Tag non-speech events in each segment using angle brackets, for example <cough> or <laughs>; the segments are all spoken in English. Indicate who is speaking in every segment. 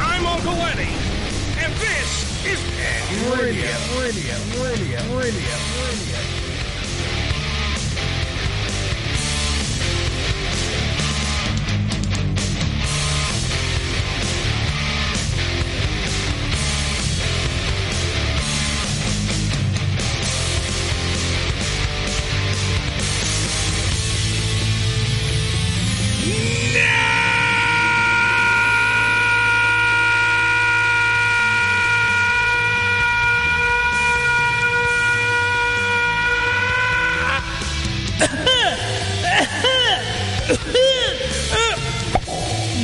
Speaker 1: I'm Uncle Eddie, and this is Ed Radio. Radio, radio, radio, radio.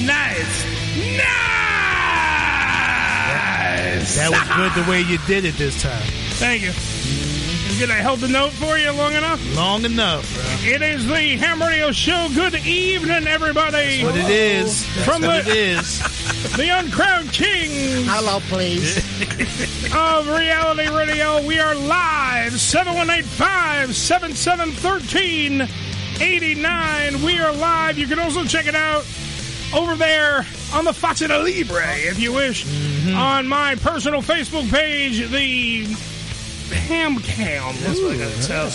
Speaker 1: Nice. Nice.
Speaker 2: That was good the way you did it this time.
Speaker 1: Thank you. Did I hold the note for you long enough?
Speaker 2: Long enough, bro.
Speaker 1: It is the Ham Radio Show. Good evening, everybody.
Speaker 2: What it is. That's
Speaker 1: From
Speaker 2: what
Speaker 1: the-
Speaker 2: it is.
Speaker 1: <laughs> The uncrowned king
Speaker 3: Hello, please.
Speaker 1: <laughs> of reality radio. We are live 7185 7713 89. We are live. You can also check it out over there on the Faceta Libre if you wish.
Speaker 2: Mm-hmm.
Speaker 1: On my personal Facebook page, the Ham Cam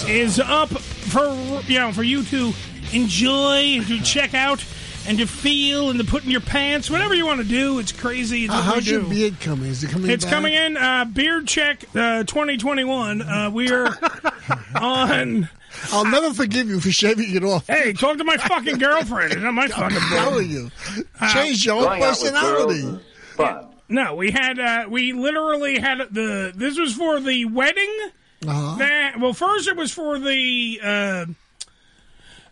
Speaker 1: is up for you know for you to enjoy and to check out and to feel and to put in your pants, whatever you want to do. It's crazy. It's what we
Speaker 3: How's Uh, your
Speaker 1: do.
Speaker 3: beard coming? Is it coming
Speaker 1: It's
Speaker 3: back?
Speaker 1: coming in uh, beard check uh, 2021. Uh,
Speaker 3: <laughs>
Speaker 1: we're on.
Speaker 3: I'll never forgive you for shaving it off.
Speaker 1: Hey, talk to my fucking girlfriend. It's not my fucking
Speaker 3: <laughs> I'm
Speaker 1: boy. Uh,
Speaker 3: telling you. Change your own
Speaker 4: Going out with girls
Speaker 3: personality.
Speaker 4: is Fun.
Speaker 1: No, we had uh, we literally had the. This was for the wedding.
Speaker 3: Uh-huh.
Speaker 1: That well, first it was for the uh,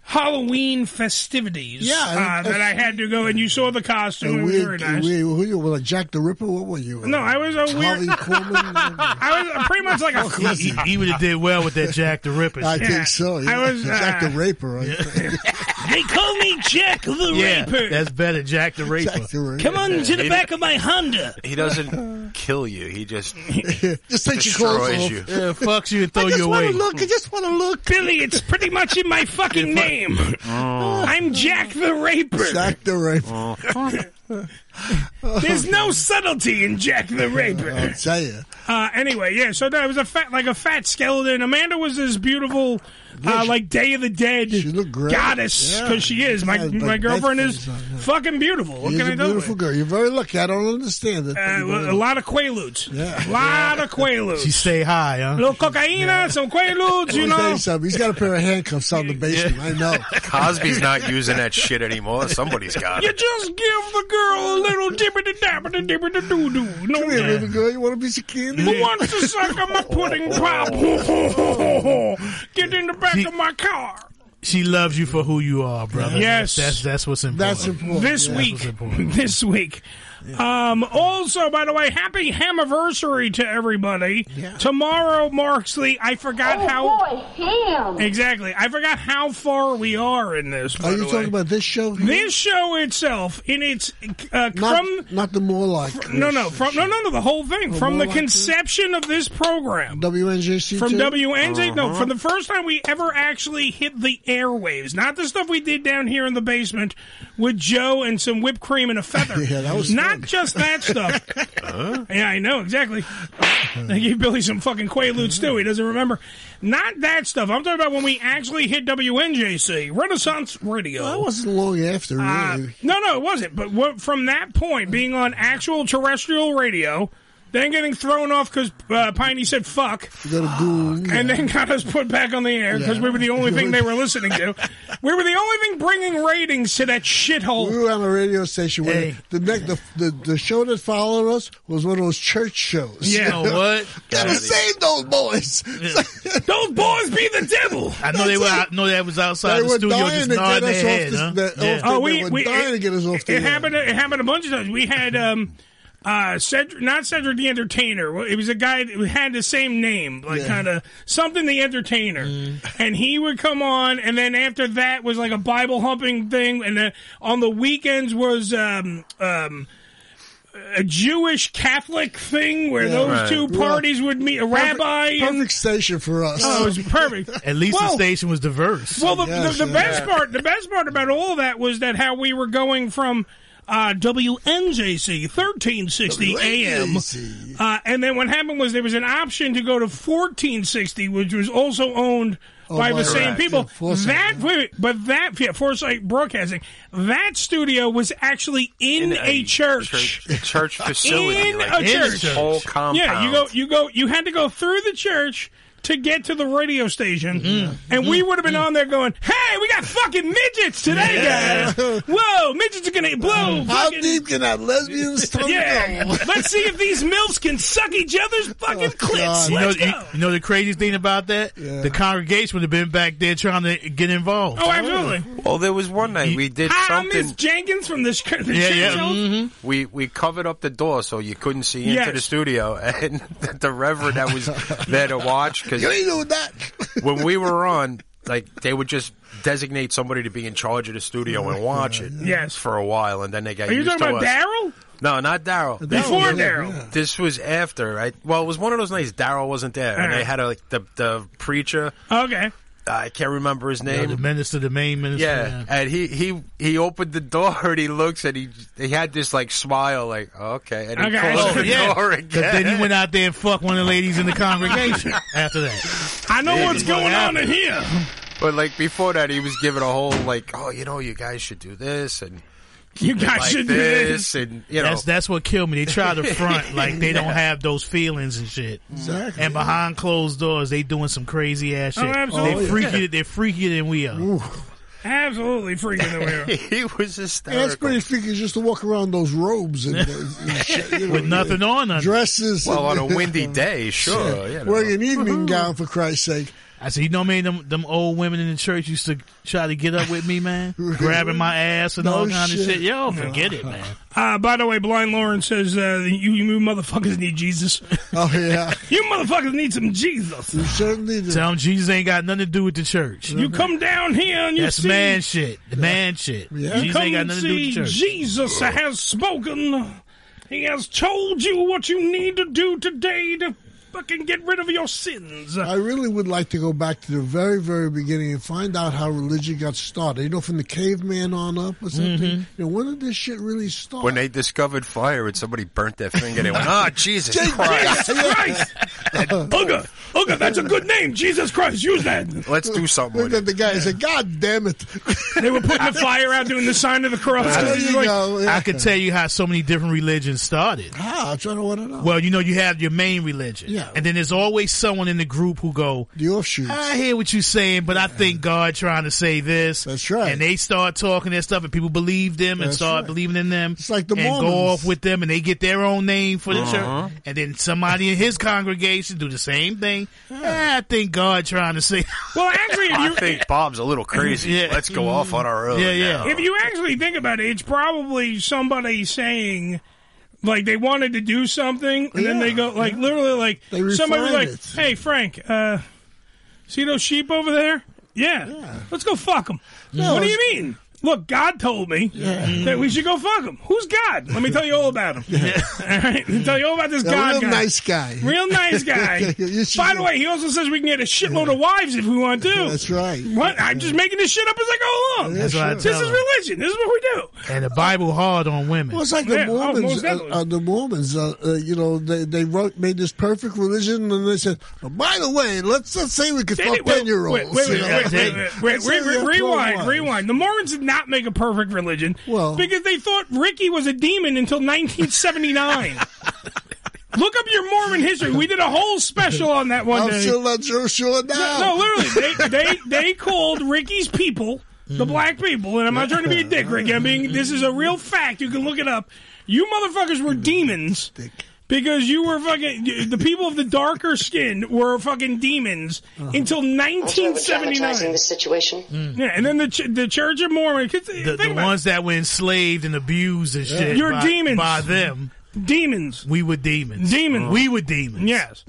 Speaker 1: Halloween festivities.
Speaker 3: Yeah,
Speaker 1: uh, that I had to go, and you saw the costume. It was very
Speaker 3: Weird,
Speaker 1: nice.
Speaker 3: weird, who you were, like Jack the Ripper? What were you?
Speaker 1: No, I was a
Speaker 3: Harley
Speaker 1: weird. <laughs>
Speaker 3: Coleman?
Speaker 1: I was pretty much like a.
Speaker 2: He, he would have did well with that Jack the Ripper.
Speaker 3: Oh, I
Speaker 2: shit.
Speaker 1: Yeah.
Speaker 3: think so. Yeah.
Speaker 1: I was,
Speaker 3: Jack
Speaker 1: uh,
Speaker 3: the Raper. I think.
Speaker 1: they call me Jack the
Speaker 2: Yeah, that's better, Jack the Ripper.
Speaker 3: Jack the Raper.
Speaker 1: on to the back of my Honda.
Speaker 5: He
Speaker 3: <laughs>
Speaker 5: doesn't kill you. He
Speaker 1: <laughs>
Speaker 5: just
Speaker 3: Just take your clothes
Speaker 5: destroys
Speaker 3: off.
Speaker 5: you.
Speaker 2: Yeah, fucks you and throw
Speaker 3: I just
Speaker 2: you
Speaker 3: want
Speaker 2: away.
Speaker 3: to look. I just want to look.
Speaker 1: Billy, it's pretty much in my fucking name.
Speaker 2: Oh.
Speaker 1: I'm Jack the Raper.
Speaker 3: Jack the Raper.
Speaker 1: There's no subtlety in Jack the
Speaker 3: I'll
Speaker 1: Raper.
Speaker 3: tell you.
Speaker 1: Uh, anyway, yeah, so that was a fat, like a fat skeleton. Amanda was this beautiful, uh, like Day of the Dead
Speaker 3: she looked great.
Speaker 1: goddess
Speaker 3: Yeah.
Speaker 1: because she is. My
Speaker 3: Yeah, like
Speaker 1: my girlfriend
Speaker 3: that
Speaker 1: is
Speaker 3: face on her.
Speaker 1: fucking beautiful. What
Speaker 3: You're
Speaker 1: can I
Speaker 3: a
Speaker 1: do?
Speaker 3: beautiful girl. You're very lucky. I don't understand it. but
Speaker 1: Uh,
Speaker 3: you're
Speaker 1: well,
Speaker 3: very
Speaker 1: a lot of quaaludes.
Speaker 3: Yeah.
Speaker 1: A lot of quaaludes.
Speaker 2: She stay high,
Speaker 1: a
Speaker 2: huh?
Speaker 1: little cocaina, some quaaludes. You
Speaker 3: Let me tell
Speaker 1: know.
Speaker 3: you something. He's got a pair of handcuffs out in the basement. I
Speaker 2: <laughs>
Speaker 3: know.
Speaker 5: <laughs> Cosby's not using that shit anymore. Somebody's got
Speaker 1: You
Speaker 5: it.
Speaker 1: just give the girl a little dippity dappity dippity doo doo. No,
Speaker 3: Come here, little girl. You want a piece of
Speaker 1: Who
Speaker 3: candy?
Speaker 1: wants to suck
Speaker 3: <laughs>
Speaker 1: on my pudding pop? <laughs> Get in the back of my car.
Speaker 2: She loves you for who you are, brother.
Speaker 1: Yes.
Speaker 2: that's that's, that's what's important.
Speaker 3: That's important.
Speaker 1: This
Speaker 3: Yeah.
Speaker 1: week,
Speaker 2: important.
Speaker 1: <laughs> this week. Um, also, by the way, happy hamiversary to everybody. Tomorrow marks the. I forgot
Speaker 6: Oh,
Speaker 1: how
Speaker 6: boy, ham.
Speaker 1: exactly. I forgot how far we are in this. By
Speaker 3: Are
Speaker 1: the
Speaker 3: you
Speaker 1: way.
Speaker 3: talking about this show? here?
Speaker 1: this show itself in its uh,
Speaker 3: Not,
Speaker 1: crumb?
Speaker 3: not the Morlock.
Speaker 1: No, no, from no, no, no. The whole thing from
Speaker 3: more
Speaker 1: the
Speaker 3: like this?
Speaker 1: conception of this program.
Speaker 3: WNJC.
Speaker 1: From
Speaker 3: too?
Speaker 1: WNJ, no,
Speaker 2: Uh-huh.
Speaker 1: from the first time we ever actually hit the airwaves, not the stuff we did down here in the basement with Joe and some whipped cream and a feather.
Speaker 3: <laughs> Yeah, that was
Speaker 1: not
Speaker 3: fun.
Speaker 1: just that stuff.
Speaker 3: <laughs>
Speaker 1: Yeah, I know exactly. I gave Billy some fucking quaaludes too. He doesn't remember. Not that stuff. I'm talking about when we actually hit WNJC, Renaissance Radio.
Speaker 3: That wasn't long after, really.
Speaker 1: Uh, no, no, it wasn't. But what, from that point, being on actual terrestrial radio, then getting thrown off because uh, Piney said fuck,
Speaker 3: you go to Goon.
Speaker 1: and then got us put back on the air because we were the only thing they were listening
Speaker 3: <laughs>
Speaker 1: to. We were the only thing bringing ratings to that
Speaker 3: we
Speaker 1: shithole.
Speaker 3: were on a radio station where
Speaker 2: Hey.
Speaker 3: the, next, the, the the show that followed us was one of those church shows.
Speaker 1: Yeah.
Speaker 2: You
Speaker 3: <laughs>
Speaker 2: know what?
Speaker 3: Gotta save those boys.
Speaker 1: Those boys be the devil.
Speaker 2: I know they were. I know that was outside
Speaker 3: They
Speaker 2: the
Speaker 3: were
Speaker 2: studio,
Speaker 3: dying
Speaker 2: just
Speaker 3: to
Speaker 2: nodding their
Speaker 3: get us off
Speaker 2: head.
Speaker 3: this-
Speaker 2: huh?
Speaker 3: that-
Speaker 1: Oh,
Speaker 2: Yeah.
Speaker 3: off the- they were dying to get us off the
Speaker 1: it
Speaker 3: air.
Speaker 1: happened. It happened a bunch of times. We had um, uh, Cedric, not Cedric the Entertainer. Well, It was a guy that had the same name, like
Speaker 3: Yeah. Mm.
Speaker 1: kind of something the Entertainer. And he would come on, and then after that was like a Bible humping thing, and then on the weekends was um, um, a Jewish Catholic thing where those
Speaker 5: Right.
Speaker 1: two parties would meet, a rabbi.
Speaker 3: Perfect
Speaker 1: and,
Speaker 3: station for us.
Speaker 1: oh, it was perfect.
Speaker 2: At least
Speaker 1: Well,
Speaker 2: the station was diverse.
Speaker 1: Well, the,
Speaker 3: Yes,
Speaker 1: the, the
Speaker 3: yeah.
Speaker 1: best part, the best part about all that was that how we were going from uh, WNJC thirteen sixty AM,
Speaker 3: WNJC.
Speaker 1: uh, and then what happened was there was an option to go to fourteen systy, which was also owned by
Speaker 3: by-
Speaker 1: the same
Speaker 3: Correct.
Speaker 1: people.
Speaker 3: Oh, Yeah, Foresight,
Speaker 1: that, wait, wait, but that yeah, Foresight Broadcasting, that studio was actually in, a, church.
Speaker 5: church, church facility,
Speaker 1: <laughs> In
Speaker 5: like
Speaker 1: a
Speaker 5: this
Speaker 2: church.
Speaker 5: whole compound.
Speaker 1: Yeah, you go, you go, you had to go through the church to get to the radio station, and we would have been on there going, "Hey, we got fucking midgets today, guys! Whoa, midgets are gonna blow!
Speaker 3: How
Speaker 1: fucking-
Speaker 3: deep can that lesbian's tongue
Speaker 1: yeah,
Speaker 3: go?
Speaker 1: let's see if these milfs can suck each other's fucking clits.
Speaker 3: God.
Speaker 2: You know,
Speaker 1: Let's
Speaker 2: you,
Speaker 1: go!"
Speaker 2: you know the craziest thing about that?
Speaker 3: Yeah.
Speaker 2: The congregation would have been back there trying to get
Speaker 1: <laughs>
Speaker 2: involved.
Speaker 1: Oh, absolutely.
Speaker 5: Well, there was one night we did
Speaker 1: Hi,
Speaker 3: Oh.
Speaker 1: I'm Miss
Speaker 5: something.
Speaker 1: Jenkins from the, sh- the
Speaker 2: Yeah,
Speaker 1: church.
Speaker 2: yeah,
Speaker 1: Old-
Speaker 3: Mm-hmm.
Speaker 5: We we covered up the door so you couldn't see into
Speaker 1: Yes.
Speaker 5: the studio, <laughs> and the reverend that was there to watch because
Speaker 3: <laughs> You ain't doing that.
Speaker 5: when we were on, like they would just designate somebody to be in charge of the studio and watch it.
Speaker 1: Yes.
Speaker 5: for a while, and then they got
Speaker 1: Are you
Speaker 5: used
Speaker 1: talking
Speaker 5: to
Speaker 1: about
Speaker 5: us.
Speaker 1: Daryl?
Speaker 5: No, not Daryl.
Speaker 1: Before
Speaker 3: yeah,
Speaker 1: Daryl.
Speaker 3: yeah.
Speaker 5: This was after. I, well, it was one of those nights Daryl wasn't there, and
Speaker 1: Alright.
Speaker 5: they had a, like the the preacher.
Speaker 1: Okay.
Speaker 5: I can't remember his
Speaker 2: You know, the
Speaker 5: name.
Speaker 2: minister, the main minister.
Speaker 5: Yeah,
Speaker 2: yeah.
Speaker 5: and he he he opened the door <laughs> and he looks and he he had this like smile like "Oh, okay and he
Speaker 1: Okay, Oh, I
Speaker 5: closed
Speaker 1: see.
Speaker 5: the <laughs>
Speaker 2: Yeah.
Speaker 5: door
Speaker 2: 'Cause
Speaker 5: again.
Speaker 2: then he went out there and fucked one of the ladies in
Speaker 1: <laughs>
Speaker 2: the congregation after that.
Speaker 1: I know what's
Speaker 5: what
Speaker 1: going on in here.
Speaker 5: But like before that, he was giving a whole like oh you know you guys should do this and
Speaker 1: You guys
Speaker 5: like
Speaker 1: should do
Speaker 5: this
Speaker 1: this.
Speaker 5: and you know
Speaker 2: That's that's what killed me. They try to
Speaker 3: <laughs>
Speaker 2: front like they don't have those feelings and shit.
Speaker 3: Exactly.
Speaker 2: And behind closed doors, they doing some crazy ass shit.
Speaker 1: Oh, absolutely.
Speaker 2: They freaky, they're freakier than we are.
Speaker 1: Absolutely freaking aware.
Speaker 5: he was
Speaker 3: And
Speaker 5: hysterical.
Speaker 3: that's pretty freaky just to walk around those robes and, and shit, you know,
Speaker 2: With nothing on under.
Speaker 3: dresses.
Speaker 5: well on
Speaker 3: and-
Speaker 5: a windy day,
Speaker 7: Oh,
Speaker 5: sure. You know.
Speaker 3: Wearing an evening gown for Christ's sake.
Speaker 2: I said, you know, man, them them old women in the church used to try to get up with me,
Speaker 3: <laughs>
Speaker 2: man, grabbing my ass and
Speaker 3: No
Speaker 2: all kind of
Speaker 3: shit.
Speaker 2: shit. Yo, forget it, man.
Speaker 1: Uh, by the way, Blind Lauren says uh, you, you motherfuckers need Jesus.
Speaker 3: Oh yeah,
Speaker 1: <laughs> You motherfuckers need some Jesus.
Speaker 3: you certainly do.
Speaker 2: Tell them Jesus ain't got nothing to do with the church.
Speaker 1: You come down here and you
Speaker 2: That's
Speaker 1: see,
Speaker 2: man shit. The man shit.
Speaker 3: Yeah.
Speaker 2: Jesus
Speaker 1: come
Speaker 2: ain't got nothing to do
Speaker 1: see
Speaker 2: with the church.
Speaker 1: Jesus has spoken. He has told you what you need to do today to fucking get rid of your sins.
Speaker 3: I really would like to go back to the very, very beginning and find out how religion got started. You know, from the caveman on up or something. You know, when did this shit really start?
Speaker 5: when they discovered fire and somebody burnt their finger, they went,
Speaker 3: <laughs>
Speaker 5: "Oh Jesus Christ,
Speaker 1: Jesus Christ! Uga, Uga, Uh, that's a good name. Jesus Christ, use that.
Speaker 5: let's do something
Speaker 3: Look
Speaker 5: with
Speaker 3: at
Speaker 5: it."
Speaker 3: the guy and said, God damn it.
Speaker 1: They were putting the fire out, doing the sign of the cross.
Speaker 3: there you
Speaker 1: Like,
Speaker 3: go. Yeah.
Speaker 2: I could tell you how so many different religions started.
Speaker 3: How? I'm trying to want to know.
Speaker 2: Well, you know, you have your main religion,
Speaker 3: Yeah.
Speaker 2: and then there's always someone in the group who go,
Speaker 3: the offshoots.
Speaker 2: I hear what you're saying, but I think God trying to say this.
Speaker 3: That's right.
Speaker 2: And they start talking their stuff, and people believe them and
Speaker 3: That's
Speaker 2: start
Speaker 3: right.
Speaker 2: believing in them.
Speaker 3: It's like the
Speaker 2: and go
Speaker 3: Mormons.
Speaker 2: off with them, and they get their own name for the
Speaker 3: Uh-huh.
Speaker 2: church. And then somebody in his congregation do the same thing. "Ah, I think God trying to say. <laughs>
Speaker 1: well, actually, if
Speaker 5: I
Speaker 1: you
Speaker 5: think Bob's a little crazy.
Speaker 2: Yeah.
Speaker 5: Let's go off on our own.
Speaker 2: Yeah, yeah.
Speaker 5: now."
Speaker 1: If you actually think about it, it's probably somebody saying like they wanted to do something, and then
Speaker 3: Yeah,
Speaker 1: they go like literally like
Speaker 3: They
Speaker 1: somebody was like,
Speaker 3: refined it.
Speaker 1: "Hey Frank, uh, see those sheep over there? Yeah, let's go fuck them." what do you mean? Look, God told me that we should go fuck them. Who's God? Let me tell you all
Speaker 3: <laughs>
Speaker 1: about him. All right, Let me tell you all about this
Speaker 3: a
Speaker 1: God
Speaker 3: real
Speaker 1: guy.
Speaker 3: nice guy.
Speaker 1: Real nice
Speaker 3: <laughs>
Speaker 1: guy.
Speaker 3: You should-
Speaker 1: By the way, he also says we can get a shitload of wives if we want to.
Speaker 3: That's right.
Speaker 1: What? I'm just making this shit up as I go along.
Speaker 2: That's what I
Speaker 1: this
Speaker 2: tell
Speaker 1: is
Speaker 2: them.
Speaker 1: religion. This is what we do.
Speaker 2: And the Bible hard on women.
Speaker 3: Well, it's like
Speaker 1: Yeah,
Speaker 3: the
Speaker 1: oh, most
Speaker 3: Mormons. Uh,
Speaker 1: definitely.
Speaker 3: uh, the Mormons, uh, uh, you know, they they wrote made this perfect religion, and they said, oh, by the way, let's let's say we could
Speaker 1: They
Speaker 3: fuck
Speaker 1: did- wait,
Speaker 3: ten year olds.
Speaker 1: Wait, wait, wait, wait, wait, wait, wait,
Speaker 3: Let's say
Speaker 1: wait,
Speaker 3: they
Speaker 1: wait,
Speaker 3: have 12
Speaker 1: rewind,
Speaker 3: wives.
Speaker 1: rewind. The Mormons did not make a perfect religion
Speaker 3: Well-
Speaker 1: because they thought Ricky was a demon until
Speaker 3: <laughs>
Speaker 1: 1979. Look up your Mormon history. We did a whole special on that one
Speaker 3: I'm
Speaker 1: day.
Speaker 3: still not so sure now.
Speaker 1: No, literally, they they they called Ricky's people the black people, and I'm not trying to be a dick, Ricky. I mean, this is a real fact. You can look it up. You motherfuckers were demons. Because you were fucking the people of the darker skin were fucking demons until
Speaker 4: Uh-huh. Also, we're dramatizing
Speaker 1: 1979.
Speaker 4: this situation.
Speaker 1: Yeah, and then the ch- the Church of Mormon. 'cause
Speaker 2: the,
Speaker 1: think
Speaker 2: the
Speaker 1: about it.
Speaker 2: ones that were enslaved and abused and shit.
Speaker 1: You're
Speaker 2: by,
Speaker 1: demons.
Speaker 2: by them.
Speaker 1: Demons.
Speaker 2: We were demons.
Speaker 1: Demons.
Speaker 2: We were demons.
Speaker 1: Yes.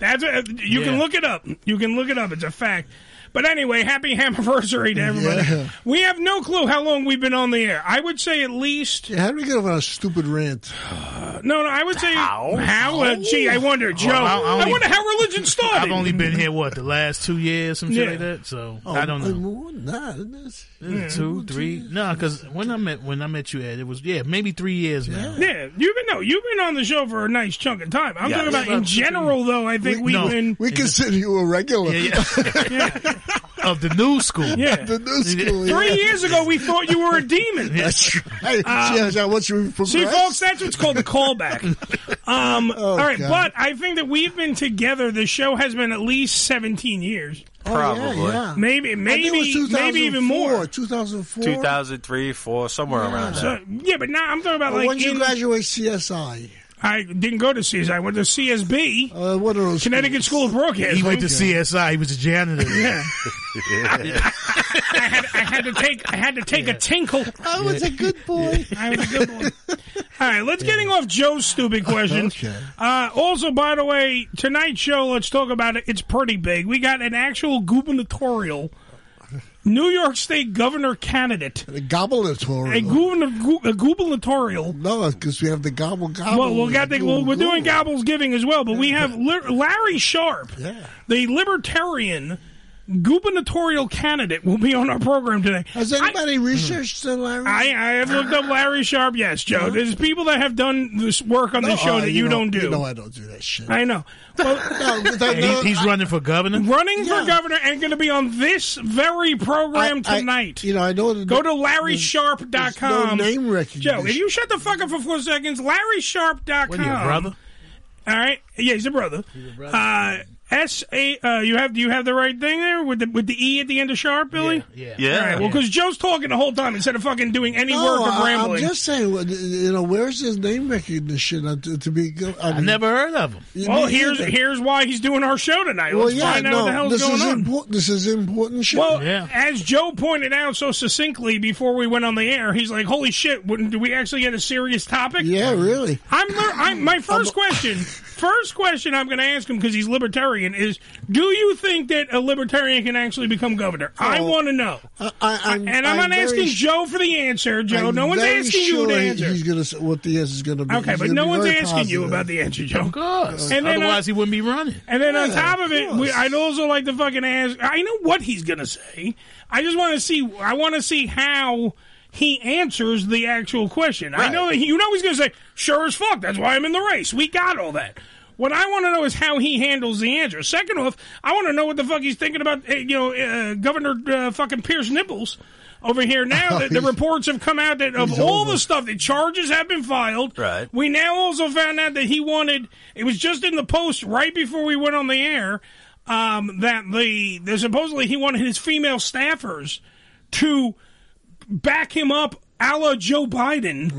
Speaker 1: That's a, you can
Speaker 2: Yeah.
Speaker 1: look it up. You can look it up. It's a fact. But anyway, happy <laughs> anniversary to everybody.
Speaker 3: Yeah.
Speaker 1: We have no clue how long we've been on the air. I would say at least
Speaker 3: Yeah, how do we get off on a stupid rant?
Speaker 1: <sighs> no, no. I would say
Speaker 5: How?
Speaker 1: How? Uh, gee, I wonder, Joe.
Speaker 2: I- I
Speaker 1: I,
Speaker 2: only-
Speaker 1: wonder how religion started.
Speaker 2: I've only been here what the last two years, some shit
Speaker 1: Yeah.
Speaker 2: like that. So
Speaker 3: Oh,
Speaker 2: I don't know.
Speaker 3: more than that, isn't it?
Speaker 2: Two, three, no, because when I met when I met you, Ed, it was yeah, maybe three years now.
Speaker 1: Yeah, you've been no, you've been on the show for a nice chunk of time. I'm
Speaker 5: Yeah,
Speaker 1: talking about
Speaker 5: about
Speaker 1: in general, though. I think we've
Speaker 2: no.
Speaker 7: <laughs>
Speaker 1: been
Speaker 3: We consider you a regular.
Speaker 2: Yeah,
Speaker 3: <laughs>
Speaker 2: yeah. of the new school.
Speaker 1: yeah.
Speaker 3: The new school. yeah.
Speaker 1: Three years ago, we thought you were a demon.
Speaker 3: That's <laughs> right. yes, I want you to progress.
Speaker 1: Um,
Speaker 3: Oh,
Speaker 1: See, folks, that's what's called the
Speaker 3: <laughs>
Speaker 1: callback. Um, all right,
Speaker 3: God.
Speaker 1: but I think that we've been together. The show has been at least 17 years,
Speaker 3: Oh,
Speaker 5: Probably.
Speaker 3: Yeah, yeah.
Speaker 1: maybe,
Speaker 3: I think it was
Speaker 1: maybe, maybe even
Speaker 3: 2004,
Speaker 1: more.
Speaker 3: 2004.
Speaker 5: 2003, 4, somewhere around
Speaker 1: So,
Speaker 5: there.
Speaker 1: yeah, but now I'm talking about
Speaker 3: Well,
Speaker 1: like
Speaker 3: when you
Speaker 1: in-
Speaker 3: graduate CSI,
Speaker 1: I didn't go to CSI. I went to CSB,
Speaker 3: uh, what are those?
Speaker 1: Connecticut School of Broadcasting.
Speaker 2: He went to CSI. He was a janitor.
Speaker 1: <laughs> Yeah. I, had, I had to take I had to take a tinkle.
Speaker 3: I was a good boy.
Speaker 1: I was a good one. All right, let's getting off Joe's stupid questions.
Speaker 3: Okay.
Speaker 1: Uh, also, by the way, tonight's show. Let's talk about it. It's pretty big. We got an actual gubernatorial, New York State governor candidate,
Speaker 3: The gobbleatorial.
Speaker 1: a, guberna- gu- a gubernatorial.
Speaker 3: no, because we have the gobble gobble.
Speaker 1: Well, we'll got the,
Speaker 3: Gobble,
Speaker 1: well, we're doing
Speaker 3: gobble.
Speaker 1: Gobble's giving as well, but we have Lar- Larry Sharp,
Speaker 3: Yeah.
Speaker 1: the libertarian gubernatorial candidate, will be on our program today.
Speaker 3: Has
Speaker 1: I-
Speaker 3: anybody researched the Larry?
Speaker 1: I, I have looked up Larry Sharp. Yes, Joe. There's people that have done this work on
Speaker 3: No,
Speaker 1: this show
Speaker 3: uh,
Speaker 1: that you,
Speaker 3: know-
Speaker 1: don't do.
Speaker 3: You know I don't do that shit.
Speaker 1: I know. <laughs> Well,
Speaker 3: no, that, no,
Speaker 2: And he- he's
Speaker 3: I-
Speaker 2: running for governor.
Speaker 1: running
Speaker 3: Yeah.
Speaker 1: for governor and going to be on this very program
Speaker 3: I- I-
Speaker 1: tonight.
Speaker 3: you know, I know. that-
Speaker 1: Go to
Speaker 3: there's
Speaker 1: LarrySharp.com.
Speaker 3: No name recognition.
Speaker 1: Joe, if you shut the fuck up for four seconds, LarrySharp.com.
Speaker 2: What are you, a brother?
Speaker 1: All right. Yeah, he's a brother. Uh, S A. Uh, you have do you have the right thing there with the with the E at the end of Sharp, Billy?
Speaker 2: Yeah.
Speaker 1: All right. Well, because Joe's talking the whole time instead of fucking doing any
Speaker 3: No,
Speaker 1: work of
Speaker 3: I,
Speaker 1: rambling.
Speaker 3: I'm just saying, well, you know, where's his name recognition uh, to, to be? go- I,
Speaker 2: I
Speaker 3: mean,
Speaker 2: never heard of him.
Speaker 3: you
Speaker 1: Well,
Speaker 3: need
Speaker 1: Oh, here's
Speaker 3: either.
Speaker 1: here's why he's doing our show tonight.
Speaker 3: Well,
Speaker 1: Let's
Speaker 3: yeah,
Speaker 1: find out
Speaker 3: no,
Speaker 1: what the hell's
Speaker 3: this
Speaker 1: going
Speaker 3: is
Speaker 1: on.
Speaker 3: important. This is important shit.
Speaker 1: Well,
Speaker 2: Yeah.
Speaker 1: as Joe pointed out so succinctly before we went on the air, he's like, "Holy shit! Wouldn't, do we actually get a serious topic?"
Speaker 3: yeah, really.
Speaker 1: I'm, lear- I'm my first question. First question I'm going to ask him because he's libertarian is: Do you think that a libertarian can actually become governor? I
Speaker 3: Oh.
Speaker 1: want to know,
Speaker 3: I, I, I'm,
Speaker 1: and I'm, not
Speaker 3: very
Speaker 1: asking
Speaker 3: sh-
Speaker 1: Joe for the answer. Joe,
Speaker 3: I'm
Speaker 1: no one's
Speaker 3: very
Speaker 1: asking
Speaker 3: sure
Speaker 1: you the
Speaker 3: he-
Speaker 1: answer.
Speaker 3: He's gonna s- what the answer's going to be.
Speaker 1: okay,
Speaker 3: He's
Speaker 1: but
Speaker 3: gonna
Speaker 1: no
Speaker 3: be
Speaker 1: one's
Speaker 3: very
Speaker 1: asking you
Speaker 3: positive.
Speaker 1: about the answer, Joe.
Speaker 2: Of course.
Speaker 1: And then
Speaker 2: Otherwise, he wouldn't be running.
Speaker 1: And then on
Speaker 3: Yeah,
Speaker 1: top of
Speaker 3: of
Speaker 1: it, we,
Speaker 3: course.
Speaker 1: I'd also like to fucking ask. I know what he's gonna say. I just want to see. I want to see how he answers the actual question. I know that he, you know he's gonna say, "Sure as fuck." That's why I'm in the race. We got all that. What I want to know is how he handles the answer. Second off, I want to know what the fuck he's thinking about. eh, You know, uh, Governor uh, fucking Pierce Nipples over here.
Speaker 3: <laughs>
Speaker 1: Now that the
Speaker 3: Oh, he's-
Speaker 1: reports have come out that of all
Speaker 3: over.
Speaker 1: the stuff, the charges have been filed.
Speaker 5: Right.
Speaker 1: We now also found out that he wanted. It was just in the post right before we went on the air um, that the, the supposedly he wanted his female staffers to back him up, a la Joe Biden.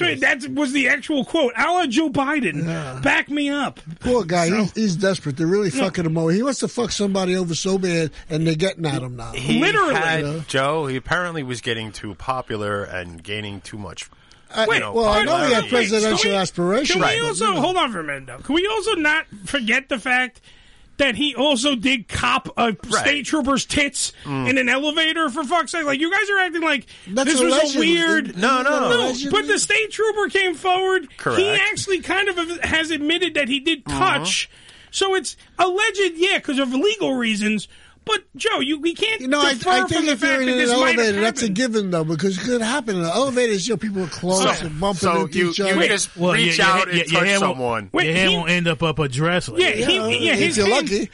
Speaker 1: That's what that was the actual quote. A la Joe Biden, back me up.
Speaker 3: Poor guy, he's, he's desperate. They're really fucking him over. He wants to fuck somebody over so bad, and they're getting at him now.
Speaker 5: He
Speaker 1: literally.
Speaker 5: had- Joe, he apparently was getting too popular and gaining too much.
Speaker 3: I-
Speaker 1: Wait,
Speaker 5: know,
Speaker 3: well, I Uh, know
Speaker 5: popularity.
Speaker 3: he had presidential
Speaker 1: Can we-
Speaker 3: aspirations. Mm-hmm.
Speaker 1: Can we
Speaker 3: but,
Speaker 1: also
Speaker 3: you know.
Speaker 1: hold on for a minute though? Can we also not forget the fact that he also did cop a state trooper's tits in an elevator for fuck's sake? Like you guys are acting like
Speaker 3: Mm. That's
Speaker 1: this was
Speaker 3: allegedly-
Speaker 1: a weird.
Speaker 5: No, no.
Speaker 1: No,
Speaker 3: allegedly-
Speaker 1: but the state trooper came forward. He
Speaker 5: Correct.
Speaker 1: actually kind of has admitted that he did
Speaker 3: Mm-hmm.
Speaker 1: touch. So it's alleged, yeah, because of legal reasons. But Joe, you we can't
Speaker 3: You know, I,
Speaker 1: defer
Speaker 3: I
Speaker 1: from
Speaker 3: think
Speaker 1: the
Speaker 3: if you're
Speaker 1: fact
Speaker 3: in
Speaker 1: that
Speaker 3: an
Speaker 1: this might have
Speaker 3: elevator, that's a
Speaker 1: happened.
Speaker 3: given though, because it could happen in elevators. You know, people are close
Speaker 1: So-
Speaker 3: and bumping
Speaker 5: So
Speaker 3: into
Speaker 5: you,
Speaker 3: each other.
Speaker 5: you just
Speaker 2: Well,
Speaker 5: reach
Speaker 2: your-
Speaker 5: out
Speaker 2: your-
Speaker 5: and
Speaker 2: your
Speaker 5: touch
Speaker 2: hair won't-
Speaker 5: someone.
Speaker 1: Wait,
Speaker 2: your hair
Speaker 1: he-
Speaker 2: won't end up up a dress. Like
Speaker 1: Yeah,
Speaker 2: that.
Speaker 1: he, yeah,
Speaker 3: if
Speaker 1: his
Speaker 3: you're
Speaker 1: hand-
Speaker 3: lucky,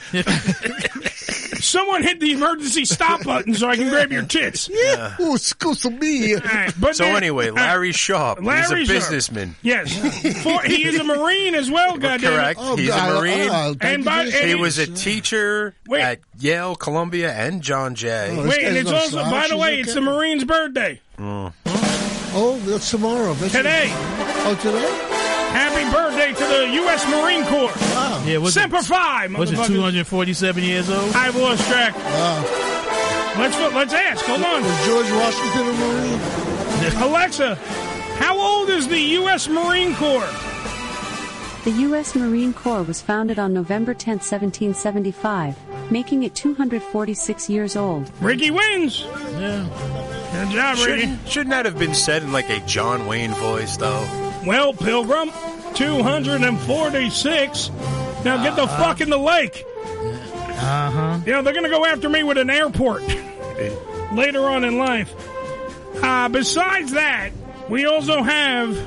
Speaker 1: <laughs> Someone hit the emergency stop button so I can grab your tits.
Speaker 3: yeah. Ooh, excuse me.
Speaker 1: All right, but
Speaker 5: So
Speaker 1: then-
Speaker 3: <laughs>
Speaker 5: anyway, Larry Sharp, he's
Speaker 1: Larry
Speaker 5: a
Speaker 1: Sharp.
Speaker 5: businessman.
Speaker 1: Yes, For, he is a Marine as well. Goddamn. it.
Speaker 5: Correct.
Speaker 3: Oh,
Speaker 5: he's
Speaker 3: God,
Speaker 5: a Marine.
Speaker 3: oh, thank
Speaker 1: And
Speaker 3: you
Speaker 1: by-
Speaker 3: for this.
Speaker 1: and
Speaker 5: He
Speaker 1: Hey,
Speaker 5: was a teacher
Speaker 1: Wait.
Speaker 5: at Yale, Columbia, and John Jay.
Speaker 3: Oh,
Speaker 1: Wait,
Speaker 3: This
Speaker 1: and
Speaker 3: guy's
Speaker 1: it's
Speaker 3: no
Speaker 1: also by
Speaker 3: slouch,
Speaker 1: the
Speaker 3: he's
Speaker 1: way, it's
Speaker 3: okay.
Speaker 1: the Marine's birthday
Speaker 5: Uh.
Speaker 3: oh, that's tomorrow. That's
Speaker 1: today.
Speaker 3: Oh, today.
Speaker 1: Happy birthday to the U.S. Marine Corps.
Speaker 3: Wow.
Speaker 2: yeah. Was it,
Speaker 1: Semper Fi,
Speaker 2: was it
Speaker 1: motherfuckers.
Speaker 2: 247 years old?
Speaker 1: I've lost track.
Speaker 3: Wow.
Speaker 1: Let's let's ask. Hold on,
Speaker 3: Was George Washington a
Speaker 1: <laughs>
Speaker 3: Marine?
Speaker 1: Alexa. How old is the U.S. Marine Corps?
Speaker 6: The U.S. Marine Corps was founded on November 10, 1775, making it 246 years old.
Speaker 1: Ricky wins.
Speaker 2: Yeah.
Speaker 1: Good job, Ricky.
Speaker 5: Shouldn't, shouldn't that have been said in like a John Wayne voice, though?
Speaker 1: Well, Pilgrim, 246. Now get the fuck in the lake. Uh huh. You know, they're going to go after me with an airport later on in life. Uh, besides that, we also have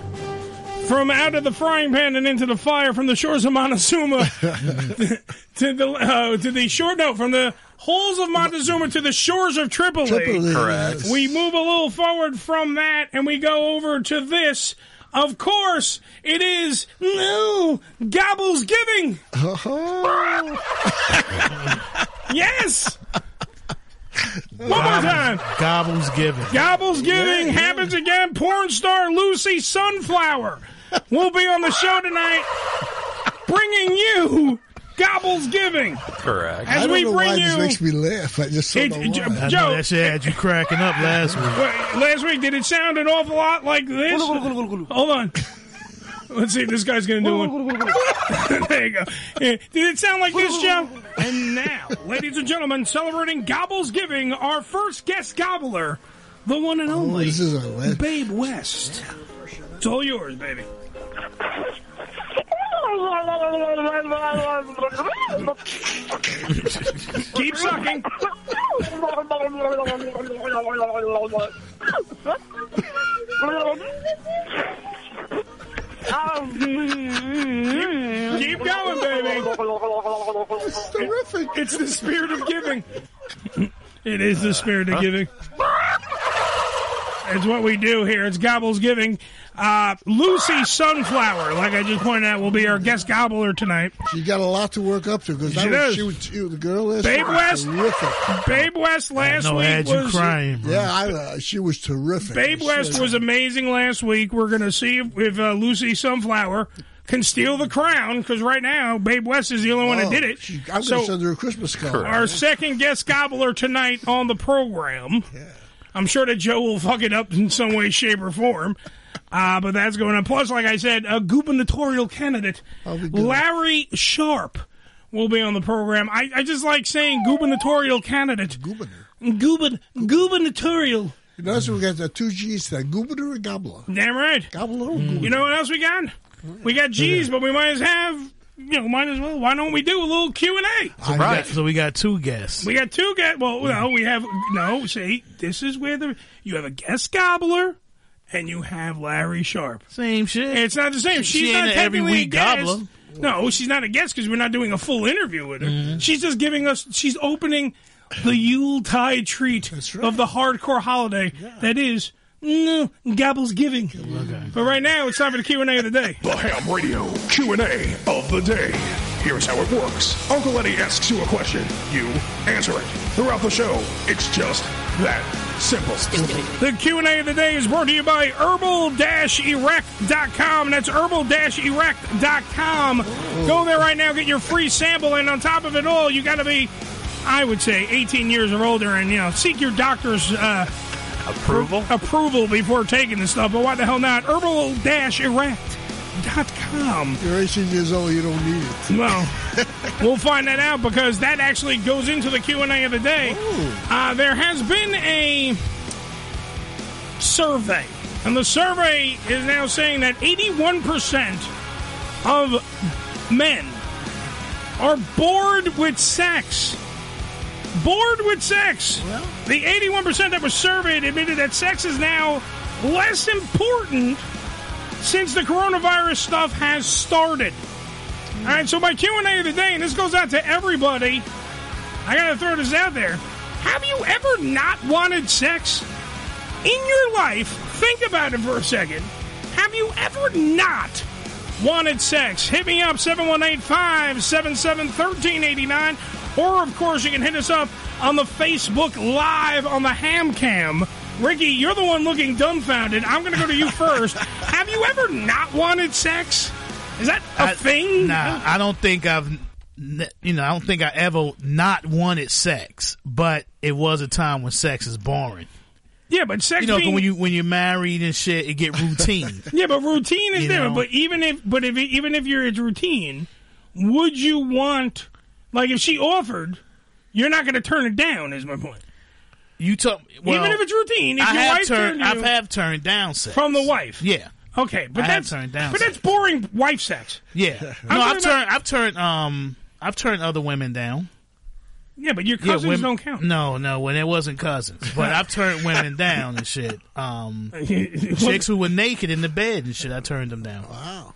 Speaker 1: from out of the frying pan and into the fire from the shores of Montezuma <laughs> to the uh, to the shore no from the holes of Montezuma to the shores of
Speaker 3: Tripoli,
Speaker 5: Correct.
Speaker 3: yes.
Speaker 1: we move a little forward from that and we go over to this. Of course, it is no Gobbles Giving. Yes. One more time.
Speaker 2: Gobbles given.
Speaker 1: Gobbles Giving happens again. Porn star Lucy Sunflower will be on the show tonight, bringing you Gobbles Giving.
Speaker 5: Correct.
Speaker 1: As
Speaker 3: I don't
Speaker 1: we
Speaker 3: know
Speaker 1: bring
Speaker 3: why
Speaker 1: you,
Speaker 3: this makes me laugh. I just don't
Speaker 1: It-
Speaker 3: know
Speaker 1: it-
Speaker 3: why.
Speaker 2: I
Speaker 1: Joe.
Speaker 2: know that shit had you cracking up last week.
Speaker 1: Wait, last week, did it sound an awful lot like this? Hold on. <laughs> Let's see if this guy's going to do one. <laughs> there you go. Yeah, Did it sound like this, Joe? And now, ladies and gentlemen, celebrating Gobbles Giving, our first guest gobbler, the one and
Speaker 3: Oh,
Speaker 1: only
Speaker 3: this is our last.
Speaker 1: Babe West. It's all yours, baby. Keep sucking. Keep going, baby.
Speaker 3: Terrific.
Speaker 1: It's the spirit of giving. It is the spirit
Speaker 2: Uh,
Speaker 1: of giving. It's what we do here. It's Gobbles Giving. Uh, Lucy Sunflower, like I just pointed out, will be our guest gobbler tonight.
Speaker 3: She got a lot to work up to because that
Speaker 1: does.
Speaker 3: was, she was she, the girl last
Speaker 1: Babe
Speaker 3: week was
Speaker 1: West.
Speaker 3: Terrific.
Speaker 1: Babe West last
Speaker 2: No, I had
Speaker 1: week
Speaker 2: you
Speaker 1: was
Speaker 2: crying, bro.
Speaker 3: Yeah, I, uh, she was terrific.
Speaker 1: Babe West was amazing last week. We're going to see if, if uh, Lucy Sunflower can steal the crown because right now Babe West is the only one that did it.
Speaker 3: Oh, She, I'm going to
Speaker 1: so
Speaker 3: send her a Christmas card.
Speaker 1: our second guest gobbler tonight on the program. I'm sure that Joe will fuck it up in some way, shape, or form. Uh, but that's going on. Plus, like I said, a gubernatorial candidate,
Speaker 3: I'll be good.
Speaker 1: Larry Sharp, will be on the program. I, I just like saying gubernatorial candidate.
Speaker 3: Governor.
Speaker 1: Gubern, gubernatorial.
Speaker 3: You notice we got the two G's there, Governor and Gobbler.
Speaker 1: Damn right. Mm.
Speaker 3: Gobbler or Governor?
Speaker 1: You know what else we got? We got G's, but we might as have. You know, might as well. Why don't we do a little Q and A?
Speaker 3: I
Speaker 2: Right. So we got two guests.
Speaker 1: We got two guys. Well, no, we have no. See, this is where the you have a guest gobbler, and you have Larry Sharp.
Speaker 2: Same shit.
Speaker 1: It's not the same. She's
Speaker 2: she ain't
Speaker 1: not
Speaker 2: a every
Speaker 1: technically a
Speaker 2: week
Speaker 1: guest.
Speaker 2: gobbler.
Speaker 1: No, she's not a guest because we're not doing a full interview with her.
Speaker 2: Mm-hmm.
Speaker 1: She's just giving us. She's opening the Yuletide treat
Speaker 3: right.
Speaker 1: of the hardcore holiday that is. No, gobbles giving. But right now it's time for the Q and A of the day.
Speaker 8: The Ham Radio Q&A of the day. Here's how it works. Uncle Eddie asks you a question. You answer it. Throughout the show, it's just that simple.
Speaker 1: The Q&A of the day is brought to you by herbal-erect.com. That's herbal-erect.com. Go there right now, get your free sample, and on top of it all, you got to be, I would say, 18 years or older, and, you know, seek your doctor's uh,
Speaker 5: Approval?
Speaker 1: approval before taking this stuff, but why the hell not? herbal-erect.com.
Speaker 3: You're 18 years old, you don't need it. <laughs>
Speaker 1: Well, we'll find that out because that actually goes into the Q and A of the day. Uh, there has been a survey, and the survey is now saying that eighty-one percent of men are bored with sex. Bored with sex. the eighty-one percent that was surveyed admitted that sex is now less important since the coronavirus stuff has started. All right, so my Q and A of the day, and this goes out to everybody. I gotta throw this out there. Have you ever not wanted sex in your life? Think about it for a second. Have you ever not wanted sex? Hit me up 718-577-1389. or of course you can hit us up on the Facebook Live on the Ham Cam. Ricky, you're the one looking dumbfounded. I'm gonna go to you first. Have you ever not wanted sex? Is that a
Speaker 2: I-
Speaker 1: thing?
Speaker 2: Nah, I don't think I've, n- you know, I don't think I ever not wanted sex, but it was a time when sex is boring.
Speaker 1: Yeah, but sex
Speaker 2: You know, 'cause
Speaker 1: being
Speaker 2: when you when you're married and shit, it get routine.
Speaker 1: yeah, but routine is
Speaker 2: You
Speaker 1: different.
Speaker 2: know?
Speaker 1: But even if but if even if you're it's routine, would you want like if she offered, you're not going to turn it down. Is my point.
Speaker 2: you talk well,
Speaker 1: even if it's <laughs> routine, if
Speaker 2: I
Speaker 1: your
Speaker 2: have
Speaker 1: wife
Speaker 2: turned,
Speaker 1: turned
Speaker 2: I've
Speaker 1: you
Speaker 2: have turned down sex
Speaker 1: from the wife,
Speaker 2: Yeah,
Speaker 1: Okay, but
Speaker 2: I have
Speaker 1: that's
Speaker 2: turned down
Speaker 1: but
Speaker 2: sex.
Speaker 1: that's boring wife sex.
Speaker 2: yeah.
Speaker 1: I'm
Speaker 2: No, I've
Speaker 1: talking
Speaker 2: turned, I've turned, um, I've turned other women down.
Speaker 1: Yeah, but your cousins
Speaker 2: yeah, women,
Speaker 1: don't count.
Speaker 2: No, no, when it wasn't cousins, but I've <laughs> turned women down and shit. Um, chicks who were naked in the bed and shit, I turned them down. Wow.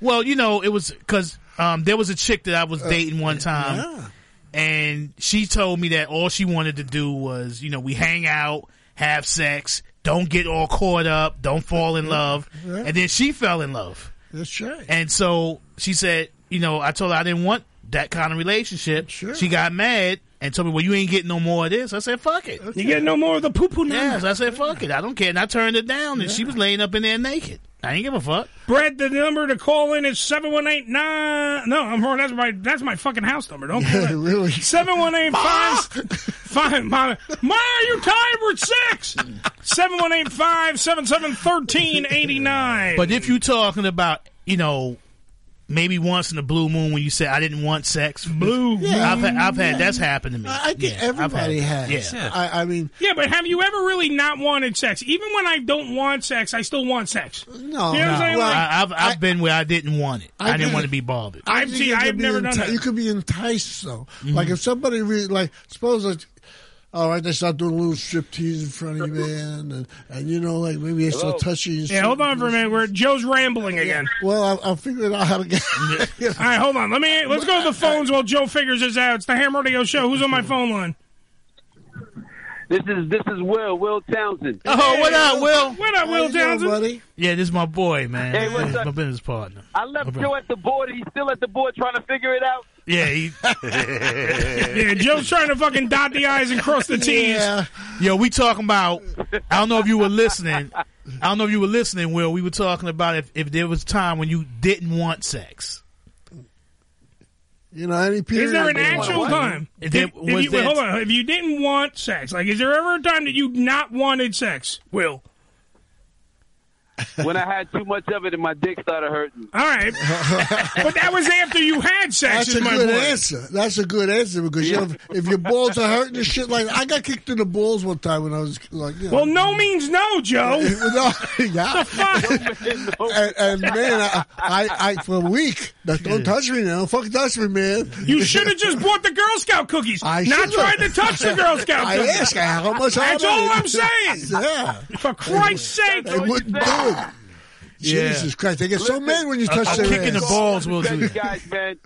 Speaker 2: Well, you know, it was because um, there was a chick that I was dating one time, and she told me that all she wanted to do was, you know, we hang out, have sex, don't get all caught up, don't fall in love, and then she fell in love.
Speaker 3: That's right.
Speaker 2: And so she said, you know, I told her I didn't want that kind of relationship.
Speaker 3: Sure.
Speaker 2: She got mad and told me, well, you ain't getting no more of this. I said, fuck it.
Speaker 1: You get no more of the poo poo
Speaker 2: Yeah,
Speaker 1: now.
Speaker 2: so I said, fuck it. I don't care. And I turned it down and she was laying up in there naked. I ain't give a fuck.
Speaker 1: Brad, the number to call in is seven one eight nine. No, I'm wrong. That's my that's my fucking house number. Don't
Speaker 2: <laughs>
Speaker 3: Yeah, really.
Speaker 1: Seven one eight five five. Ma, Ma, are you tired? We're at six. Seven one eight five seven seven thirteen eighty nine.
Speaker 2: But if you talking about, you know, maybe once in a blue moon when you say, I didn't want sex. Blue
Speaker 3: Yeah.
Speaker 2: I've, had, I've had, that's happened to me.
Speaker 3: I I think
Speaker 2: Yeah, I've had
Speaker 3: everybody
Speaker 2: it.
Speaker 3: has.
Speaker 2: Yeah.
Speaker 3: I, I mean,
Speaker 1: yeah, but have you ever really not wanted sex? Even when I don't want sex, I still want sex.
Speaker 3: no.
Speaker 1: You know what I'm saying?
Speaker 3: Well,
Speaker 1: Like,
Speaker 2: I, I've, I've been where I didn't want it. I,
Speaker 3: did-
Speaker 2: didn't want to be bothered.
Speaker 1: I've
Speaker 3: You
Speaker 1: seen,
Speaker 3: could
Speaker 1: I've
Speaker 3: be
Speaker 1: never done
Speaker 3: enti-
Speaker 1: that.
Speaker 3: You could be enticed though. Like if somebody re- like suppose like all right, they start doing a little strip tease in front of you, man, and, and you know, like maybe they start touching you. and
Speaker 1: Yeah,
Speaker 3: shit.
Speaker 1: hold on for a minute. We're Joe's rambling again.
Speaker 3: Well, I'll, I'll figure it out how to
Speaker 1: <laughs>
Speaker 3: <laughs> get.
Speaker 1: All right, hold on. Let me let's go to the phones while Joe figures this out. It's the Ham Radio Show. Who's on my phone line?
Speaker 9: This is this is Will Will Townsend.
Speaker 2: Oh, what up, Will?
Speaker 1: What up,
Speaker 3: How
Speaker 1: Will
Speaker 3: you doing,
Speaker 1: Townsson?
Speaker 3: buddy?
Speaker 2: Yeah, this is my boy, man.
Speaker 9: Hey, what's
Speaker 2: This is
Speaker 9: up?
Speaker 2: my business partner.
Speaker 9: I left Joe at the board. He's still at the board trying to figure it out.
Speaker 1: <laughs>
Speaker 2: Yeah, he,
Speaker 1: Yeah, Joe's trying to fucking dot the i's and cross the t's.
Speaker 3: Yeah,
Speaker 2: yo, we talking about. I don't know if you were listening. I don't know if you were listening, Will. We were talking about if, if there was a time when you didn't want sex.
Speaker 3: you know, any <laughs> period.
Speaker 1: Is there an
Speaker 3: they want.
Speaker 1: actual time?
Speaker 2: If
Speaker 1: Did-
Speaker 2: there-
Speaker 1: if
Speaker 2: was
Speaker 1: you, wait,
Speaker 2: that-
Speaker 1: hold on. If you didn't want sex, like, is there ever a time that you not wanted sex? Will.
Speaker 9: When I had too much of it and my dick started hurting.
Speaker 1: All right, but that was after you had sex.
Speaker 3: That's
Speaker 1: is
Speaker 3: a
Speaker 1: my
Speaker 3: good
Speaker 1: point.
Speaker 3: answer. That's a good answer because you know, if your balls are hurting and shit like I got kicked in the balls one time when I was like, you know,
Speaker 1: Well, no means no,
Speaker 3: <laughs>
Speaker 1: Joe.
Speaker 3: no,
Speaker 1: <laughs>
Speaker 3: yeah.
Speaker 1: Fuck.
Speaker 3: <laughs> and, and man, I, I, I for a week, that- don't touch me now. Fuck touch me, man.
Speaker 1: You should have just bought the Girl Scout cookies.
Speaker 3: <laughs> I
Speaker 1: not
Speaker 3: should've.
Speaker 1: tried to touch the
Speaker 3: <laughs>
Speaker 1: Girl Scout
Speaker 3: I
Speaker 1: cookies.
Speaker 3: asked her how much.
Speaker 1: That's
Speaker 3: I
Speaker 1: all
Speaker 3: wanted.
Speaker 1: I'm saying.
Speaker 3: Yeah,
Speaker 1: For Christ's sake.
Speaker 3: they wouldn't do it.
Speaker 2: Yeah.
Speaker 3: Jesus Christ, they get so mad when you touch
Speaker 2: I'm
Speaker 3: their
Speaker 2: kicking the
Speaker 3: ass.
Speaker 2: balls, Will.
Speaker 9: Thank you
Speaker 2: Do.
Speaker 9: guys, man.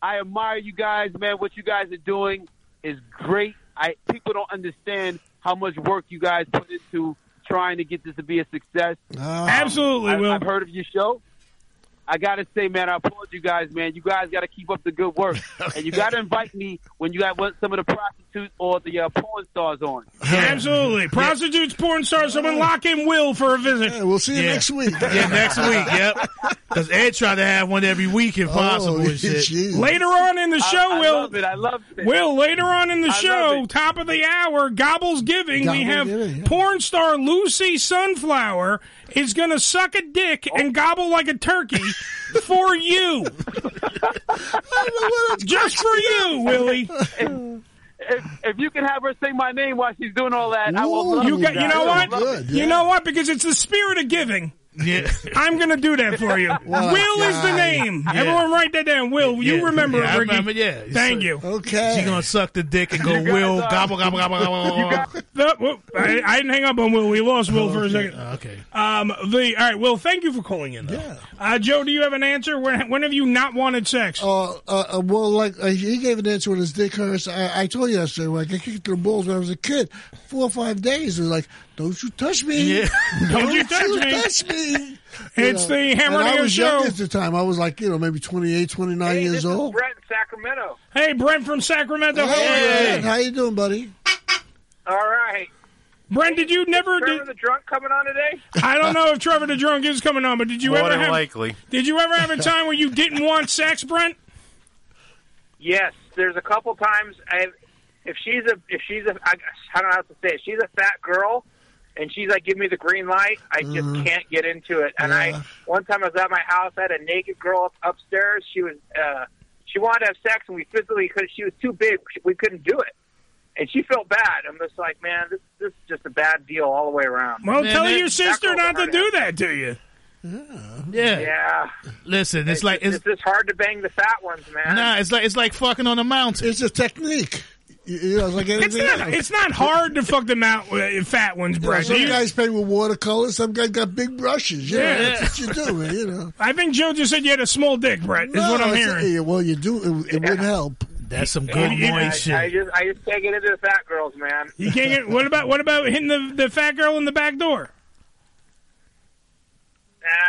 Speaker 9: I admire you guys, man. What you guys are doing is great. I people don't understand how much work you guys put into trying to get this to be a success. Um,
Speaker 3: Ah,
Speaker 1: Absolutely,
Speaker 9: I,
Speaker 1: Will.
Speaker 9: I've heard of your show. I gotta say, man, I applaud you guys, man. You guys gotta keep up the good
Speaker 3: <laughs>
Speaker 9: work, and you gotta invite me when you got what- some of the prostitutes or the uh, porn stars on.
Speaker 1: Absolutely. Prostitutes, porn stars, someone lock in Will for a
Speaker 3: yeah,
Speaker 1: visit.
Speaker 3: we'll see you
Speaker 2: Yeah.
Speaker 3: next week.
Speaker 2: Yeah, next week. Yep, because Ed tried to have one every week if possible.
Speaker 3: Oh,
Speaker 2: and
Speaker 3: <laughs>
Speaker 2: shit.
Speaker 3: Jesus.
Speaker 1: <laughs> Later on in the
Speaker 9: I-
Speaker 1: show,
Speaker 9: I,
Speaker 1: Will.
Speaker 9: love it. I love it.
Speaker 1: Will, later on in the
Speaker 9: love
Speaker 1: show,
Speaker 9: it.
Speaker 1: top of the hour, Gobbles Giving, we
Speaker 3: Gobble
Speaker 1: have
Speaker 3: Giving, yeah.
Speaker 1: porn star Lucy Sunflower is going to suck a dick and gobble like a
Speaker 3: <laughs>
Speaker 1: turkey for you. Just for you, Willie.
Speaker 9: if, if you can have her say my name while she's doing all that, I will.
Speaker 3: Ooh,
Speaker 9: love
Speaker 1: You got, you
Speaker 9: guys. I
Speaker 1: know what?
Speaker 9: will love it.
Speaker 3: Good, yeah.
Speaker 1: You know what? Because it's the spirit of giving.
Speaker 2: Yeah.
Speaker 1: I'm going to do that for you.
Speaker 3: Wow.
Speaker 1: Will is the
Speaker 3: Yeah.
Speaker 1: name. Everyone write that down. Will, you
Speaker 2: Yeah.
Speaker 1: remember
Speaker 2: Yeah,
Speaker 1: it,
Speaker 2: I
Speaker 1: Ricky.
Speaker 2: remember, yeah.
Speaker 1: Thank you.
Speaker 3: Okay.
Speaker 2: She gonna suck the dick and go,
Speaker 9: guys
Speaker 2: Will,
Speaker 9: are-
Speaker 2: gobble, gobble, gobble, gobble, gobble.
Speaker 1: Oh, whoop. I, I didn't hang up on Will. We lost Will for a second.
Speaker 2: Uh, okay.
Speaker 1: Um, the all right. Well, thank you for calling in. Though. Uh, Joe, do you have an answer? When, when have you not wanted sex?
Speaker 3: Uh, uh, uh, well, like uh, he gave an answer when his dick hurts. I, I told you yesterday, like I kicked the balls when I was a kid, four or five days. It was like, don't you touch me!
Speaker 2: Yeah.
Speaker 1: <laughs>
Speaker 3: <laughs>
Speaker 1: Don't you touch
Speaker 3: you
Speaker 1: me.
Speaker 3: touch me!
Speaker 1: It's the Ham
Speaker 3: and I
Speaker 1: Radio
Speaker 3: was
Speaker 1: Show.
Speaker 3: young at the time. I was like, you know, maybe 28, 29 years old.
Speaker 10: Brett in Sacramento.
Speaker 1: Hey, Brent from Sacramento.
Speaker 3: Hey,
Speaker 1: Hey.
Speaker 3: Brad, how you doing, buddy?
Speaker 10: All right.
Speaker 1: Brent, did you never?
Speaker 10: Trevor the
Speaker 1: Did,
Speaker 10: Drunk coming on today?
Speaker 1: I don't know if Trevor the drunk is coming on, but did you
Speaker 5: More
Speaker 1: ever
Speaker 5: than
Speaker 1: have?
Speaker 5: likely.
Speaker 1: Did you ever have a time where you didn't want sex, Brent?
Speaker 10: Yes. There's a couple times I if she's a if she's a I, I don't know how to say it. She's a fat girl and she's like, "Give me the green light." I just
Speaker 11: Mhm.
Speaker 10: can't get into it. And
Speaker 11: Yeah.
Speaker 10: I one time I was at my house, I had a naked girl up, upstairs. She was uh, she wanted to have sex, and we physically could. She was too big. We couldn't do it, and she felt bad. I'm just like, man, this this is just a bad deal all the way around.
Speaker 1: Well,
Speaker 10: Man,
Speaker 1: tell
Speaker 10: that-
Speaker 1: your sister
Speaker 10: that
Speaker 1: not
Speaker 10: girl
Speaker 1: to do that to you.
Speaker 2: Yeah.
Speaker 10: Yeah.
Speaker 2: Listen, it's, like
Speaker 10: It's,
Speaker 2: it's,
Speaker 10: it's just hard to bang the fat ones, man.
Speaker 2: nah, it's like it's like fucking on a mountain.
Speaker 3: It's a technique. You know, it's like
Speaker 1: It's
Speaker 3: anything
Speaker 1: not.
Speaker 3: else.
Speaker 1: It's not hard to fuck the mount, uh, fat ones,
Speaker 3: You know,
Speaker 1: Brett.
Speaker 3: some
Speaker 1: You-
Speaker 3: guys paint with watercolor. Some guys got big brushes. You
Speaker 1: Yeah.
Speaker 3: know, that's what you do, man. You know.
Speaker 1: I think Joe just said you had a small dick, Brett. Is
Speaker 3: No,
Speaker 1: what I'm
Speaker 3: it's-
Speaker 1: hearing.
Speaker 3: yeah, well, you do. It, it would help.
Speaker 2: That's some
Speaker 1: good Yeah,
Speaker 10: I,
Speaker 1: morning
Speaker 10: I just I just can't get into the fat girls, man.
Speaker 1: You can't get. What about what about hitting the the fat girl in the back door?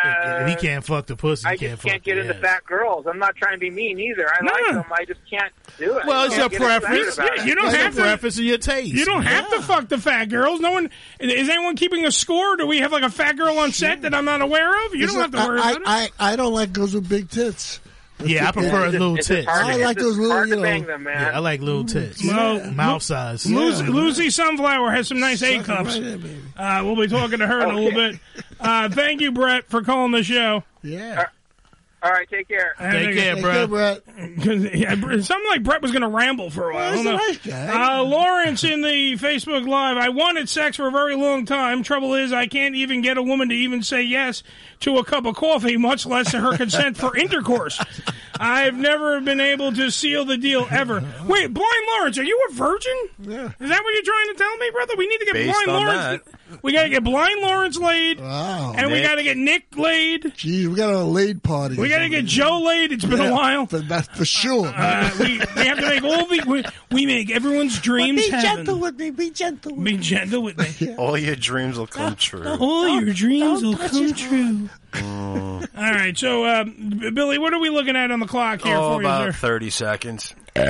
Speaker 10: Uh,
Speaker 2: he can't fuck the pussy.
Speaker 10: I
Speaker 2: he can't
Speaker 10: just
Speaker 2: fuck
Speaker 10: can't get
Speaker 2: the
Speaker 10: into
Speaker 2: ass.
Speaker 10: fat girls. I'm not trying to be mean either. I like them. I just can't do it.
Speaker 2: Well,
Speaker 10: I
Speaker 2: it's your
Speaker 10: can't get excited
Speaker 2: preference.
Speaker 10: about it.
Speaker 1: You don't have to
Speaker 2: preference and your taste.
Speaker 1: You don't have to fuck the fat girls. No one is anyone keeping a score. Do we have like a fat girl on set that I'm not aware of? You
Speaker 3: It's
Speaker 1: don't have
Speaker 3: like-
Speaker 1: to worry
Speaker 3: I,
Speaker 1: about it.
Speaker 3: I, I, I don't like girls with big tits.
Speaker 2: Yeah, I prefer
Speaker 3: It's-
Speaker 2: little
Speaker 3: it's
Speaker 2: tits.
Speaker 3: hard to- I like it's those little, hard to you know- Mm-hmm. bang them, man.
Speaker 2: Yeah, I like little tits.
Speaker 1: Well,
Speaker 2: mouth size.
Speaker 1: Lucy, Lucy Sunflower has some nice A cups. uh, we'll be talking to her in a little bit. Uh, thank you, Brett, for calling the show.
Speaker 3: Yeah.
Speaker 10: All right, take care.
Speaker 1: Take care, Take care,
Speaker 3: Brett.
Speaker 1: <laughs> Yeah, Brett- it sounded like Brett was going to ramble for a while. I
Speaker 3: Well,
Speaker 1: don't know.
Speaker 3: he's a nice guy.
Speaker 1: Uh, Lawrence in the Facebook Live. I wanted sex for a very long time. Trouble is, I can't even get a woman to even say yes to a cup of coffee, much less to her consent for intercourse. I've never been able to seal the deal ever. Wait, Blind Lawrence, are you a virgin? Yeah. Is that what you're trying to tell me, brother? We need to get
Speaker 5: Based
Speaker 1: Blind
Speaker 5: on
Speaker 1: Lawrence. We got to get Blind Lawrence
Speaker 3: Uh,
Speaker 1: laid.
Speaker 3: Wow.
Speaker 1: And we got to get Nick laid.
Speaker 3: Oh, Jeez, we got a laid party.
Speaker 1: We got to get Joe laid. It's been
Speaker 3: Yeah,
Speaker 1: a while.
Speaker 3: For, that's for sure.
Speaker 1: Uh, we, we have to make all the we, we make everyone's dreams
Speaker 12: be
Speaker 1: happen.
Speaker 12: gentle with me. Be gentle.
Speaker 1: Be gentle with
Speaker 5: <laughs>
Speaker 1: me.
Speaker 5: All your dreams will come true.
Speaker 1: <laughs> All your dreams will
Speaker 12: touch
Speaker 1: come
Speaker 12: it.
Speaker 1: true.
Speaker 5: Mm.
Speaker 1: All right, so uh, B- Billy, what are we looking at on the clock here
Speaker 5: Oh,
Speaker 1: for you,
Speaker 5: about
Speaker 1: sir?
Speaker 5: thirty seconds.
Speaker 1: All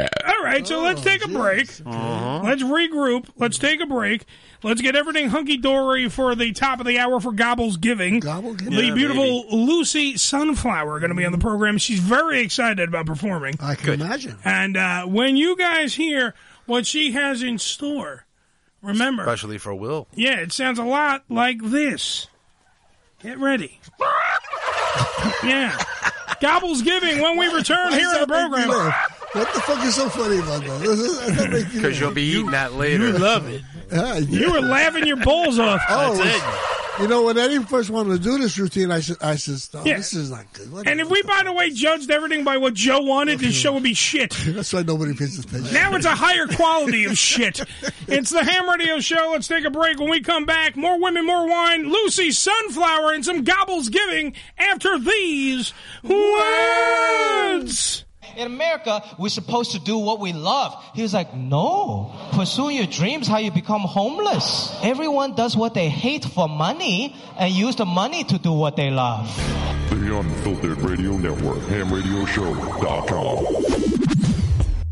Speaker 1: right, so
Speaker 3: Oh,
Speaker 1: let's take a break.
Speaker 5: Mhm.
Speaker 1: Let's regroup. Let's take a break. Let's get everything hunky dory for the top of the hour for Gobble's Giving. Gobble
Speaker 3: Giving.
Speaker 1: The
Speaker 3: Yeah,
Speaker 1: beautiful Lucy Sunflower going to be on the program. She's very excited about performing.
Speaker 3: I can imagine.
Speaker 1: And uh, when you guys hear what she has in store, remember,
Speaker 5: Especially for Will.
Speaker 1: yeah, it sounds a lot like this. Get
Speaker 3: <laughs>
Speaker 1: ready. yeah. Gobble's Giving when we return here in the program.
Speaker 3: What the fuck is so funny about that? This is- that <laughs> don't make you
Speaker 5: Because you'll be eating that later.
Speaker 3: you
Speaker 2: love
Speaker 5: <laughs>
Speaker 2: it.
Speaker 3: Yeah,
Speaker 1: You were laughing your balls off.
Speaker 3: Oh, you know when Eddie first wanted to do this routine, I said, I said, "No,
Speaker 1: Yeah.
Speaker 3: this is not good. What
Speaker 1: And if we, by the way, judged everything by what Joe wanted, this show would be shit.
Speaker 3: <laughs> That's why nobody pays attention.
Speaker 1: Now it's a higher quality of shit. It's the Ham Radio Show. Let's take a break. When we come back, more women, more wine, Lucy Sunflower, and some gobbles giving after these words.
Speaker 13: In America, we're supposed to do what we love. He was like, no. Pursue your dreams, how you become homeless. Everyone does what they hate for money and use the money to do what they love.
Speaker 14: The Unfiltered Radio Network,
Speaker 15: Oh
Speaker 14: hamradioshow.com.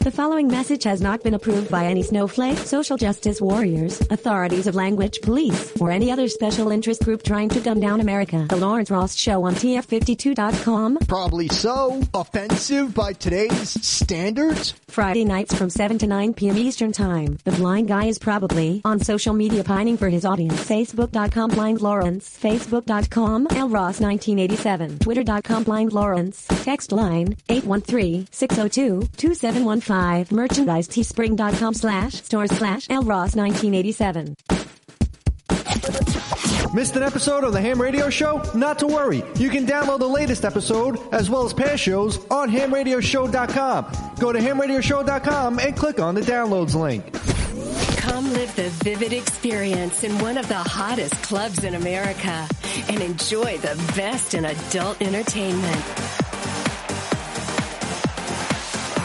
Speaker 16: The following message has not been approved by any snowflake, social justice warriors, authorities of language police, or any other special interest group trying to dumb down America. The Lawrence Ross Show on TF52.com.
Speaker 12: Probably so. Offensive by today's standards?
Speaker 16: Friday nights from 7 to 9 p.m. Eastern Time. The blind guy is probably on social media pining for his audience. Facebook.com blind Lawrence. Facebook.com lross1987. Twitter.com blind Lawrence. Text line 813-602-2715. Merchandise teespring.com slash store slash lross1987.
Speaker 17: Missed an episode of the Ham Radio Show? Not to worry. You can download the latest episode as well as past shows on hamradioshow.com. Go to hamradioshow.com and click on the downloads link.
Speaker 18: Come live the vivid experience in one of the hottest clubs in America and enjoy the best in adult entertainment.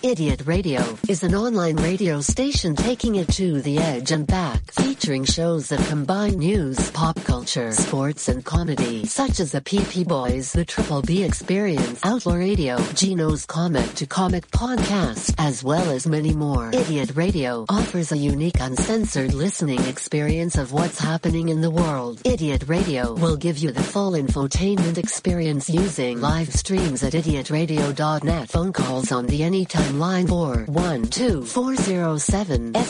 Speaker 11: Idiot Radio is an online radio station taking it to the edge and back, featuring shows that combine news, pop culture, sports, and comedy, such as the PP Boys, the Triple B Experience, Outlaw Radio, Gino's Comic to Comic Podcast, as well as many more. Idiot Radio offers a unique uncensored listening experience of what's happening in the world. Idiot Radio will give you the full infotainment experience using live streams at idiotradio.net. Phone calls on the anytime line or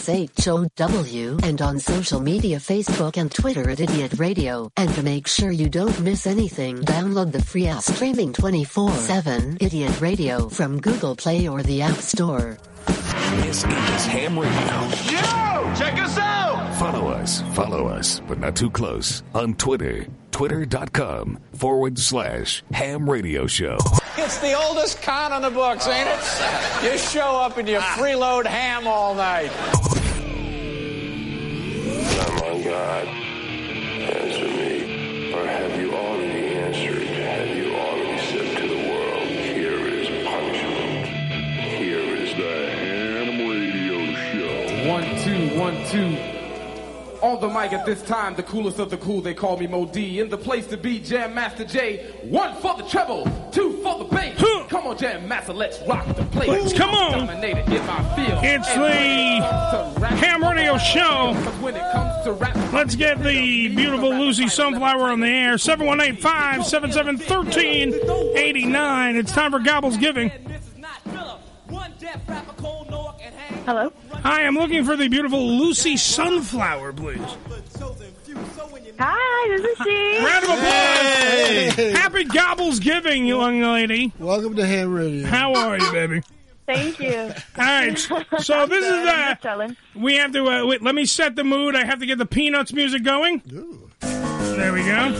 Speaker 11: 12407SHOW and on social media Facebook and Twitter at Idiot Radio. And to make sure you don't miss anything, download the free app streaming 24-7 Idiot Radio from Google Play or the App Store.
Speaker 19: This is Ham Radio.
Speaker 20: Yo! Check us out!
Speaker 19: Follow us, follow us, but not too close on Twitter. Twitter.com forward slash Ham Radio Show.
Speaker 21: It's the oldest con on the books, ain't it? You show up and you freeload ham all night.
Speaker 15: Oh my God, answer me. Or have you already answered? Have you already said to the world, here is punishment? Here is the Ham Radio Show.
Speaker 22: One, two, one, two. On the mic at this time, the coolest of the cool, they call me Mo D. In the place to be, Jam Master J. One for the treble, two for the bass. Come on, Jam Master, let's rock the place.
Speaker 1: Let's- come on.
Speaker 22: Dominated in my field.
Speaker 1: It's
Speaker 22: And
Speaker 1: the Ham Radio Show. Let's get the beautiful Lucy Sunflower on the air. 718 577 1389. It's time for Gobble's Giving.
Speaker 7: Hello?
Speaker 1: Hi, I'm looking for the beautiful Lucy Sunflower, please.
Speaker 7: Hi, this is she.
Speaker 1: Round of applause. Happy Gobble's Giving, young lady. Welcome to Ham Radio. How are you, baby?
Speaker 7: Thank you.
Speaker 1: All right.
Speaker 7: <laughs>
Speaker 1: So <laughs> this is uh, we have to uh, wait. Let me set the mood. I have to get the peanuts music going. There we go.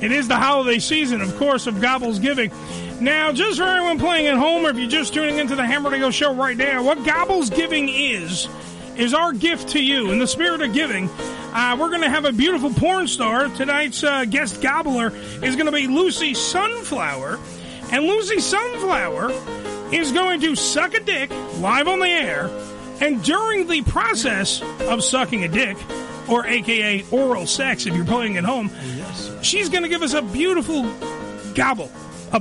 Speaker 1: it is the holiday season, of course, of Gobble's Giving. Now, just for everyone playing at home, or if you're just tuning into the Hammer to Go show right now, what Gobble's Giving is is our gift to you. In the spirit of giving, uh, we're going to have a beautiful porn star tonight's uh, guest. Gobbler is going to be Lucy Sunflower. And Lucy Sunflower is going to suck a dick live on the air. And during the process of sucking a dick, or AKA oral sex, if you're playing at home, she's going to give us a beautiful gobble. A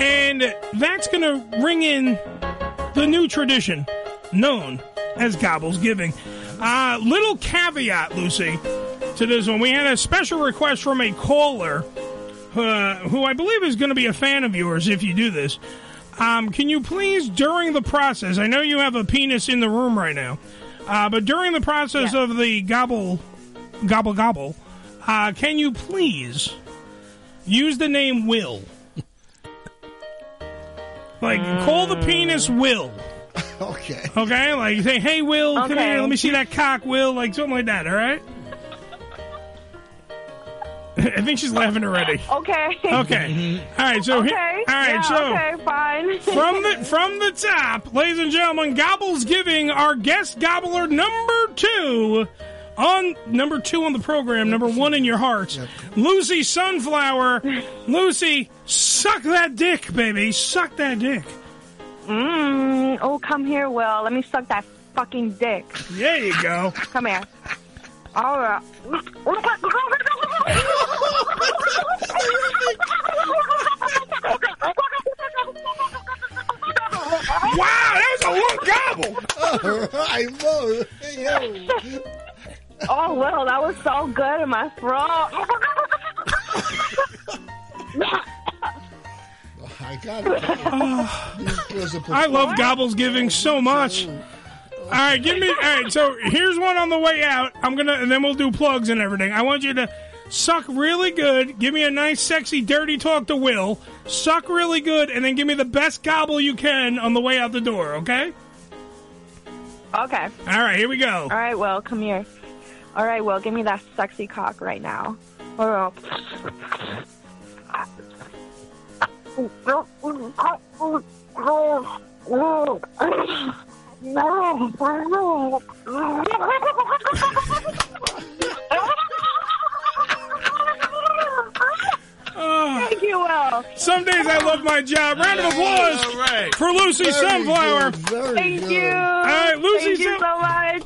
Speaker 1: and that's going to ring in the new tradition known as Gobble's Giving. Uh, little caveat, Lucy, to this one. We had a special request from a caller uh, who I believe is going to be a fan of yours if you do this. Um, can you please, during the process, I know you have a penis in the room right now, uh, but during the process of the gobble, gobble, gobble, uh, can you please use the name Will? Like, call the penis Will. Okay. <laughs> Okay, like say, hey Will, come
Speaker 7: Okay.
Speaker 1: here, let me see that cock, Will, like something like that, alright? <laughs> I think she's laughing already.
Speaker 7: Okay. <laughs>
Speaker 1: Okay. Alright, so
Speaker 7: okay.
Speaker 1: here, alright,
Speaker 7: yeah,
Speaker 1: so
Speaker 7: Okay, fine. <laughs>
Speaker 1: from the from the top, ladies and gentlemen, Gobble's giving our guest gobbler number two on number two on the program, number one in your hearts, Lucy Sunflower. Lucy, suck that dick, baby, suck that dick.
Speaker 7: Mm, oh, come here, Will. Let me suck that fucking dick.
Speaker 1: There you go.
Speaker 7: Come here. All right.
Speaker 1: Wow, that was a long
Speaker 7: gobble. I know. oh, Will, that was so good in my throat.
Speaker 3: I got it. These girls are
Speaker 1: <laughs> I love
Speaker 3: performing.
Speaker 1: Gobble's giving so much. All right, give me. All right, so here's one on the way out. I'm gonna, and then we'll do plugs and everything. I want you to suck really good. Give me a nice, sexy, dirty talk to Will. Suck really good, and then give me the best gobble you can on the way out the door. Okay.
Speaker 7: Okay.
Speaker 1: All right, here we go.
Speaker 7: All right, Will, come here. All right, Will, give me that sexy cock right now. All right.
Speaker 1: Thank you, Will. Some days I love my job. Round of applause
Speaker 4: All right.
Speaker 1: for Lucy
Speaker 4: Very
Speaker 1: Sunflower.
Speaker 4: good,
Speaker 1: Thank
Speaker 4: good. you.
Speaker 1: All right, Lucy.
Speaker 4: Thank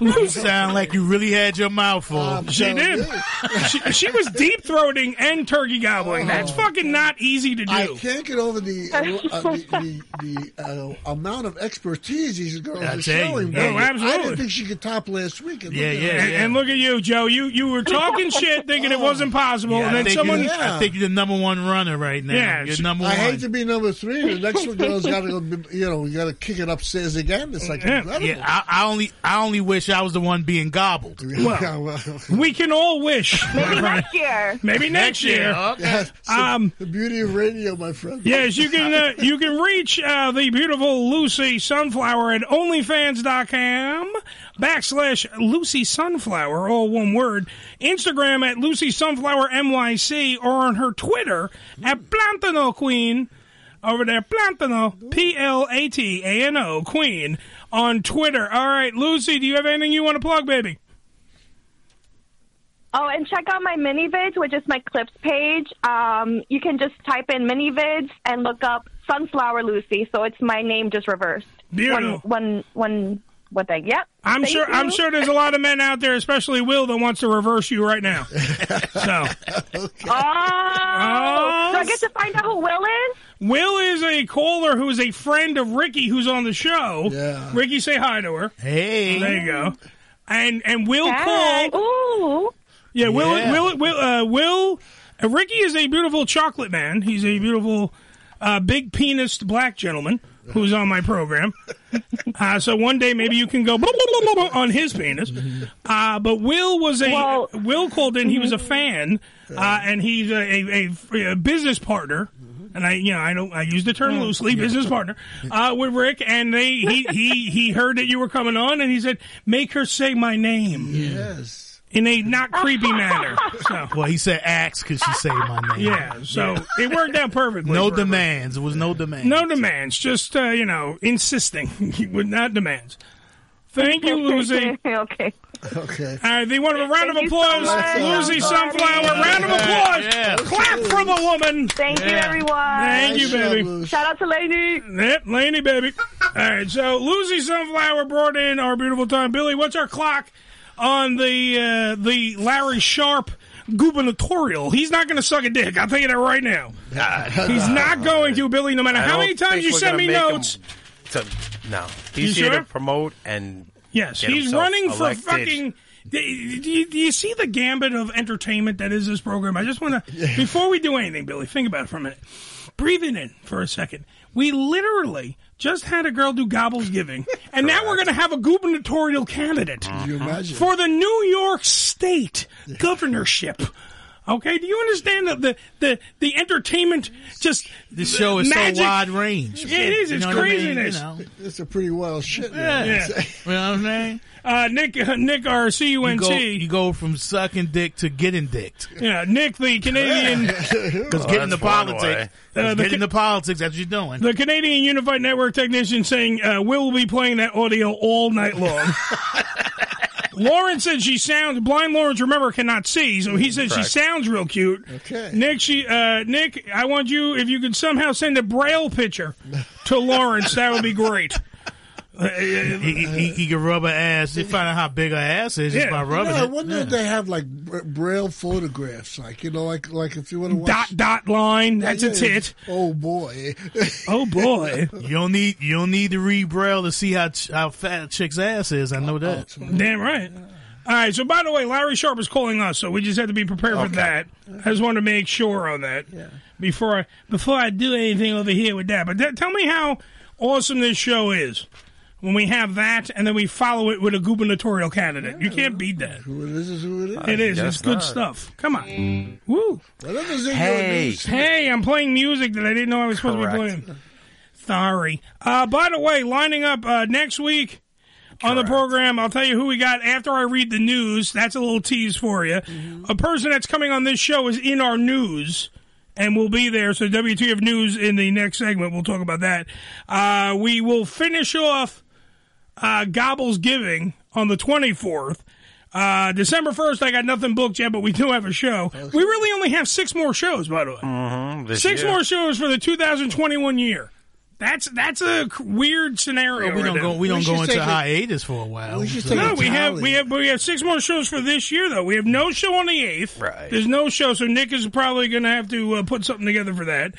Speaker 4: you
Speaker 1: so
Speaker 2: You sound like you really had your mouth full.
Speaker 1: She did. <laughs> she, she was deep throating and turkey gobbling. That's fucking not easy to do.
Speaker 3: Oh, I can't get over the uh, the, the, the uh, amount of expertise these girls
Speaker 1: I tell you.
Speaker 3: are showing.
Speaker 1: Oh,
Speaker 3: bro. I
Speaker 1: absolutely.
Speaker 3: didn't think she could top last week. And look at her.
Speaker 1: And, and look at you, Joe. You you were talking shit, thinking
Speaker 3: Oh.
Speaker 1: it wasn't possible,
Speaker 2: Yeah,
Speaker 1: and
Speaker 2: I,
Speaker 1: then
Speaker 2: think
Speaker 1: someone.
Speaker 2: you, I think you're the number one runner right now.
Speaker 1: Yeah,
Speaker 2: you're
Speaker 1: she-
Speaker 2: number
Speaker 3: I
Speaker 2: one.
Speaker 3: hate to be number three. The next one girl's got to go. be- You know, we got to kick it upstairs again. It's like
Speaker 2: yeah,
Speaker 3: incredible.
Speaker 2: yeah, I, I only, I only wish I was the one
Speaker 1: <laughs>
Speaker 2: being gobbled.
Speaker 1: Well, we can all <laughs> wish.
Speaker 3: Maybe next
Speaker 1: year. Maybe next, year.
Speaker 3: Yes.
Speaker 1: <laughs> Um,
Speaker 3: the beauty of radio, my friend.
Speaker 1: Yes, you can uh, you can reach uh, the beautiful Lucy Sunflower at OnlyFans.com backslash Lucy Sunflower, all one word. Instagram at Lucy Sunflower NYC or on her Twitter at Plantano Queen. Over there, Plantano, P L A T A N O Queen on Twitter. All right, Lucy, do you have anything you want to plug, baby?
Speaker 7: Oh, and check out my mini vids, which is my clips page. Um, you can just type in mini vids and look up Sunflower Lucy. So it's my name just reversed.
Speaker 1: Beautiful.
Speaker 7: One, one, one, one thing. Yep.
Speaker 1: I'm
Speaker 7: Thank
Speaker 1: sure. I'm
Speaker 7: you.
Speaker 1: sure there's a lot of men out there, especially Will, that wants to reverse you right now. So, Oh.
Speaker 7: Oh, do I get to find out who Will is?
Speaker 1: Will is a caller who is a friend of Ricky, who's on the show. Yeah. Ricky, say hi to her.
Speaker 2: Hey,
Speaker 1: there you go. And and Will
Speaker 7: Hi.
Speaker 1: called. Ooh. Yeah, Will.
Speaker 2: Yeah.
Speaker 1: Will. Will. Uh, Will uh, Ricky is a beautiful chocolate man. He's a beautiful, uh, big penised black gentleman who's on my program. Uh, so one day maybe you can go <laughs> blah, blah, blah, blah, blah on his penis. Uh, but Will was a Will called in. He was a fan, uh, and he's a, a, a, a business partner. And I, you know, I don't. I use the term loosely, business partner, uh, with Rick. And they, he, he, he heard that you were coming on, and he said, "Make her say my name." Yes. In a not creepy manner. So
Speaker 2: <laughs> Well, he said axe because she say my name.
Speaker 1: yeah. So it worked out perfectly.
Speaker 2: no
Speaker 1: for-
Speaker 2: demands. It was no demands.
Speaker 1: no demands, just uh, you know, insisting <laughs> with not demands. Thank <laughs>
Speaker 4: <laughs>
Speaker 1: you, Lucy.
Speaker 7: okay.
Speaker 3: Okay.
Speaker 1: All right, they want a round of
Speaker 7: Thank you so
Speaker 1: applause,
Speaker 7: much,
Speaker 1: Lucy
Speaker 7: everybody.
Speaker 1: Sunflower. Round of applause.
Speaker 7: Yeah.
Speaker 1: Clap from a woman.
Speaker 7: Thank you, everyone.
Speaker 1: Thank you, baby.
Speaker 7: Shout out to Lady.
Speaker 1: Yep,
Speaker 7: <laughs>
Speaker 1: Laney, baby. All right, so Lucy Sunflower brought in our beautiful time. Billy, what's our clock on the uh, the Larry Sharp gubernatorial? He's not going to suck a dick. I'll tell you that right now.
Speaker 5: <laughs>
Speaker 1: He's not going to, Billy. No matter
Speaker 5: I
Speaker 1: how
Speaker 5: don't
Speaker 1: many times
Speaker 5: think
Speaker 1: you
Speaker 5: we're
Speaker 1: send
Speaker 5: gonna
Speaker 1: me
Speaker 5: make him
Speaker 1: notes.
Speaker 5: To, no, he's
Speaker 1: You
Speaker 5: here
Speaker 1: sure?
Speaker 5: to promote and
Speaker 1: Yes,
Speaker 5: get
Speaker 1: he's
Speaker 5: himself
Speaker 1: running for
Speaker 5: elected.
Speaker 1: fucking. Do you, do you see the gambit of entertainment that is this program? I just
Speaker 2: <laughs>
Speaker 1: want to, before we do anything, Billy, think about it for a minute. Breathe it in for a second. We literally just had a girl do gobbles
Speaker 2: <laughs>
Speaker 1: giving, and now we're going to have a gubernatorial candidate
Speaker 2: Uh-huh.
Speaker 3: you imagine?
Speaker 1: for the New York State governorship. Okay, do you understand the the the, the entertainment? Just
Speaker 2: The show is
Speaker 1: magic?
Speaker 2: so wide range.
Speaker 1: Yeah, it is.
Speaker 2: You
Speaker 1: It's
Speaker 2: know what I mean? You
Speaker 1: craziness.
Speaker 2: know.
Speaker 3: It's a pretty wild shit.
Speaker 2: Yeah.
Speaker 3: man.
Speaker 2: You know what I'm saying?
Speaker 1: Uh, Nick, uh, Nick, our
Speaker 2: You
Speaker 1: CUNT.
Speaker 2: go, you go from sucking dick to getting dicked.
Speaker 1: Yeah, Nick, the Canadian.
Speaker 2: <laughs> Because getting the politics,
Speaker 1: Uh, the,
Speaker 2: getting the politics, that's what you're doing.
Speaker 1: the Canadian Unified Network technician saying, uh, Will be playing that audio all night
Speaker 2: <laughs>
Speaker 1: long. Lauren said she sounds blind. Lawrence, remember, cannot see, so he said she
Speaker 2: Correct.
Speaker 1: sounds real cute.
Speaker 3: Okay.
Speaker 1: Nick, she, uh, Nick, I want you if you could somehow send a braille picture to Lawrence, that would be great.
Speaker 2: <laughs> he, he, he can rub her ass. He find out how big her ass is just by rubbing
Speaker 3: You know, I
Speaker 2: it.
Speaker 3: wonder if they have like bra- braille photographs, like you know, like like if you want to watch
Speaker 1: Dot dot line. That's a
Speaker 3: Yeah.
Speaker 1: tit.
Speaker 3: Oh boy. <laughs>
Speaker 1: Oh boy.
Speaker 2: <laughs> You don't need you don't need to read braille to see how ch- how fat a chick's ass is. I know that.
Speaker 1: Damn right. All right. So by the way, Larry Sharp is calling us, so we just have to be prepared for that. I just wanted to make sure on that before I before I do anything over here with that. But that, tell me how awesome this show is when we have that, and then we follow it with a gubernatorial candidate. You can't beat that.
Speaker 3: This is who it is.
Speaker 1: It is. It's good
Speaker 3: not.
Speaker 1: stuff. Come on. Woo.
Speaker 3: Whatever's in your
Speaker 1: Hey.
Speaker 3: news.
Speaker 1: Hey, I'm playing music that I didn't know I was supposed to be
Speaker 3: Correct.
Speaker 1: playing. Sorry. Uh, by the way, lining up uh, next week on the program, I'll tell you who we got after I read the
Speaker 3: Mm-hmm.
Speaker 1: news. That's a little tease for you. A person that's coming on this show is in our news. and we'll be there. So WTF News in the next segment, we'll talk about that. Uh, we will finish off uh, Gobble's Giving on the 24th. Uh, December 1st, I got nothing booked yet, but we do have a show. We really only have six more shows, by the way.
Speaker 5: Mm-hmm,
Speaker 1: Six more shows for the 2021 year. That's that's a c- weird scenario.
Speaker 2: we
Speaker 1: right
Speaker 2: don't
Speaker 1: now.
Speaker 2: go. We don't go into hiatus for a while. so-
Speaker 1: No, we have we have we have six more shows for this year though. We have no show on the eighth.
Speaker 2: Right.
Speaker 1: There's no show, so Nick is probably going to have to uh, put something together for that.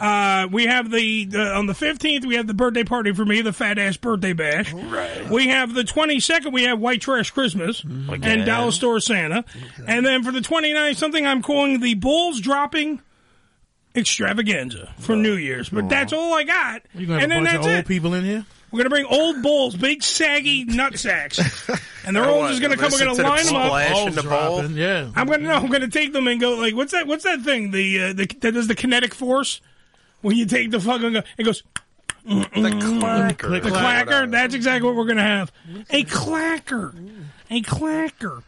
Speaker 1: Uh, we have the uh, on the fifteenth. We have the birthday party for me, the fat ass birthday bash. Right. We have the twenty second. We have white trash Christmas
Speaker 5: Again.
Speaker 1: and dollar store Santa, and then for the 29th, something I'm calling the balls dropping extravaganza for New Year's. But that's all I got.
Speaker 2: You gonna have
Speaker 1: and
Speaker 2: a
Speaker 1: then
Speaker 2: bunch
Speaker 1: that's
Speaker 2: of
Speaker 1: it.
Speaker 2: old people in here?
Speaker 1: We're gonna bring old bulls, big saggy nut sacks, and they're
Speaker 2: I
Speaker 1: all
Speaker 2: want
Speaker 1: just gonna
Speaker 2: to
Speaker 1: come. We're
Speaker 2: Oh, listen
Speaker 1: gonna
Speaker 2: to
Speaker 1: line
Speaker 2: the
Speaker 1: them up.
Speaker 2: splash in the bowl. Dropping, yeah.
Speaker 1: I'm gonna. No, I'm gonna take them and go like, what's that? What's that thing? The uh, the that does the kinetic force when you take the fucking. It goes. The clacker. The
Speaker 2: Click clack.
Speaker 1: clacker. That's exactly what we're gonna have. A clacker. A clacker.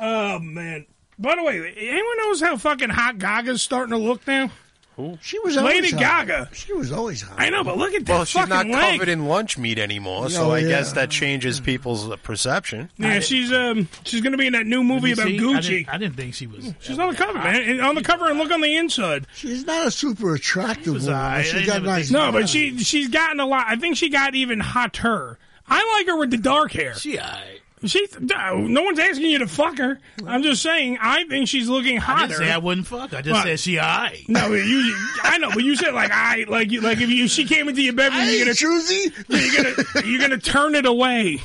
Speaker 1: Oh man. By the way, anyone knows how fucking hot Gaga's starting to look now? Who?
Speaker 3: She was
Speaker 1: Lady
Speaker 3: always hot.
Speaker 1: Gaga.
Speaker 3: She was always hot.
Speaker 1: I know, but look at that
Speaker 5: Well, she's not
Speaker 1: fucking leg.
Speaker 5: covered in lunch meat anymore, so
Speaker 1: No,
Speaker 5: I
Speaker 1: yeah.
Speaker 5: guess that changes people's uh, perception.
Speaker 1: Yeah, she's um she's gonna be in that new movie
Speaker 5: Did you
Speaker 1: about
Speaker 5: see? I
Speaker 1: Gucci.
Speaker 5: didn't- I
Speaker 2: didn't think she was.
Speaker 1: She's on the cover, man. And on the cover, and look on the inside.
Speaker 3: She's not a super attractive woman. but She got nice.
Speaker 1: No, but she she's gotten a lot. I think she got even hotter. I like her with the dark hair.
Speaker 2: She,
Speaker 1: she, no, no one's asking you to fuck her. I'm just saying. I think she's looking hotter.
Speaker 2: I didn't say I wouldn't fuck. I just
Speaker 1: Well,
Speaker 2: said she alright.
Speaker 1: No, but you. I know, but you said like I like you like if you she came into your bedroom, you're gonna
Speaker 3: choosy.
Speaker 1: You're gonna you're gonna turn it away.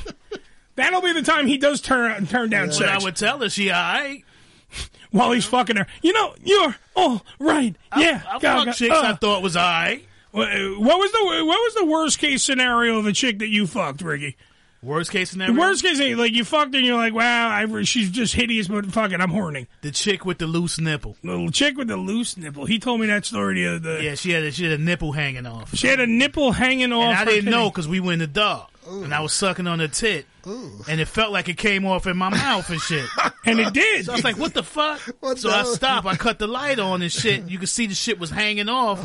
Speaker 1: That'll be the time he does turn turn down
Speaker 2: When I
Speaker 1: sex
Speaker 2: would tell her she alright.
Speaker 1: <laughs> while he's fucking her. You know, you're all right. Yeah,
Speaker 2: I
Speaker 1: Gaga,
Speaker 2: fucked chicks I
Speaker 1: uh.
Speaker 2: thought was alright.
Speaker 1: What what was the what was the worst case scenario of the chick that you fucked, Ricky?
Speaker 2: Worst case
Speaker 1: The
Speaker 2: scenario.
Speaker 1: worst case, scenario, like you fucked her and you're like, wow, I, re- she's just hideous, but fuck it, I'm horny.
Speaker 2: The chick with the loose nipple.
Speaker 1: The chick with the loose nipple. He told me that story the other day.
Speaker 2: Yeah, she had a, she had a nipple hanging off.
Speaker 1: She had a nipple hanging off.
Speaker 2: And I
Speaker 1: her
Speaker 2: didn't
Speaker 1: titty.
Speaker 2: know because we were in the dark, and I was sucking on her tit, and it felt like it came off in my mouth and <laughs> shit.
Speaker 1: and it did.
Speaker 2: So I was like, <laughs> "What the fuck?" so
Speaker 1: the
Speaker 2: I
Speaker 1: hell?
Speaker 2: stopped. I cut the light on and shit. You could see the shit was hanging off.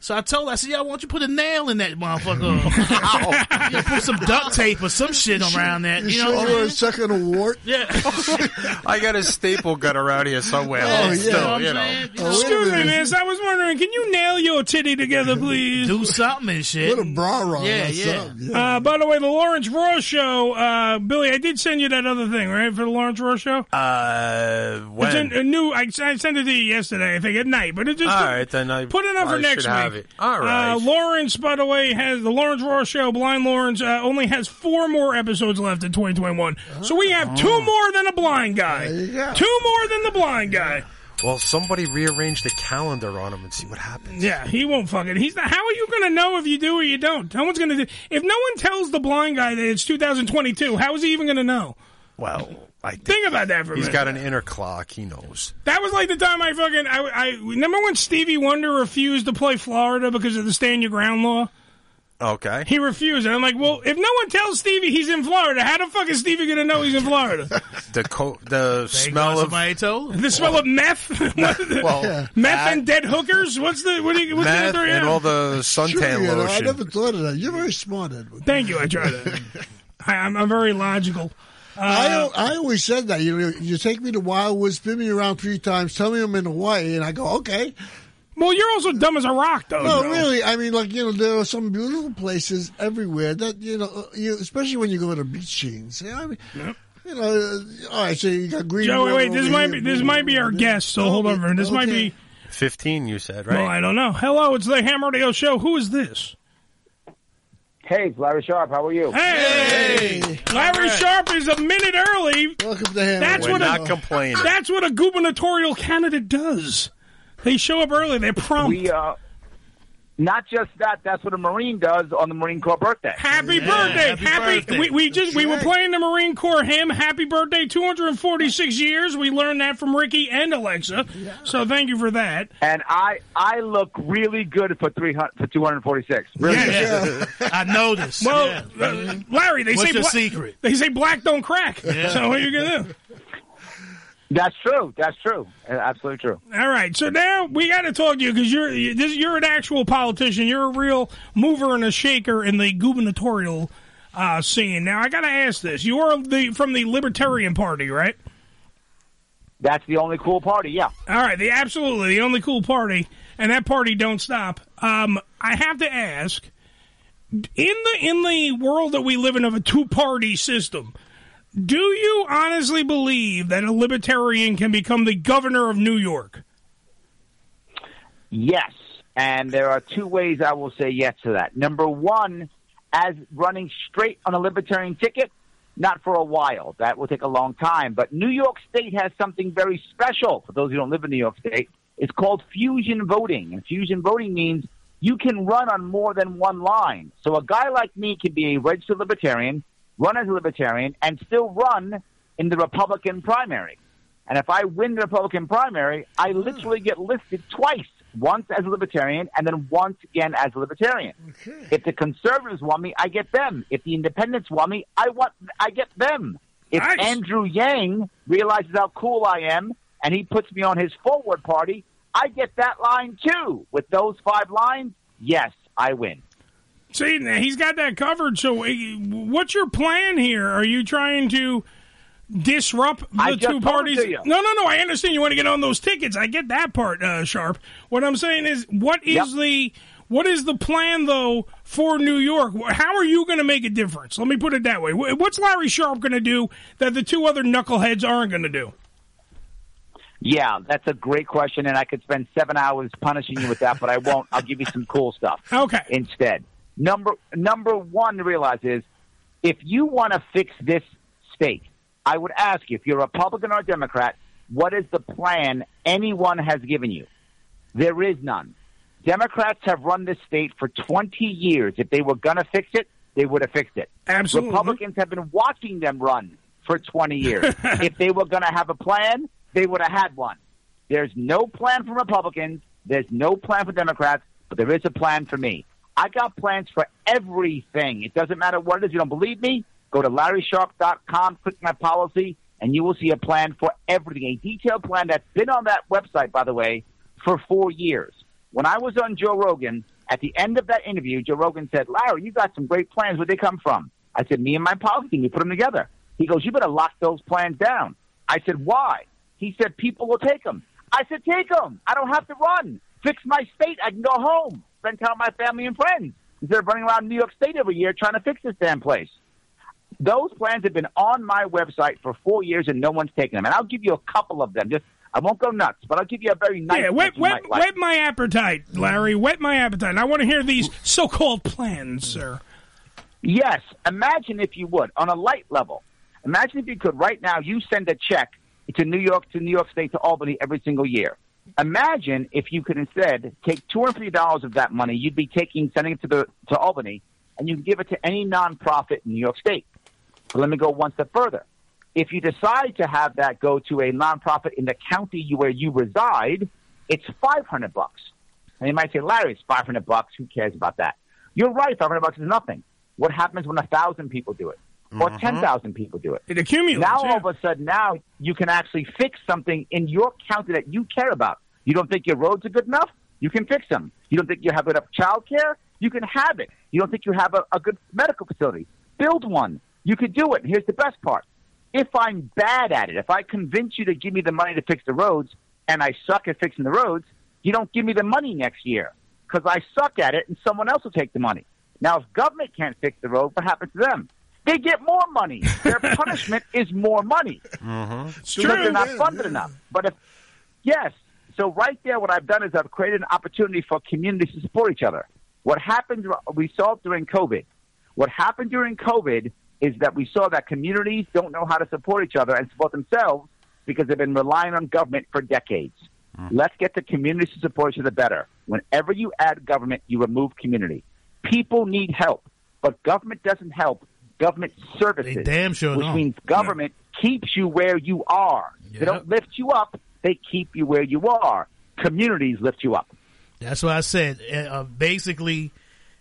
Speaker 2: So I told her, "I said, yo, why don't you put a nail in that <laughs> motherfucker? You know, put some duct tape or some shit around that.
Speaker 3: You,
Speaker 2: You know
Speaker 3: sure
Speaker 2: what I
Speaker 3: you were
Speaker 2: mean?
Speaker 3: sucking a wart?
Speaker 2: Yeah.
Speaker 5: <laughs> I got a staple gun around here somewhere.
Speaker 3: Oh,
Speaker 5: but
Speaker 3: yeah.
Speaker 5: still,
Speaker 3: You
Speaker 5: you
Speaker 3: know what I'm
Speaker 5: know.
Speaker 3: saying?
Speaker 1: Excuse me, miss. I was wondering, can you nail your titty together, please?
Speaker 2: Do something and shit.
Speaker 3: Put a bra on
Speaker 2: Yeah,
Speaker 3: or
Speaker 2: yeah.
Speaker 3: something.
Speaker 1: Uh, by the way, the Lawrence Ross show, uh, Billy, I did send you that other thing, right, for the Lawrence Ross show?
Speaker 5: Uh, when?
Speaker 1: It's in, a new, I, I sent it to you yesterday, I think, at night, but it just
Speaker 5: All right, then I
Speaker 1: Put it on
Speaker 5: I
Speaker 1: for next
Speaker 5: should have
Speaker 1: week.
Speaker 5: it. All right.
Speaker 1: Uh, Lawrence, by the way, has the Lawrence Ross show. Blind Lawrence uh, only has four more episodes left in 2021, so we have
Speaker 3: Oh.
Speaker 1: two more than a blind guy. Two more than the blind guy.
Speaker 5: well, somebody rearrange the calendar on him and see what happens.
Speaker 1: Yeah, he won't fuck it. He's not. How are you going to know if you do or you don't? No one's going to. do If no one tells the blind guy that it's 2022, how is he even going to know?
Speaker 5: Well, I think
Speaker 1: Think about that for a
Speaker 5: he's
Speaker 1: minute.
Speaker 5: got an inner clock. He knows.
Speaker 1: That was like the time I fucking I, I remember when Stevie Wonder refused to play Florida because of the stand your ground law.
Speaker 5: Okay.
Speaker 1: He refused, and I'm like, well, if no one tells Stevie he's in Florida, how the fuck is Stevie gonna know he's in Florida?
Speaker 5: The co- the smell of
Speaker 2: somebody told
Speaker 1: The smell of meth,
Speaker 5: <laughs>
Speaker 1: <laughs>
Speaker 5: well,
Speaker 1: meth and dead hookers. What's the what? Are you, what's
Speaker 5: meth
Speaker 1: the other?
Speaker 5: and
Speaker 1: yeah.
Speaker 5: all the
Speaker 3: Sure,
Speaker 5: suntan
Speaker 3: you know, I
Speaker 5: lotion.
Speaker 3: never thought of that. You're very smart, Edward.
Speaker 1: Thank you. I tried
Speaker 3: <laughs>
Speaker 1: that. I, I'm, I'm very logical. Uh,
Speaker 3: I, I always said that. You know, you take me to Wild Woods, spin me around three times, tell me I'm in Hawaii, and I go, okay.
Speaker 1: Well, you're also dumb as a rock, though.
Speaker 3: No,
Speaker 1: bro.
Speaker 3: really. I mean, like you know, there are some beautiful places everywhere that you know, uh, you, especially when you go to beach scenes. You know, I mean, you know, uh, all right. So you got green.
Speaker 1: Joe, wait,
Speaker 3: water
Speaker 1: wait. This
Speaker 3: over
Speaker 1: might
Speaker 3: here,
Speaker 1: be
Speaker 3: blue
Speaker 1: this might be
Speaker 3: water
Speaker 1: our
Speaker 3: there.
Speaker 1: guest. So hold on, for a minute. this might
Speaker 3: Okay.
Speaker 1: be.
Speaker 5: Fifteen, you said, right?
Speaker 1: Well, I don't know. Hello, it's the Ham Radio Show. Who is this?
Speaker 4: Hey, it's Larry Sharp. How are you?
Speaker 1: Hey, Larry Sharp is a minute early.
Speaker 3: Welcome to Ham.
Speaker 1: That's
Speaker 5: We're
Speaker 1: what
Speaker 5: not
Speaker 1: a,
Speaker 5: complaining.
Speaker 1: That's what a gubernatorial candidate does. They show up early. They're prompt.
Speaker 4: We uh, not just that. That's what a Marine does on the Marine Corps birthday.
Speaker 1: Happy birthday! Happy, We, we just we were playing the Marine Corps hymn. Happy birthday! 246 years. We learned that from Ricky and Alexa. So thank you for that.
Speaker 4: And I I look really good for three hundred for two hundred forty six. Really?
Speaker 2: Yeah. I noticed.
Speaker 1: Well,
Speaker 2: Yeah.
Speaker 1: uh, Larry, they
Speaker 2: What's
Speaker 1: say
Speaker 2: your
Speaker 1: bla-
Speaker 2: secret?
Speaker 1: They say black don't crack.
Speaker 2: Yeah.
Speaker 1: So what are you gonna do?
Speaker 4: That's true. That's true. Uh, Absolutely true.
Speaker 1: All right, so now we got to talk to you because you're you- this, you're an actual politician. You're a real mover and a shaker in the gubernatorial uh, scene. Now I got to ask this: You are the from the Libertarian Party, right?
Speaker 4: That's the only cool party. Yeah.
Speaker 1: All right, the absolutely the only cool party, and that party don't stop. Um, I have to ask, in the in the world that we live in of a two party system, do you honestly believe that a libertarian can become the governor of New York?
Speaker 4: Yes. And there are two ways I will say yes to that. Number one, as running straight on a libertarian ticket, not for a while. That will take a long time. But New York State has something very special for those who don't live in New York State. It's called fusion voting. And fusion voting means you can run on more than one line. So a guy like me can be a registered libertarian, run as a libertarian, and still run in the Republican primary. And if I win the Republican primary, I
Speaker 1: Hmm.
Speaker 4: literally get listed twice. Once as a libertarian and then once again as a libertarian. If the conservatives want me, I get them. If the independents want me, I want I get them. If Andrew Yang realizes how cool I am and he puts me on his forward party, I get that line too. With those five lines, yes, I win.
Speaker 1: See, now he's got that covered. So, uh, what's your plan here? Are you trying to disrupt the
Speaker 4: I just
Speaker 1: two
Speaker 4: told
Speaker 1: parties?
Speaker 4: it to you.
Speaker 1: No, no, no. I understand you want to get on those tickets. I get that part, uh, Sharp. What I'm saying is, what is the what is the plan though for New York? Wh- How are you going to make a difference? Let me put it that way. Wh- What's Larry Sharp going to do that the two other knuckleheads aren't going to do?
Speaker 4: Yeah, that's a great question, and I could spend seven hours punishing you with that, but I won't. I'll give you some cool stuff.
Speaker 1: Okay.
Speaker 4: Instead, number number one to realize is if you want to fix this state, I would ask you if you're a Republican or a Democrat, what is the plan anyone has given you? There is none. Democrats have run this state for 20 years. If they were going to fix it, they would have fixed it.
Speaker 1: Absolutely.
Speaker 4: Republicans have been watching them run for 20 years. if they were going to have a plan, they would have had one. There's no plan for Republicans. There's no plan for Democrats, but there is a plan for me. I got plans for everything. It doesn't matter what it is. You don't believe me? Go to LarrySharp.com, click my policy, and you will see a plan for everything. A detailed plan that's been on that website, by the way, for four years. When I was on Joe Rogan, at the end of that interview, Joe Rogan said, Larry, you got some great plans. Where'd they come from? I said, me and my policy team, we put them together. He goes, you better lock those plans down. I said, why? He said, people will take them. I said, take them. I don't have to run. Fix my state. I can go home, spend time with my family and friends instead of running around New York State every year trying to fix this damn place. Those plans have been on my website for four years and no one's taken them. And I'll give you a couple of them. Just I won't go nuts, but I'll give you a very nice.
Speaker 1: yeah,
Speaker 4: one
Speaker 1: whet,
Speaker 4: you
Speaker 1: whet,
Speaker 4: might like.
Speaker 1: whet my appetite, Larry. Whet my appetite. And I want to hear these so-called plans, sir.
Speaker 4: Yes. Imagine if you would, on a light level. Imagine if you could right now you send a check to New York to New York State to Albany every single year. Imagine if you could instead take two hundred fifty dollars of that money you'd be taking sending it to the to Albany and you can give it to any nonprofit in New York State. But let me go one step further. If you decide to have that go to a nonprofit in the county you- where you reside, it's five hundred bucks. And you might say, Larry, it's five hundred bucks. Who cares about that? You're right. Five hundred bucks is nothing. What happens when a thousand people do it, or
Speaker 1: Mhm.
Speaker 4: ten thousand people do it?
Speaker 1: It accumulates.
Speaker 4: Now
Speaker 1: yeah.
Speaker 4: all of a sudden, now you can actually fix something in your county that you care about. You don't think your roads are good enough? You can fix them. You don't think you have enough child care? You can have it. You don't think you have a, a good medical facility? Build one. You could do it. And here's the best part. If I'm bad at it, if I convince you to give me the money to fix the roads and I suck at fixing the roads, you don't give me the money next year because I suck at it and someone else will take the money. Now, if government can't fix the road, what happens to them? They get more money. Their punishment is more money.
Speaker 1: It's
Speaker 4: Because they're not funded enough. But if yes, so right there, what I've done is I've created an opportunity for communities to support each other. What happened? We saw it during COVID. What happened during COVID is that we saw that communities don't know how to support each other and support themselves because they've been relying on government for decades.
Speaker 2: Hmm.
Speaker 4: Let's get the communities to support each other better. Whenever you add government, you remove community. People need help, but government doesn't help. Government services,
Speaker 2: damn sure
Speaker 4: which
Speaker 2: don't.
Speaker 4: means government keeps you where you are. They don't lift you up; they keep you where you are. Communities lift you up.
Speaker 2: That's what I said. Uh, uh, basically,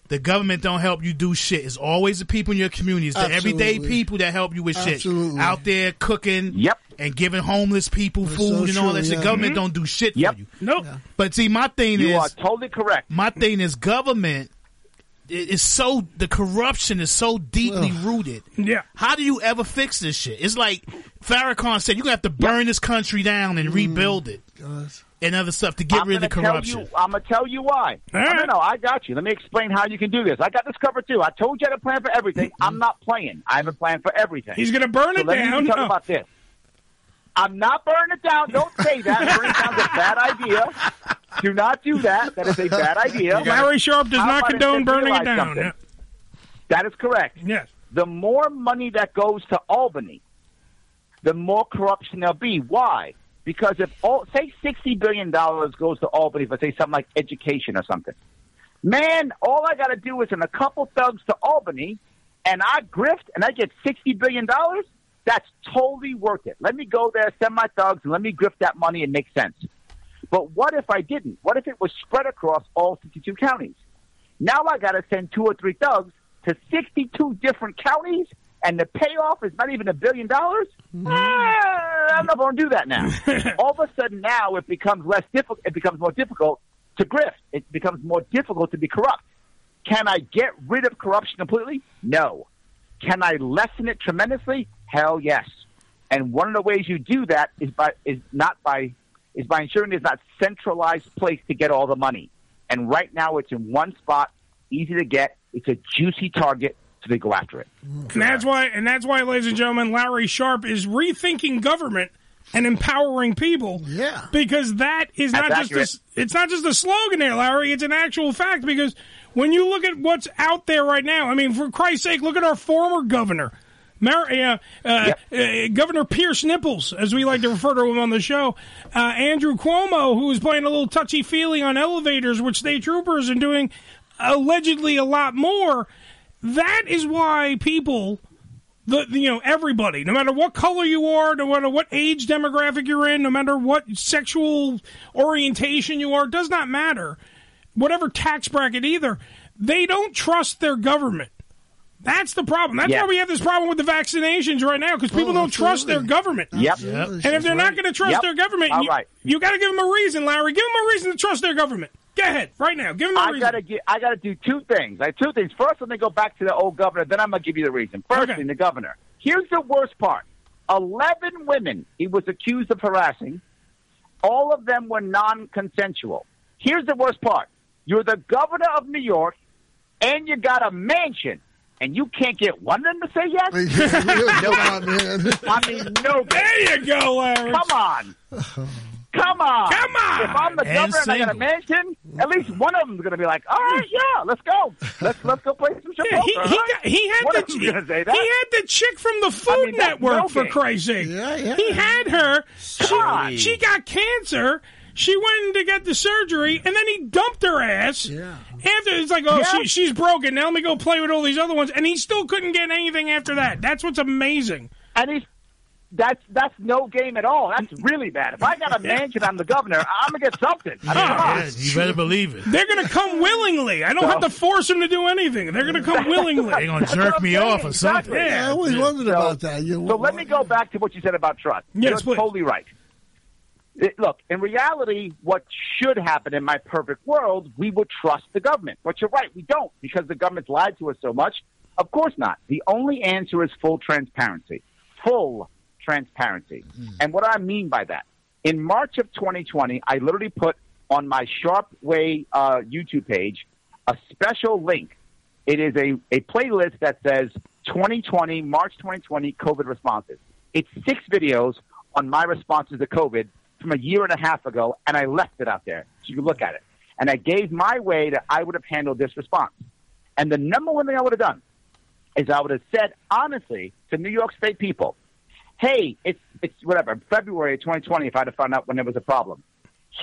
Speaker 2: The government don't help you do shit. It's always the people in your community. It's the everyday
Speaker 3: Absolutely.
Speaker 2: people that help you with shit.
Speaker 3: Absolutely.
Speaker 2: Out there cooking and giving homeless people
Speaker 3: That's
Speaker 2: food
Speaker 3: so
Speaker 2: and all
Speaker 3: true,
Speaker 2: that shit.
Speaker 3: yeah.
Speaker 2: Government
Speaker 3: Mhm.
Speaker 2: don't do shit for you.
Speaker 1: Nope.
Speaker 2: But see, my thing
Speaker 4: You
Speaker 2: is
Speaker 4: are totally correct.
Speaker 2: My thing is government it is so the corruption is so deeply rooted.
Speaker 1: Yeah.
Speaker 2: How do you ever fix this shit? It's like Farrakhan said, you're gonna have to burn this country down and rebuild it
Speaker 3: Uh,
Speaker 2: and other stuff to get
Speaker 4: I'm
Speaker 2: rid of the
Speaker 4: gonna
Speaker 2: corruption.
Speaker 4: Tell you, I'm gonna tell you why. No, no, no, I got you. Let me explain how you can do this. I got this covered too. I told you I had a plan for everything. I'm not playing. I have a plan for everything.
Speaker 1: He's gonna burn
Speaker 4: So
Speaker 1: it
Speaker 4: let me
Speaker 1: down. Oh.
Speaker 4: Talk
Speaker 1: No.
Speaker 4: about this. I'm not burning it down. Don't say that. Burning it down's a bad idea. Do not do that. That is a bad idea.
Speaker 1: You gotta- Larry Sharp does
Speaker 4: How
Speaker 1: not
Speaker 4: about if
Speaker 1: condone
Speaker 4: they
Speaker 1: burning it
Speaker 4: realize
Speaker 1: down,
Speaker 4: something?
Speaker 1: yeah.
Speaker 4: That is correct.
Speaker 1: Yes.
Speaker 4: The more money that goes to Albany, the more corruption there'll be. Why? Because if all say sixty billion dollars goes to Albany for say something like education or something, man, all I got to do is send a couple thugs to Albany, and I grift and I get sixty billion dollars. That's totally worth it. Let me go there, send my thugs, and let me grift that money and make sense. But what if I didn't? What if it was spread across all fifty-two counties? Now I got to send two or three thugs to 62 different counties, and the payoff is not even a billion dollars. Ah, I'm not going to do that now. All of a sudden, now it becomes less difficult. It becomes more difficult to grift. It becomes more difficult to be corrupt. Can I get rid of corruption completely? No. Can I lessen it tremendously? Hell yes. And one of the ways you do that is by is not by is by ensuring there's not centralized place to get all the money. And right now it's in one spot, easy to get, it's a juicy target, so they go after it.
Speaker 1: And that's why, and that's why, ladies and gentlemen, Larry Sharp is rethinking government and empowering people. Yeah, because that is
Speaker 4: That's
Speaker 1: not just a,
Speaker 4: accurate.
Speaker 1: s- it's not just a slogan there, Larry. It's an actual fact. Because when you look at what's out there right now, I mean, for Christ's sake, look at our former governor. Mar- uh, uh, uh, Governor Pierce Nipples, as we like to refer to him on the show, uh, Andrew Cuomo, who was playing a little touchy feely on elevators with state troopers and doing allegedly a lot more. That is why people, the, the you know everybody, no matter what color you are, no matter what age demographic you're in, no matter what sexual orientation you are, does not matter. Whatever tax bracket either, they don't trust their government. That's the problem. That's
Speaker 4: Yeah.
Speaker 1: why we have this problem with the vaccinations right now because people don't trust their government.
Speaker 4: Yep. Yep.
Speaker 1: And if they're not going to trust
Speaker 4: Yep.
Speaker 1: their government,
Speaker 4: All
Speaker 1: you,
Speaker 4: right.
Speaker 1: you got to give them a reason, Larry. Give them a reason to trust their government. Go ahead, right now. Give them a
Speaker 4: I
Speaker 1: reason.
Speaker 4: gotta get, I gotta do two things. Like two things. First, let me go back to the old governor. Then I'm gonna give you the reason. First thing, the governor. Here's the worst part. Eleven women he was accused of harassing. All of them were non-consensual. Here's the worst part. You're the governor of New York, and you got a mansion, and you can't get one of them to say yes. no, I mean, no.
Speaker 1: There you go, Larry.
Speaker 4: Come on. Come on.
Speaker 1: Come on.
Speaker 4: If I'm the
Speaker 1: And
Speaker 4: governor and I got a
Speaker 1: single.
Speaker 4: mansion, at least one of them's going to be like, all right, yeah, let's go. Let's let's go play some shit.
Speaker 1: Yeah, he, he, got, he had
Speaker 4: what
Speaker 1: the
Speaker 4: am I gonna say
Speaker 1: he
Speaker 4: that?
Speaker 1: had the chick from the Food
Speaker 4: that's
Speaker 1: Network for
Speaker 4: milking.
Speaker 1: Christ's sake. He had her. She, she got cancer. She went to get the surgery, and then he dumped her ass. Yeah. After it's like, oh,
Speaker 4: Yeah.
Speaker 1: she, she's broken. Now let me go play with all these other ones, and he still couldn't get anything after that. That's what's amazing.
Speaker 4: And he's that's that's no game at all. That's really bad. If I
Speaker 1: <laughs>
Speaker 4: got a mansion, I'm the governor. I'm gonna get something. I mean, come on.
Speaker 2: you better believe it.
Speaker 1: They're gonna come willingly. I don't have to force them to do anything. They're gonna come willingly.
Speaker 2: They're gonna That's jerk what I'm me saying. off or something.
Speaker 1: Yeah.
Speaker 4: I always wondered about that. so let me go back to what you said about trust. You're totally right. It- look, in reality, what should happen in my perfect world, we would trust the government. But you're right, we don't because the government's lied to us so much. Of course not. The only answer is full transparency. Full transparency. And what I mean by that, in March of 2020, I literally put on my Sharp Way uh, YouTube page a special link it is a, a playlist that says 2020, March 2020 COVID responses. It's six videos on my responses to COVID from a year and a half ago, and I left it out there so you can look at it. And I gave my way that I would have handled this response. And the number one thing I would have done is I would have said honestly to New York State people, hey, it's, it's whatever, February of 2020 if I'd have found out when there was a problem.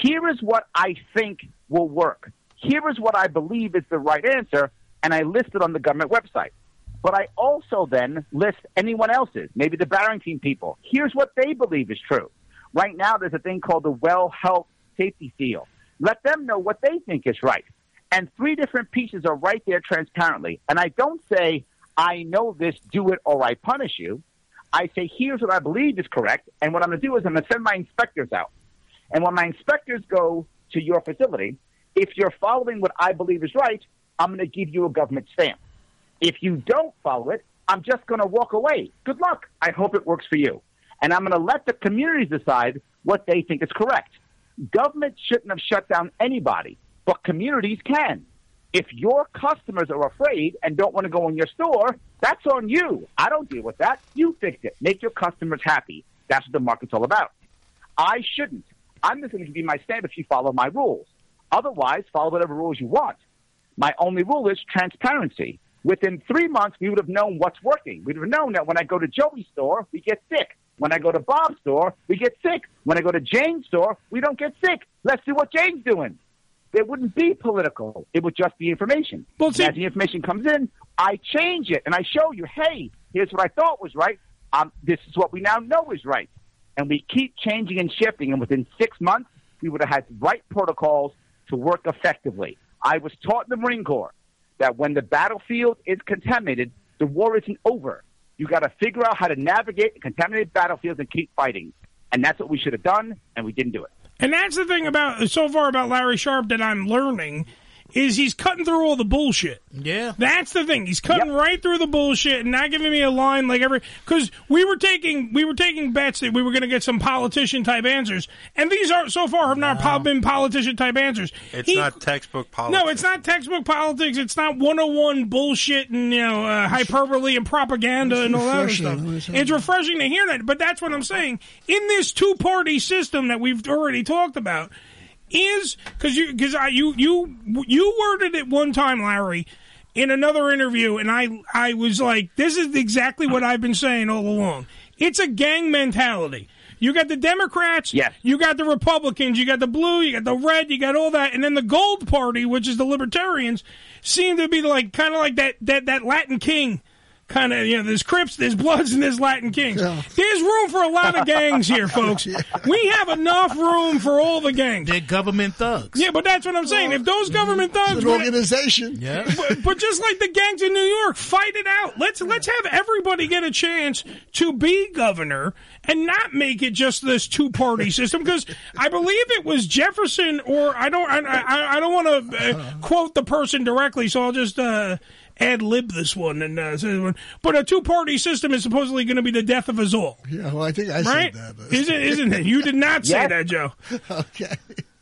Speaker 4: Here is what I think will work. Here is what I believe is the right answer, and I list it on the government website. But I also then list anyone else's, maybe the battering team people. Here's what they believe is true. Right now, there's a thing called the Well Health Safety Seal. Let them know what they think is right. and three different pieces are right there transparently. And I don't say, I know this, do it, or I punish you. I say, here's what I believe is correct, and what I'm going to do is I'm going to send my inspectors out. And when my inspectors go to your facility, if you're following what I believe is right, I'm going to give you a government stamp. If you don't follow it, I'm just going to walk away. Good luck. I hope it works for you. And I'm going to let the communities decide what they think is correct. Government shouldn't have shut down anybody, but communities can. If your customers are afraid and don't want to go in your store, that's on you. I don't deal with that. You fix it. Make your customers happy. That's what the market's all about. I shouldn't. I'm just going to give you my stamp if you follow my rules. Otherwise, follow whatever rules you want. My only rule is transparency. Within three months, we would have known what's working. We'd have known that when I go to Joey's store, we get sick. When I go to Bob's store, we get sick. When I go to Jane's store, we don't get sick. Let's see what Jane's doing. It wouldn't be political. It would just be information. As the information comes in, I change it and I show you, hey, here's what I thought was right. Um, this is what we now know is right. And we keep changing and shifting. And within six months, we would have had the right protocols to work effectively. I was taught in the Marine Corps that when the battlefield is contaminated, the war isn't over. You got to figure out how to navigate contaminated battlefields and keep fighting. And that's what we should have done, and we didn't do it.
Speaker 1: And that's the thing about so far about Larry Sharp that I'm learning is he's cutting through all the bullshit. Yeah. That's the thing. He's cutting right through the bullshit and not giving me a line like every cuz we were taking we were taking bets that we were going to get some politician type answers. And these are so far have not po- been politician type answers.
Speaker 5: It's
Speaker 1: He-
Speaker 5: not textbook politics.
Speaker 1: No, it's not textbook politics. It's not 101 bullshit and you know uh, hyperbole and propaganda and all that other stuff.
Speaker 3: refreshing.
Speaker 1: It's refreshing to hear that, but that's what I'm saying. In this two party system that we've already talked about, is because you because I you you you worded it one time, Larry, in another interview, and I I was like, this is exactly what I've been saying all along. It's a gang mentality. You got the Democrats, yes. you got the Republicans, you got the blue, you got the red, you got all that, and then the gold party, which is the libertarians, seem to be like kind of like that that that Latin king kind of you know there's Crips, there's Bloods, and there's Latin Kings. There's room for a lot of gangs here, <laughs> folks. We have enough room for all the gangs. They're government thugs. Yeah, but that's what I'm saying. if those government thugs,
Speaker 3: It's an organization.
Speaker 1: Yeah. But, but just like the gangs in New York, fight it out. Let's let's have everybody get a chance to be governor and not make it just this two party system. Because I believe it was Jefferson, or I don't I I, I don't want to uh, quote the person directly, so I'll just. Uh, Ad lib this one and uh, say- but a two party system is supposedly going to be the death of us all.
Speaker 3: Yeah, well, I think I
Speaker 1: right?
Speaker 3: said that. but-
Speaker 1: Isn't isn't it? You did not say
Speaker 3: Yes.
Speaker 1: that, Joe.
Speaker 3: <laughs> Okay.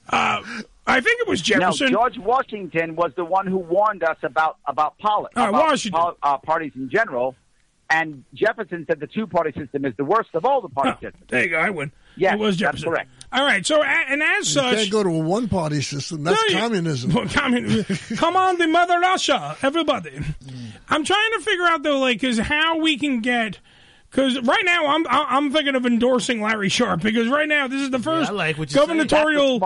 Speaker 1: Uh, I think it was Jefferson.
Speaker 4: No, George Washington was the one who warned us about about politics,
Speaker 1: All right,
Speaker 4: about
Speaker 1: Washington.
Speaker 4: pol- uh, parties in general. And Jefferson said the two-party system is the worst of all the party systems.
Speaker 1: There you go. I win.
Speaker 4: Yes,
Speaker 1: it was
Speaker 4: that's
Speaker 1: Jefferson. uh,
Speaker 4: correct.
Speaker 1: All right. So a- and as
Speaker 3: You
Speaker 1: such,
Speaker 3: can't go to a one party system. That's
Speaker 1: No, you-
Speaker 3: communism.
Speaker 1: Well, commun- <laughs> come on, the Mother Russia, everybody. I'm trying to figure out though, like, is how we can get. Because right now I'm I- I'm thinking of endorsing Larry Sharp because right now this is the first gubernatorial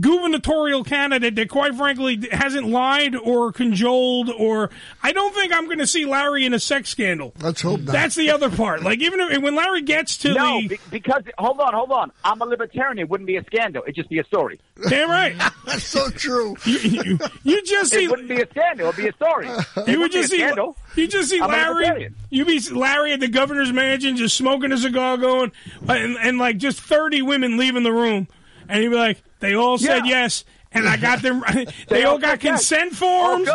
Speaker 1: gubernatorial candidate that quite frankly hasn't lied or cajoled or I don't think I'm going to see Larry in a sex scandal.
Speaker 3: Let's hope not.
Speaker 1: That's the other part. Like even if, when Larry gets to
Speaker 4: no,
Speaker 1: the
Speaker 4: be- because hold on, hold on. I'm a libertarian. It wouldn't be a scandal. It'd just be a story.
Speaker 1: Damn right.
Speaker 3: <laughs> That's so true.
Speaker 1: You, you, you just see.
Speaker 4: It wouldn't be a scandal. It'd be a story. It
Speaker 1: You would
Speaker 4: wouldn't be a
Speaker 1: just see.
Speaker 4: scandal.
Speaker 1: You just see
Speaker 4: I'm a
Speaker 1: Larry.
Speaker 4: libertarian.
Speaker 1: You be Larry at the governor's mansion, just smoking a cigar, going, uh, and, and like just thirty women leaving the room, and he'd be like, "They all said yes, and I got them. <laughs> they, all, got consent forms.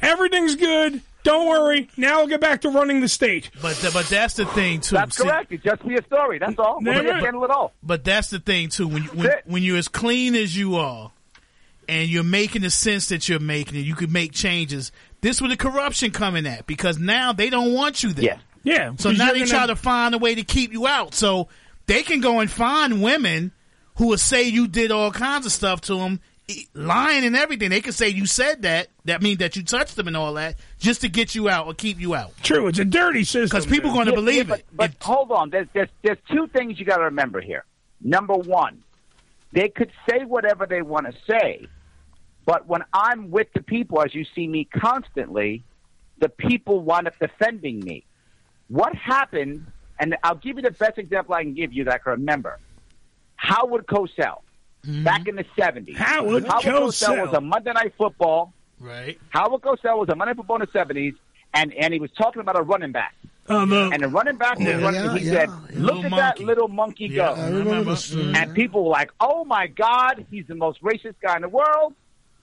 Speaker 1: Everything's good. Don't worry. Now I'll get back to running the state."
Speaker 2: But th- but that's the thing too.
Speaker 1: That's correct.
Speaker 4: It'd just be a story. That's all.
Speaker 1: Wouldn't That's be a right.
Speaker 4: scandal at all.
Speaker 2: But that's the thing too. When you- when, when you're as clean as you are, and you're making the sense that you're making, and you can make changes. This where the corruption coming at because now they don't want you there. Yeah.
Speaker 1: Yeah.
Speaker 2: So
Speaker 1: 'cause
Speaker 2: now
Speaker 1: you're
Speaker 2: they
Speaker 1: gonna-
Speaker 2: try to find a way to keep you out. So they can go and find women who will say you did all kinds of stuff to them, lying and everything. They can say you said that. That means that you touched them and all that, just to get you out or keep you out.
Speaker 1: True, it's a dirty system.
Speaker 2: Because people going to
Speaker 4: Yeah, yeah,
Speaker 2: believe
Speaker 4: but,
Speaker 2: it.
Speaker 4: But hold on, there's, there's there's two things you got to remember here. Number one, they could say whatever they want to say, but when I'm with the people, as you see me constantly, the people wind up defending me. What happened? And I'll give you the best example I can give you that I can remember. Howard Cosell, back in the '70s.
Speaker 2: Mm-hmm.
Speaker 1: Howard
Speaker 4: Cosell
Speaker 1: Cosell.
Speaker 4: was a Monday Night Football
Speaker 2: Right.
Speaker 4: Howard Cosell was a money football in the seventies, and and he was talking about a running back. and the running back was
Speaker 1: Yeah.
Speaker 4: running.
Speaker 1: Yeah,
Speaker 4: he
Speaker 1: yeah.
Speaker 4: said, "Look
Speaker 1: Um, uh, Little
Speaker 4: at that
Speaker 1: monkey.
Speaker 4: little monkey go!"
Speaker 1: Yeah, I remember. Mhm.
Speaker 4: And people were like, "Oh my God, he's the most racist guy in the world."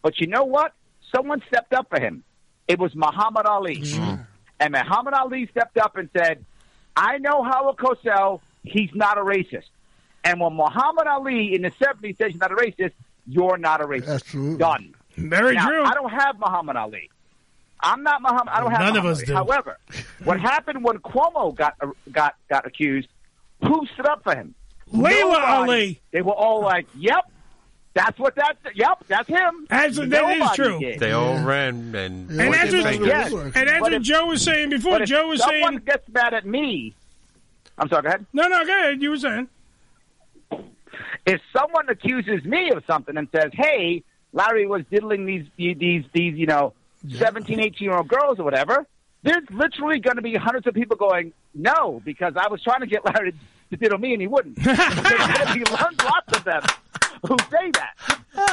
Speaker 4: But you know what? Someone stepped up for him. It was Muhammad Ali, Mm-hmm. and Muhammad Ali stepped up and said, "I know Howard Cosell. He's not a racist." And when Muhammad Ali in the seventies says he's not a racist, you're not a racist.
Speaker 3: Absolutely.
Speaker 4: Done.
Speaker 1: Very
Speaker 4: Now,
Speaker 1: true.
Speaker 4: I don't have Muhammad Ali. I'm not Muhammad. I don't have
Speaker 1: None of
Speaker 4: Muhammad
Speaker 1: us
Speaker 4: Ali.
Speaker 1: do.
Speaker 4: However, what happened when Cuomo got uh, got got accused? Who stood up for him?
Speaker 1: Layla
Speaker 4: Nobody.
Speaker 1: Ali.
Speaker 4: They were all like, "Yep, that's what that. Yep, that's him."
Speaker 1: That's- that is
Speaker 4: Nobody
Speaker 1: true.
Speaker 4: did.
Speaker 5: They all ran and
Speaker 1: And that's
Speaker 5: pointed
Speaker 1: what-
Speaker 5: fingers.
Speaker 1: yes. And that's
Speaker 4: But
Speaker 1: what
Speaker 4: if-
Speaker 1: Joe was saying before.
Speaker 4: but if
Speaker 1: Joe was
Speaker 4: someone
Speaker 1: saying-
Speaker 4: gets mad at me. I'm sorry. Go ahead.
Speaker 1: No, no, go ahead. You were saying.
Speaker 4: if someone accuses me of something and says, "Hey, Larry was diddling these these these you know 17, 18 year old girls or whatever," there's literally going to be hundreds of people going, "No," because I was trying to get <laughs> Larry to diddle me and he
Speaker 1: <laughs>
Speaker 4: wouldn't. there's going to be lots lots of them who say that.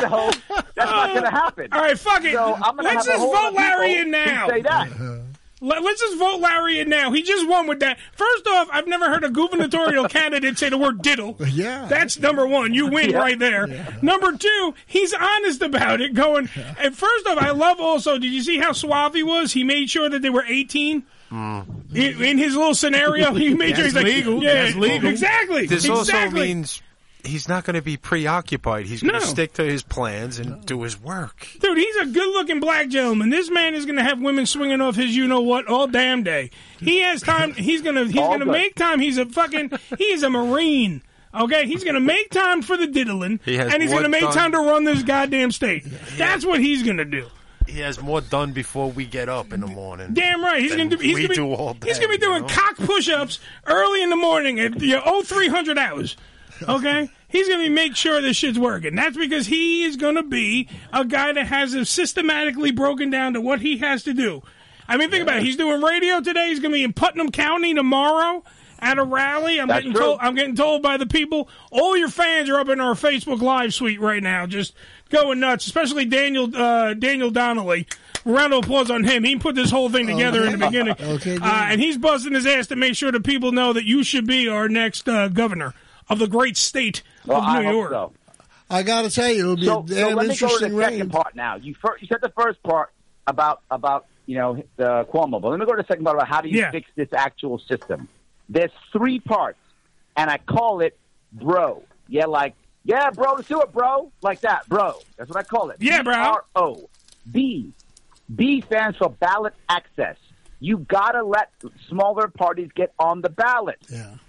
Speaker 4: So
Speaker 1: <laughs>
Speaker 4: that's not going to happen.
Speaker 1: All right, fuck it.
Speaker 4: So I'm gonna have
Speaker 1: Let's
Speaker 4: a
Speaker 1: just
Speaker 4: whole lot
Speaker 1: vote
Speaker 4: of
Speaker 1: Larry
Speaker 4: people
Speaker 1: in
Speaker 4: who
Speaker 1: now.
Speaker 4: Say that.
Speaker 1: <laughs> Let, us just vote Larry in now. He just won with that. First off, I've never heard
Speaker 4: <laughs>
Speaker 1: a gubernatorial candidate say the word diddle. Yeah. That's number one. You win
Speaker 2: Yeah.
Speaker 1: right there. Number two, he's honest about it, going, and first off, I love also, did you see how suave he was? He made sure that they were 18. In, in his little scenario, he made sure he's like, yeah, Exactly.
Speaker 5: This
Speaker 1: exactly.
Speaker 5: also means he's not going to be preoccupied. He's going
Speaker 1: No.
Speaker 5: to stick to his plans and do his work.
Speaker 1: Dude, he's a good looking black gentleman. This man is going to have women swinging off his you know what all damn day. He has time. He's going to he's
Speaker 2: All
Speaker 1: going to
Speaker 2: good.
Speaker 1: make time. He's a fucking he is a marine. Okay, he's going to make time for the diddling
Speaker 5: He has
Speaker 1: and he's going to
Speaker 5: one
Speaker 1: make time
Speaker 5: thumb.
Speaker 1: to run this goddamn state. That's what he's going to do.
Speaker 5: He has more done before we get up in the morning.
Speaker 1: Damn right. He's
Speaker 5: than
Speaker 1: going to he's
Speaker 5: we
Speaker 1: gonna be,
Speaker 5: do all day.
Speaker 1: He's going to be doing
Speaker 5: you know?
Speaker 1: cock push-ups early in the morning at you know, oh, 300 hours. Okay? He's going to make sure this shit's working. That's because he is going to be a guy that has it systematically broken down to what he has to do. I mean, think about it. He's doing radio today. He's going to be in Putnam County tomorrow at a rally. I'm
Speaker 2: That's
Speaker 1: getting
Speaker 2: true.
Speaker 1: told I'm getting told by the people, all your fans are up in our Facebook Live suite right now, just going nuts. Especially Daniel uh, Daniel Donnelly. Round of applause on him. He put this whole
Speaker 2: Oh,
Speaker 1: thing together in the
Speaker 3: Okay.
Speaker 1: beginning,
Speaker 3: Okay, good.
Speaker 1: uh, and he's busting his ass to make sure that people know that you should be our next uh, governor of the great state
Speaker 4: Well,
Speaker 1: of
Speaker 4: I
Speaker 1: New
Speaker 4: hope
Speaker 1: York.
Speaker 4: so.
Speaker 3: I gotta tell you, it'll be
Speaker 4: so,
Speaker 3: a
Speaker 4: so let me
Speaker 3: damn
Speaker 4: go to
Speaker 3: interesting
Speaker 4: the
Speaker 3: rain.
Speaker 4: second part now. You first, you said the first part about about you know the Cuomo, but let me go to the second part about how do you
Speaker 1: Yeah.
Speaker 4: fix this actual system. There's three parts, and I call it bro. Yeah, like yeah, bro, let's do it, bro, like that, bro. That's what I call it. Yeah, bro. R O B B stands for ballot access. You gotta let smaller parties get on the ballot.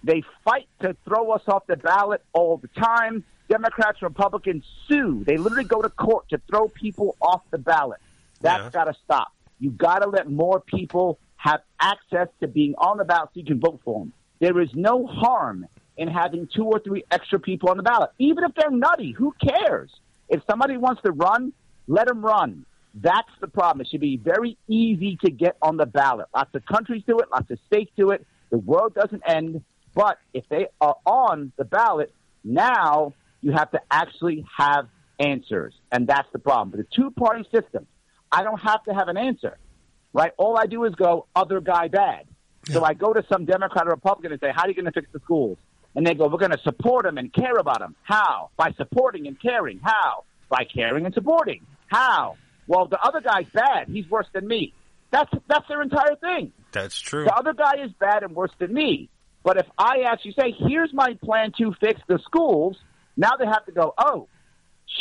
Speaker 4: They fight to throw us off the ballot all the time. Democrats, Republicans sue. They literally go to court to throw people off the ballot. That's
Speaker 6: Yeah.
Speaker 4: gotta stop. You gotta let more people have access to being on the ballot so you can vote for them. There is no harm in having two or three extra people on the ballot, even if they're nutty. Who cares? If somebody wants to run, let them run. That's the problem. It should be very easy to get on the ballot. Lots of countries do it, lots of states do it. The world doesn't end. But if they are on the ballot, now you have to actually have answers. And that's the problem. But the two party system, I don't have to have an answer, right? All I do is go, other guy bad. So I go to some Democrat or Republican and say, how are you going to fix the schools? And they go, we're going to support them and care about them. How? By supporting and caring. How? By caring and supporting. How? Well, the other guy's bad. He's worse than me. That's, that's their entire thing.
Speaker 5: That's true.
Speaker 4: The other guy is bad and worse than me. But if I actually say, here's my plan to fix the schools, now they have to go, oh,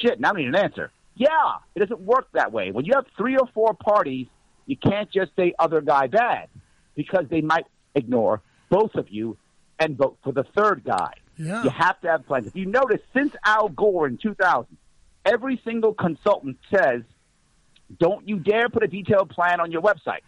Speaker 4: shit, now I need an answer. Yeah, it doesn't work that way. When you have three or four parties, you can't just say other guy bad because they might ignore both of you and vote for the third guy.
Speaker 3: Yeah.
Speaker 4: You have to have plans. If you notice, since Al Gore in 2000, every single consultant says, don't you dare put a detailed plan on your website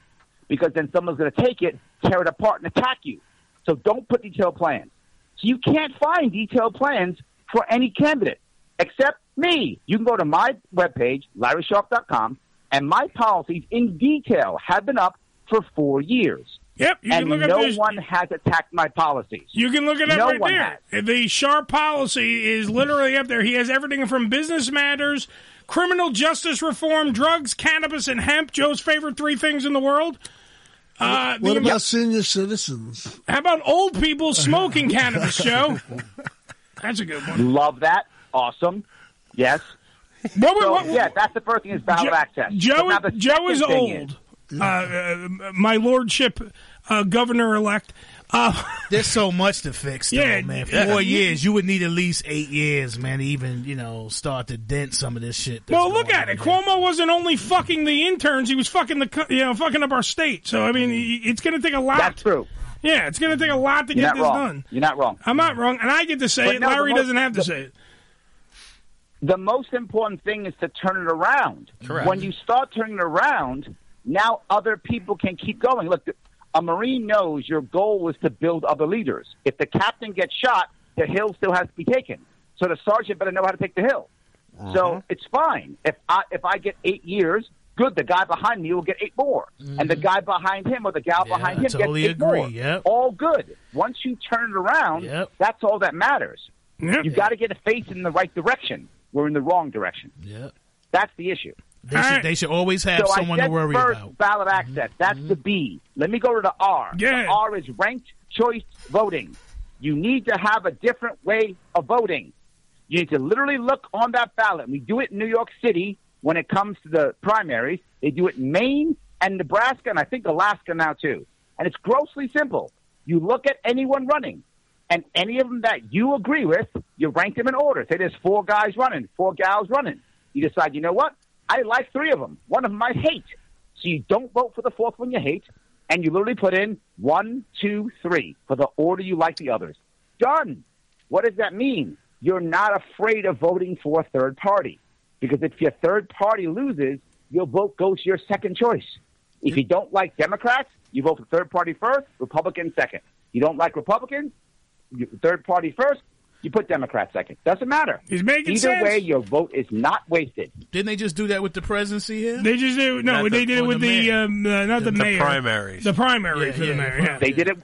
Speaker 4: because then someone's going to take it, tear it apart, and attack you. So don't put detailed plans. So you can't find detailed plans for any candidate except me. You can go to my webpage, larrysharp.com, and my policies in detail have been up for four years.
Speaker 1: Yep, you
Speaker 4: and
Speaker 1: can look up
Speaker 4: no
Speaker 1: this-
Speaker 4: one has attacked my policies.
Speaker 1: You can look it up
Speaker 4: No
Speaker 1: right
Speaker 4: one
Speaker 1: there. The Sharp policy is literally up there. He has everything from business matters, criminal justice reform, drugs, cannabis, and hemp. Joe's favorite three things in the world. Uh,
Speaker 3: what
Speaker 1: the-
Speaker 3: about senior citizens?
Speaker 1: how about old people
Speaker 3: <laughs>
Speaker 1: smoking cannabis, Joe? That's a good one.
Speaker 4: Love that. Awesome. Yes.
Speaker 1: What,
Speaker 4: so,
Speaker 1: what-
Speaker 4: yeah, that's the first thing is valid
Speaker 1: Jo-
Speaker 4: access. But
Speaker 1: Joe,
Speaker 4: now the
Speaker 1: Joe is
Speaker 4: second
Speaker 1: old.
Speaker 4: thing is-
Speaker 1: Uh, uh, my lordship, uh, governor elect. Uh, <laughs>
Speaker 2: There's so much to fix, though,
Speaker 1: Yeah,
Speaker 2: man.
Speaker 1: yeah.
Speaker 2: Four years, you would need at least eight years, man, to even you know start to dent some of this shit.
Speaker 1: well, look at it. Cuomo wasn't only fucking the interns; he was fucking the co- you know fucking up our state. So I mean, i- it's going to take a lot.
Speaker 4: That's true.
Speaker 1: Yeah, it's going to take a lot to
Speaker 4: You're not
Speaker 1: get this
Speaker 4: wrong.
Speaker 1: done.
Speaker 4: You're not wrong.
Speaker 1: I'm not wrong, and I get to say
Speaker 4: But
Speaker 1: it.
Speaker 4: no, the
Speaker 1: Larry
Speaker 4: most-
Speaker 1: doesn't have to
Speaker 4: the-
Speaker 1: say it.
Speaker 4: the most important thing is to turn it around.
Speaker 1: Correct.
Speaker 4: When you start turning it around, now other people can keep going. Look, a Marine knows your goal is to build other leaders. If the captain gets shot, the hill still has to be taken. So the sergeant better know how to take the hill.
Speaker 1: Uh-huh.
Speaker 4: So it's fine. If I if I get eight years, good. The guy behind me will get eight more, and
Speaker 1: Mm-hmm.
Speaker 4: the guy behind him or the gal behind him
Speaker 2: totally
Speaker 4: gets eight
Speaker 2: agree.
Speaker 4: more.
Speaker 2: Yep.
Speaker 4: All good. Once you turn it around, that's all that matters. You got to get a face in the right direction. We're in the wrong direction.
Speaker 2: Yeah.
Speaker 4: That's the issue.
Speaker 2: They should, they should always have
Speaker 4: so
Speaker 2: someone
Speaker 4: I said
Speaker 2: to worry
Speaker 4: first,
Speaker 2: about. Mm-hmm.
Speaker 4: Ballot access. That's the B. Let me go to the R. The R is ranked choice voting. You need to have a different way of voting. You need to literally look on that ballot. We do it in New York City when it comes to the primaries. They do it in Maine and Nebraska and I think Alaska now too. And it's grossly simple. You look at anyone running and any of them that you agree with, you rank them in order. Say there's four guys running, four gals running. You decide, you know what? I like three of them. One of them I hate. So you don't vote for the fourth one you hate, and you literally put in one, two, three for the order you like the others. Done. What does that mean? You're not afraid of voting for a third party. Because if your third party loses, your vote goes to your second choice. If you don't like Democrats, you vote for third party first, Republican second. You don't like Republicans, you, third party first, you put Democrat second. Doesn't matter.
Speaker 1: He's making
Speaker 4: Either
Speaker 1: sense.
Speaker 4: way, your vote is not wasted.
Speaker 2: Didn't they just do that with the presidency here?
Speaker 1: They just did no.
Speaker 2: Not
Speaker 1: they
Speaker 2: the-
Speaker 1: did it
Speaker 2: on
Speaker 1: with
Speaker 2: the
Speaker 1: the,
Speaker 2: mayor.
Speaker 1: um, uh, not the,
Speaker 2: The- the
Speaker 1: mayor.
Speaker 2: primaries.
Speaker 1: The primary
Speaker 2: Yeah,
Speaker 1: for
Speaker 2: yeah,
Speaker 1: the mayor.
Speaker 2: the
Speaker 1: Yeah.
Speaker 4: They did it.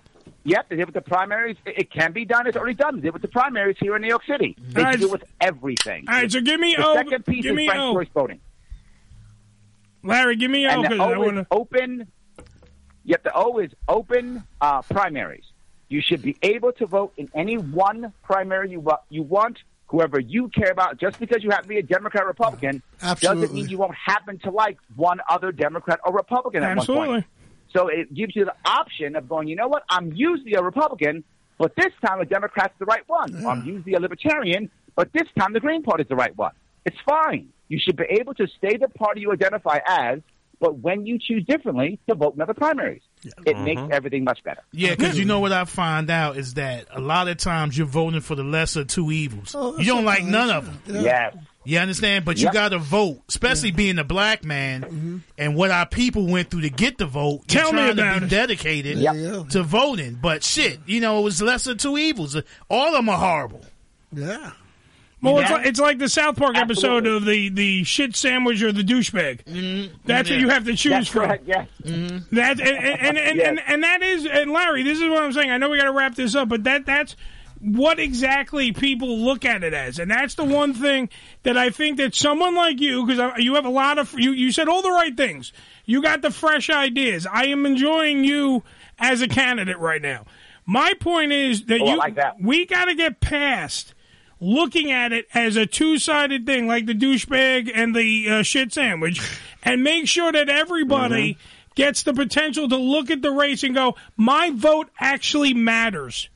Speaker 4: Yep, they did it with the primaries. It, it can be done. It's already done. They did it with the primaries here in New York City. They
Speaker 1: All right.
Speaker 4: can do it with everything.
Speaker 1: All right, so give me
Speaker 4: the
Speaker 1: O.
Speaker 4: second piece
Speaker 1: Give
Speaker 4: is
Speaker 1: me
Speaker 4: ranked
Speaker 1: O.
Speaker 4: choice voting.
Speaker 1: Larry, give me O.
Speaker 4: and
Speaker 1: 'cause
Speaker 4: the
Speaker 1: I
Speaker 4: O is
Speaker 1: wanna...
Speaker 4: open. Yep, the O is open uh, primaries. You should be able to vote in any one primary you wa- you want, whoever you care about. Just because you happen to be a Democrat or Republican doesn't
Speaker 3: Absolutely.
Speaker 4: mean you won't happen to like one other Democrat or Republican at one
Speaker 1: Absolutely.
Speaker 4: point. So it gives you the option of going, you know what? I'm usually a Republican, but this time a Democrat's the right one. Or I'm usually a Libertarian, but this time the Green Party's the right one. It's fine. You should be able to stay the party you identify as, but when you choose differently, to vote in other primaries. It
Speaker 2: Mhm.
Speaker 4: makes everything much better.
Speaker 2: Yeah,
Speaker 1: Oh,
Speaker 2: because you know what I find out is that a lot of times you're voting for the lesser of two evils.
Speaker 1: Oh,
Speaker 2: you don't like none of them.
Speaker 4: Yes.
Speaker 2: You understand? But
Speaker 1: Yep.
Speaker 2: you got to vote, especially being a black man and what our people went through to get the vote.
Speaker 1: Mm-hmm.
Speaker 2: You're
Speaker 1: Tell me
Speaker 2: trying
Speaker 1: about
Speaker 2: to be
Speaker 1: it.
Speaker 2: dedicated
Speaker 1: There you go.
Speaker 2: to voting. But shit, you know, it was lesser of two evils. All of them are horrible.
Speaker 3: Yeah.
Speaker 1: Well, it's
Speaker 2: Yeah.
Speaker 1: like, it's like the South Park episode of the, the shit sandwich or the douchebag. That's
Speaker 2: Mm-hmm. Yeah.
Speaker 1: what you have to choose
Speaker 2: That's Mm-hmm.
Speaker 1: from.
Speaker 2: correct,
Speaker 4: yes.
Speaker 1: That and and and, and,
Speaker 2: Yes.
Speaker 1: and and that is and Larry, this is what I'm saying. I know we got to wrap this up, but that that's what exactly people look at it as, and that's the one thing that I think that someone like you, because you have a lot of you, you said all the right things. You got the fresh ideas. I am enjoying you as a candidate right now. My point is that
Speaker 4: Oh, I
Speaker 1: you
Speaker 4: like that.
Speaker 1: we got to get past looking at it as a two-sided thing, like the douchebag and the uh, shit sandwich, and make sure that everybody gets the potential to look at the race and go, "My vote actually matters."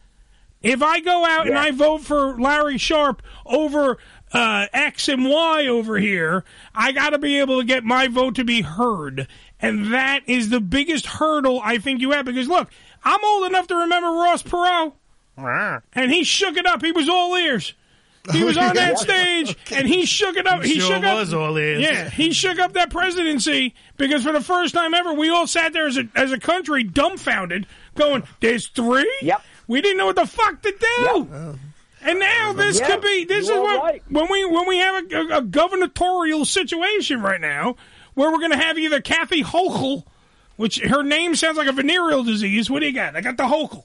Speaker 1: If I go out and I vote for Larry Sharp over uh, X and Y over here, I got to be able to get my vote to be heard. And that is the biggest hurdle I think you have. Because look, I'm old enough to remember Ross Perot. And he shook it up. He was all ears. He was on
Speaker 2: <laughs>
Speaker 1: that stage and he shook it up.
Speaker 2: He
Speaker 1: He,
Speaker 2: sure
Speaker 1: shook up,
Speaker 2: was all ears.
Speaker 1: Yeah, he shook up that presidency because for the first time ever, we all sat there as a, as a country dumbfounded, going, "There's three? Yep. We didn't know what the fuck to do." And now this
Speaker 4: Yeah,
Speaker 1: could be. This
Speaker 4: you
Speaker 1: is
Speaker 4: are
Speaker 1: what
Speaker 4: right.
Speaker 1: when we when we have a, a, a gubernatorial situation right now where we're going to have either Kathy Hochul which her name sounds like a venereal disease. What do you got? I got the Hochul.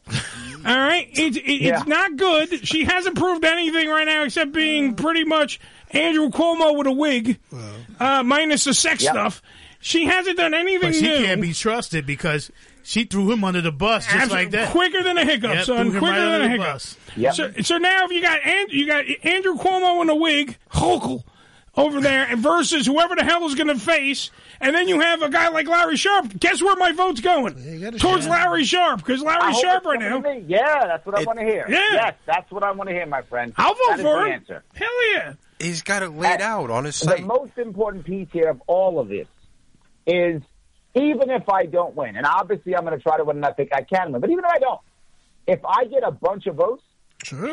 Speaker 1: All right, it's it,
Speaker 6: Yeah.
Speaker 1: it's not good. She hasn't proved anything right now except
Speaker 4: Mm.
Speaker 1: being pretty much Andrew Cuomo with a wig, uh, minus the sex stuff. She hasn't done anything
Speaker 2: But she
Speaker 1: new.
Speaker 2: can't be trusted because she threw him under the bus just
Speaker 1: Absolutely.
Speaker 2: like that.
Speaker 1: Quicker than a hiccup,
Speaker 2: Yep,
Speaker 1: son.
Speaker 2: threw him
Speaker 1: Quicker
Speaker 2: right
Speaker 1: than
Speaker 2: under
Speaker 1: a
Speaker 2: the
Speaker 1: hiccup.
Speaker 2: bus.
Speaker 1: So, so now if you got and, you got Andrew Cuomo in a wig, Hochul over there, and versus whoever the hell is going to face, and then you have a guy like Larry Sharp. Guess where my vote's going? Towards Larry Sharp because
Speaker 4: I
Speaker 1: Larry
Speaker 4: hope
Speaker 1: Sharp
Speaker 4: it's coming
Speaker 1: right now.
Speaker 4: to me. Yeah, that's what I
Speaker 1: It-
Speaker 4: want to hear.
Speaker 1: Yeah.
Speaker 4: Yes, that's what I want to hear, my friend.
Speaker 1: I'll vote
Speaker 4: That is
Speaker 1: for
Speaker 4: the
Speaker 1: him.
Speaker 4: answer.
Speaker 1: Hell yeah.
Speaker 5: He's got it laid out on his site.
Speaker 4: The most important piece here of all of this is even if I don't win, and obviously I'm going to try to win, and I think I can win, but even if I don't, if I get a bunch of votes,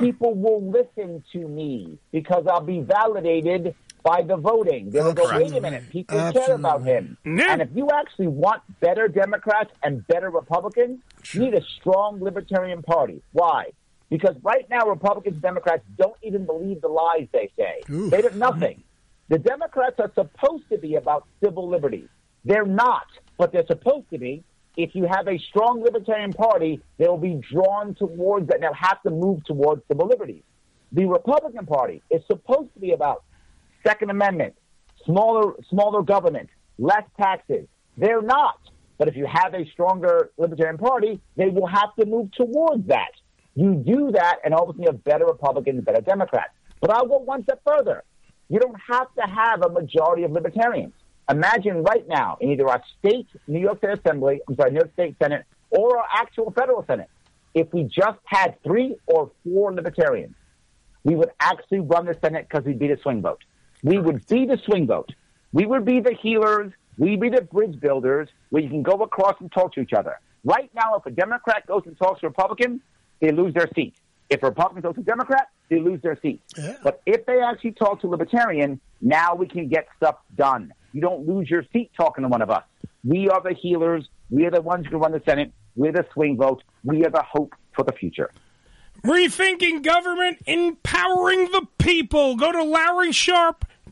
Speaker 4: people will listen to me because I'll be validated by the voting. They'll go, wait a
Speaker 6: Absolutely.
Speaker 4: minute, people care
Speaker 6: Absolutely.
Speaker 4: about him. And if you actually want better Democrats and better Republicans, you need a strong Libertarian Party. Why? Because right now, Republicans and Democrats don't even believe the lies they say. They do nothing. The Democrats are supposed to be about civil liberties. They're not, but they're supposed to be. If you have a strong Libertarian Party, they will be drawn towards that. They'll have to move towards civil liberties. The Republican Party is supposed to be about Second Amendment, smaller smaller government, less taxes. They're not. But if you have a stronger Libertarian Party, they will have to move towards that. You do that, and all of a sudden you have better Republicans, better Democrats. But I'll go one step further. You don't have to have a majority of Libertarians. Imagine right now in either our state New York State Assembly, I'm sorry, New York State Senate, or our actual federal Senate, if we just had three or four Libertarians we would actually run the Senate because we'd be the swing vote. We would be the swing vote. We would be the healers. We'd be the bridge builders where you can go across and talk to each other. Right now, if a Democrat goes and talks to a Republican, they lose their seat. If a Republican goes to a Democrat, they lose their seat. But if they actually talk to Libertarian, now we can get stuff done. You don't lose your seat talking to one of us. We are the healers. We are the ones who can run the Senate. We're the swing vote. We are the hope for the future.
Speaker 1: Rethinking government, empowering the people. Go to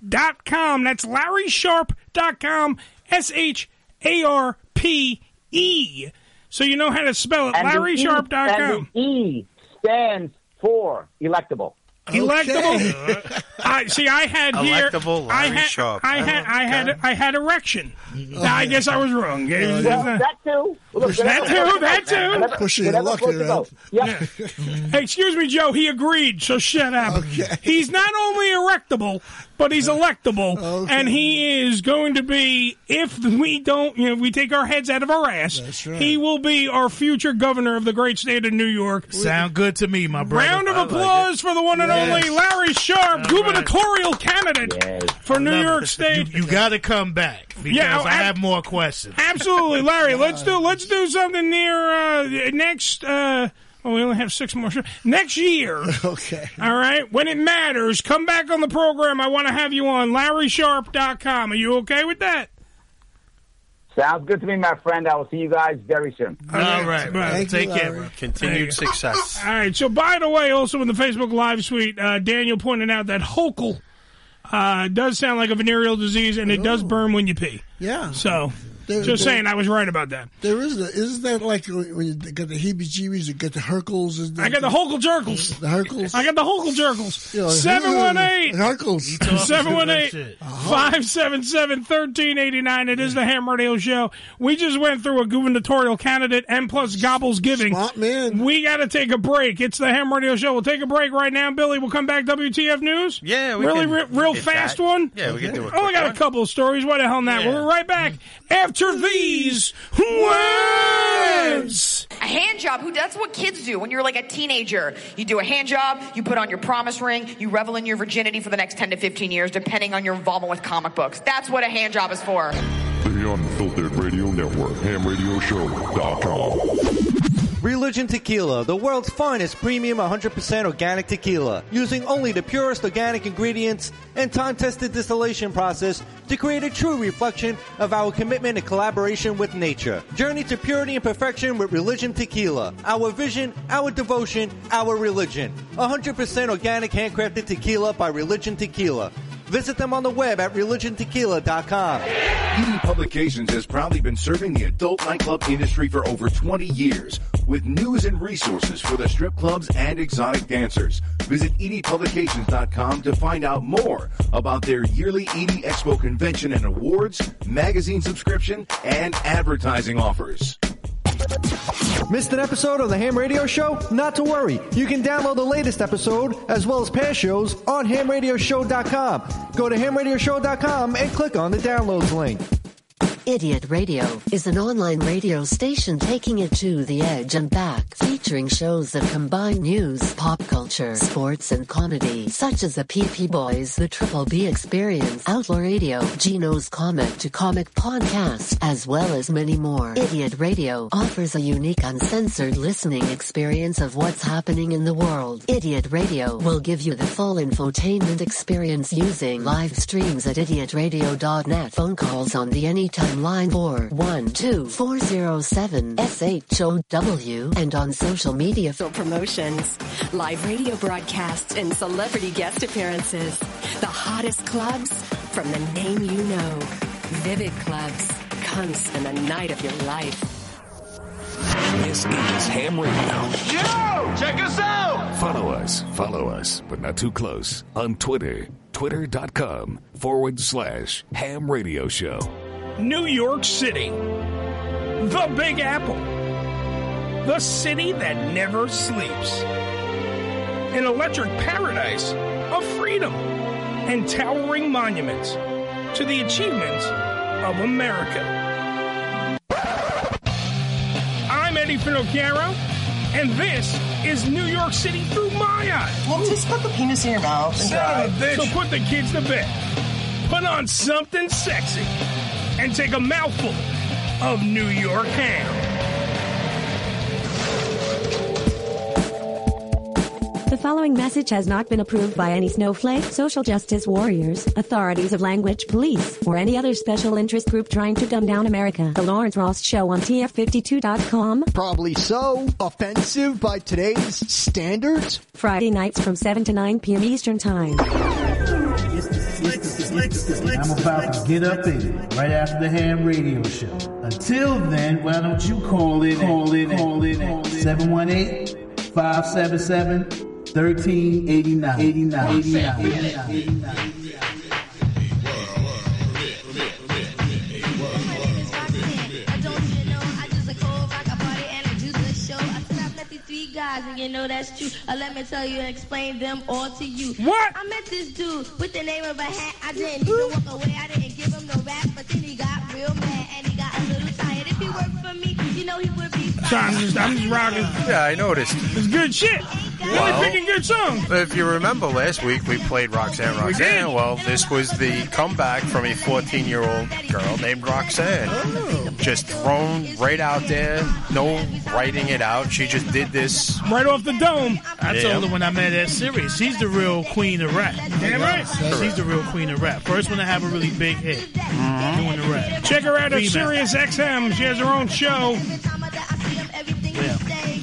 Speaker 1: LarrySharp.com. That's LarrySharp.com. S H A R P E. So you know how to spell it.
Speaker 4: And the E-
Speaker 1: LarrySharp.com.
Speaker 4: and the E stands for electable.
Speaker 1: Electable. <laughs> I see. I had here.
Speaker 4: Electable
Speaker 1: I
Speaker 4: Larry
Speaker 1: had.
Speaker 4: Sharp.
Speaker 1: I had. I had. I had erection. Now, I guess I was wrong.
Speaker 4: Well, that too. Well, look,
Speaker 1: that too. That too.
Speaker 4: Pushing your luck Whatever floats your around. boat.
Speaker 1: Yeah. Excuse me, Joe. He agreed. So shut up. He's not only erectable, but he's electable, and he is going to be if we don't, you know, we take our heads out of our ass. He will be our future governor of the great state of New York.
Speaker 2: Sound good to me, my <laughs> brother.
Speaker 1: Round of applause for the one and
Speaker 2: Yes.
Speaker 1: only Larry Sharp, gubernatorial candidate for New
Speaker 2: Love
Speaker 1: York
Speaker 2: it.
Speaker 1: State.
Speaker 2: You, got to come back because
Speaker 1: Yeah,
Speaker 2: I
Speaker 1: ab-
Speaker 2: have more questions.
Speaker 1: Absolutely, Larry. Let's do let's do something near uh, next. Uh, oh, we only have six more. shows. Next year.
Speaker 3: Okay.
Speaker 1: All right. When it matters, come back on the program. I want to have you on LarrySharp.com. Are you okay with that?
Speaker 4: Sounds good to me, my friend. I will see you guys very soon.
Speaker 1: All right, bro. Thank Take you, care, Larry. bro. There you go.
Speaker 5: Continued success.
Speaker 1: All right. So, by the way, also in the Facebook Live suite, uh, Daniel pointed out that Hochul uh, does sound like a venereal disease, and it does burn when you pee.
Speaker 3: Yeah.
Speaker 1: So,
Speaker 3: There-
Speaker 1: just
Speaker 3: there-
Speaker 1: saying, I was right about that.
Speaker 3: There is the, isn't that like when you got the heebie-jeebies, you got the Hercules? And the,
Speaker 1: I got the Hochul Jerkles.
Speaker 3: The Hercules.
Speaker 1: I got the Hochul Jerkles.
Speaker 3: Yeah, like,
Speaker 1: 718
Speaker 3: Hercules.
Speaker 1: 718 577 1389. It is the Ham Radio Show. We just went through a gubernatorial candidate and plus gobbles giving. We got to take a break. It's the Ham Radio Show. We'll take a break right now, Billy. We'll come back. WTF News?
Speaker 5: Yeah, we
Speaker 1: Really,
Speaker 5: can
Speaker 1: re- real
Speaker 5: hit
Speaker 1: fast
Speaker 5: that.
Speaker 1: one?
Speaker 5: Yeah, we can do a
Speaker 1: Oh, I
Speaker 5: quick
Speaker 1: got
Speaker 5: one.
Speaker 1: a couple of stories. Why the hell not?
Speaker 5: Yeah.
Speaker 1: We're right back after these words.
Speaker 8: A hand job, who that's what kids do when you're like a teenager. You do a hand job, you put on your promise ring, you revel in your virginity for the next 10 to 15 years, depending on your involvement with comic books. That's what a hand job is for.
Speaker 14: The Unfiltered Radio Network, hamradioshow.com.
Speaker 17: Religion Tequila, the world's finest premium 100% organic tequila, using only the purest organic ingredients and time-tested distillation process to create a true reflection of our commitment and collaboration with nature. Journey to purity and perfection with Religion Tequila. Our vision, our devotion, our religion. 100% organic handcrafted tequila by Religion Tequila. Visit them on the web at religiontequila.com.
Speaker 23: ED Publications has proudly been serving the adult nightclub industry for over 20 years with news and resources for the strip clubs and exotic dancers. Visit edpublications.com to find out more about their yearly ED Expo convention and awards, magazine subscription, and advertising offers.
Speaker 17: Missed an episode of the Ham Radio Show? Not to worry. You can download the latest episode, as well as past shows, on hamradioshow.com. Go to hamradioshow.com and click on the downloads link.
Speaker 11: Idiot Radio is an online radio station taking it to the edge and back, featuring shows that combine news, pop culture, sports, and comedy, such as the PP Boys, the Triple B Experience, Outlaw Radio, Gino's Comic to Comic Podcast, as well as many more. Idiot Radio offers a unique, uncensored listening experience of what's happening in the world. Idiot Radio will give you the full infotainment experience using live streams at idiotradio.net. Phone calls on the anytime line 412-407-SHOW and on social media.
Speaker 18: for promotions, live radio broadcasts, and celebrity guest appearances. The hottest clubs from the name you know. Vivid Clubs comes spend the night of your life.
Speaker 19: This is Ham Radio.
Speaker 20: Yo! Check us out!
Speaker 19: Follow us, follow us, but not too close on Twitter. Twitter.com forward slash Ham Radio Show.
Speaker 1: New York City. The Big Apple. The city that never sleeps. An electric paradise of freedom and towering monuments to the achievements of America. I'm Eddie Finocchiaro, and this is New York City through my eyes. Well, just put the penis in your mouth.
Speaker 20: and
Speaker 1: Son of a
Speaker 20: drive.
Speaker 1: bitch. So put the kids to bed. Put on something sexy and take a mouthful of New York ham.
Speaker 16: The following message has not been approved by any snowflake, social justice warriors, authorities of language police, or any other special interest group trying to dumb down America. The Lawrence Ross Show on TF52.com.
Speaker 12: Probably so. Offensive by today's standards?
Speaker 16: Friday nights from 7 to 9 p.m. Eastern Time.
Speaker 6: I'm about to get up in it right after the ham radio show. Until then, why don't you call in, call in, call in, 718-577-1389. 89, 89.
Speaker 9: Three guys, and you know that's true. Uh, let me tell you and explain them all to you.
Speaker 1: What?
Speaker 9: I met this dude with the name of a hat. I didn't even walk away. I didn't give him no rap, but then he got real mad and he got a little tired. If he worked for me, you know he would be.
Speaker 1: So I'm just, I'm just <laughs> rocking.
Speaker 5: Yeah, I noticed.
Speaker 1: It's good shit.
Speaker 5: Well-
Speaker 1: Really picking good songs.
Speaker 5: If you remember last week, we played Roxanne
Speaker 1: We
Speaker 5: Roxanne. Well, this was the comeback from a 14 year old girl named Roxanne.
Speaker 1: Oh.
Speaker 5: Just thrown right out there, no writing it out. She just did this.
Speaker 1: Right off the dome.
Speaker 2: I told her when I met that series, she's the real queen of rap.
Speaker 1: Damn right.
Speaker 2: She's the real queen of rap. First one to have a really big hit.
Speaker 1: Mm-hmm.
Speaker 2: Doing the rap.
Speaker 1: Check her out on
Speaker 2: Female.
Speaker 1: Sirius XM. She has her own show.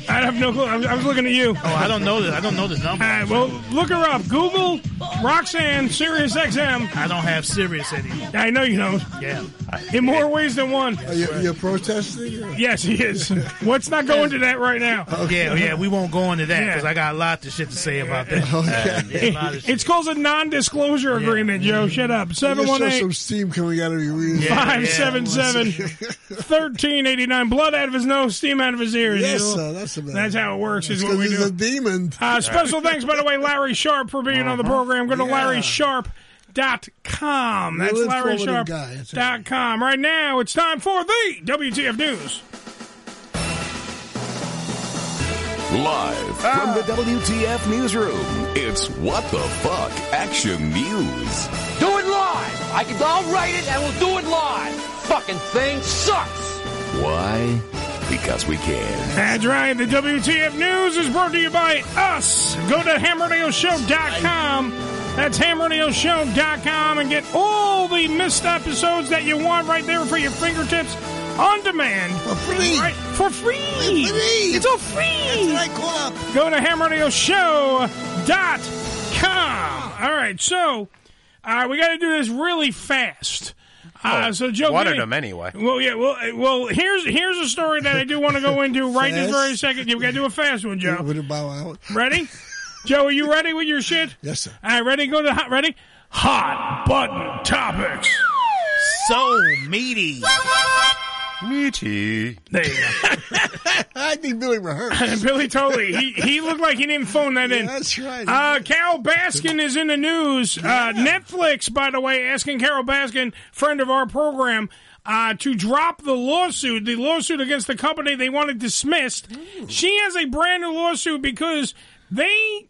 Speaker 1: I have no clue. I was- I was looking at you. Oh,
Speaker 2: I don't know the- I don't know the number.
Speaker 1: All right, well, look her up. Google Roxanne Sirius XM.
Speaker 2: I don't have Sirius anymore.
Speaker 1: I know you don't.
Speaker 2: Yeah.
Speaker 1: In more ways than one.
Speaker 3: Are you, you're protesting?
Speaker 1: Yes, he is. What's not going to that right now?
Speaker 2: <laughs> Yeah, yeah, we won't go into that
Speaker 1: Yeah.
Speaker 2: because I got a lot of shit to say about
Speaker 1: <laughs>
Speaker 3: Oh,
Speaker 2: that. Yeah, Uh, a lot of Mm-hmm.
Speaker 1: It's called a non-disclosure agreement, Joe. Shut up.
Speaker 3: Seven one
Speaker 1: 718
Speaker 3: eight. Some steam coming out of your ears. <laughs>
Speaker 1: 577 1389. Blood out of his nose, steam out of his ears.
Speaker 3: Yes, uh,
Speaker 1: you know?
Speaker 3: sir, that's about
Speaker 1: That's how it works. Is what
Speaker 3: 'cause
Speaker 1: we
Speaker 3: he's
Speaker 1: do.
Speaker 3: a demon.
Speaker 1: Uh, special thanks, by the way, Larry Sharp for being on the
Speaker 3: Uh-huh.
Speaker 1: program. Go to LarrySharp.com. That's
Speaker 3: Really informative guy, that's
Speaker 1: LarrySharp.com. Right now, it's time for the WTF News.
Speaker 19: Live from the WTF Newsroom, it's What the Fuck Action News.
Speaker 20: Do it live! I can, I'll write it and we'll do it live! Fucking thing sucks!
Speaker 19: Why? Because we can.
Speaker 1: That's right. The WTF News is brought to you by us. Go to hammerdaleshow.com. That's hammerdaleshow.com and get all the missed episodes that you want right there for your fingertips on demand. For free. Right, for free. It's all free. Go to hammerdaleshow.com. All right, so All right, we got to do this really fast. Uh, so Joe,
Speaker 5: one
Speaker 1: give
Speaker 5: of
Speaker 1: me-
Speaker 5: them Oh, anyway.
Speaker 1: Well, yeah. Well, uh, well. Here's here's a story that I do want to go
Speaker 3: <laughs>
Speaker 1: into right this
Speaker 3: Fast?
Speaker 1: very second. You got to do a fast one, Joe.
Speaker 3: Would it bow out? <laughs>
Speaker 1: Ready? Joe, are you ready with your shit?
Speaker 3: Yes, sir.
Speaker 1: All right, ready? Go to the hot. Ready? Hot button topics.
Speaker 2: So meaty.
Speaker 5: Meaty.
Speaker 1: There you go.
Speaker 3: <laughs> I think Billy
Speaker 1: <laughs>
Speaker 3: rehearsed.
Speaker 1: Billy totally. He he looked like he didn't phone that in.
Speaker 3: That's right.
Speaker 1: Uh, Carol Baskin is in the news. Uh, Netflix, by the way, asking Carol Baskin, friend of our program, uh, to drop the lawsuit, the lawsuit against the company they wanted dismissed. She has a brand new lawsuit because they,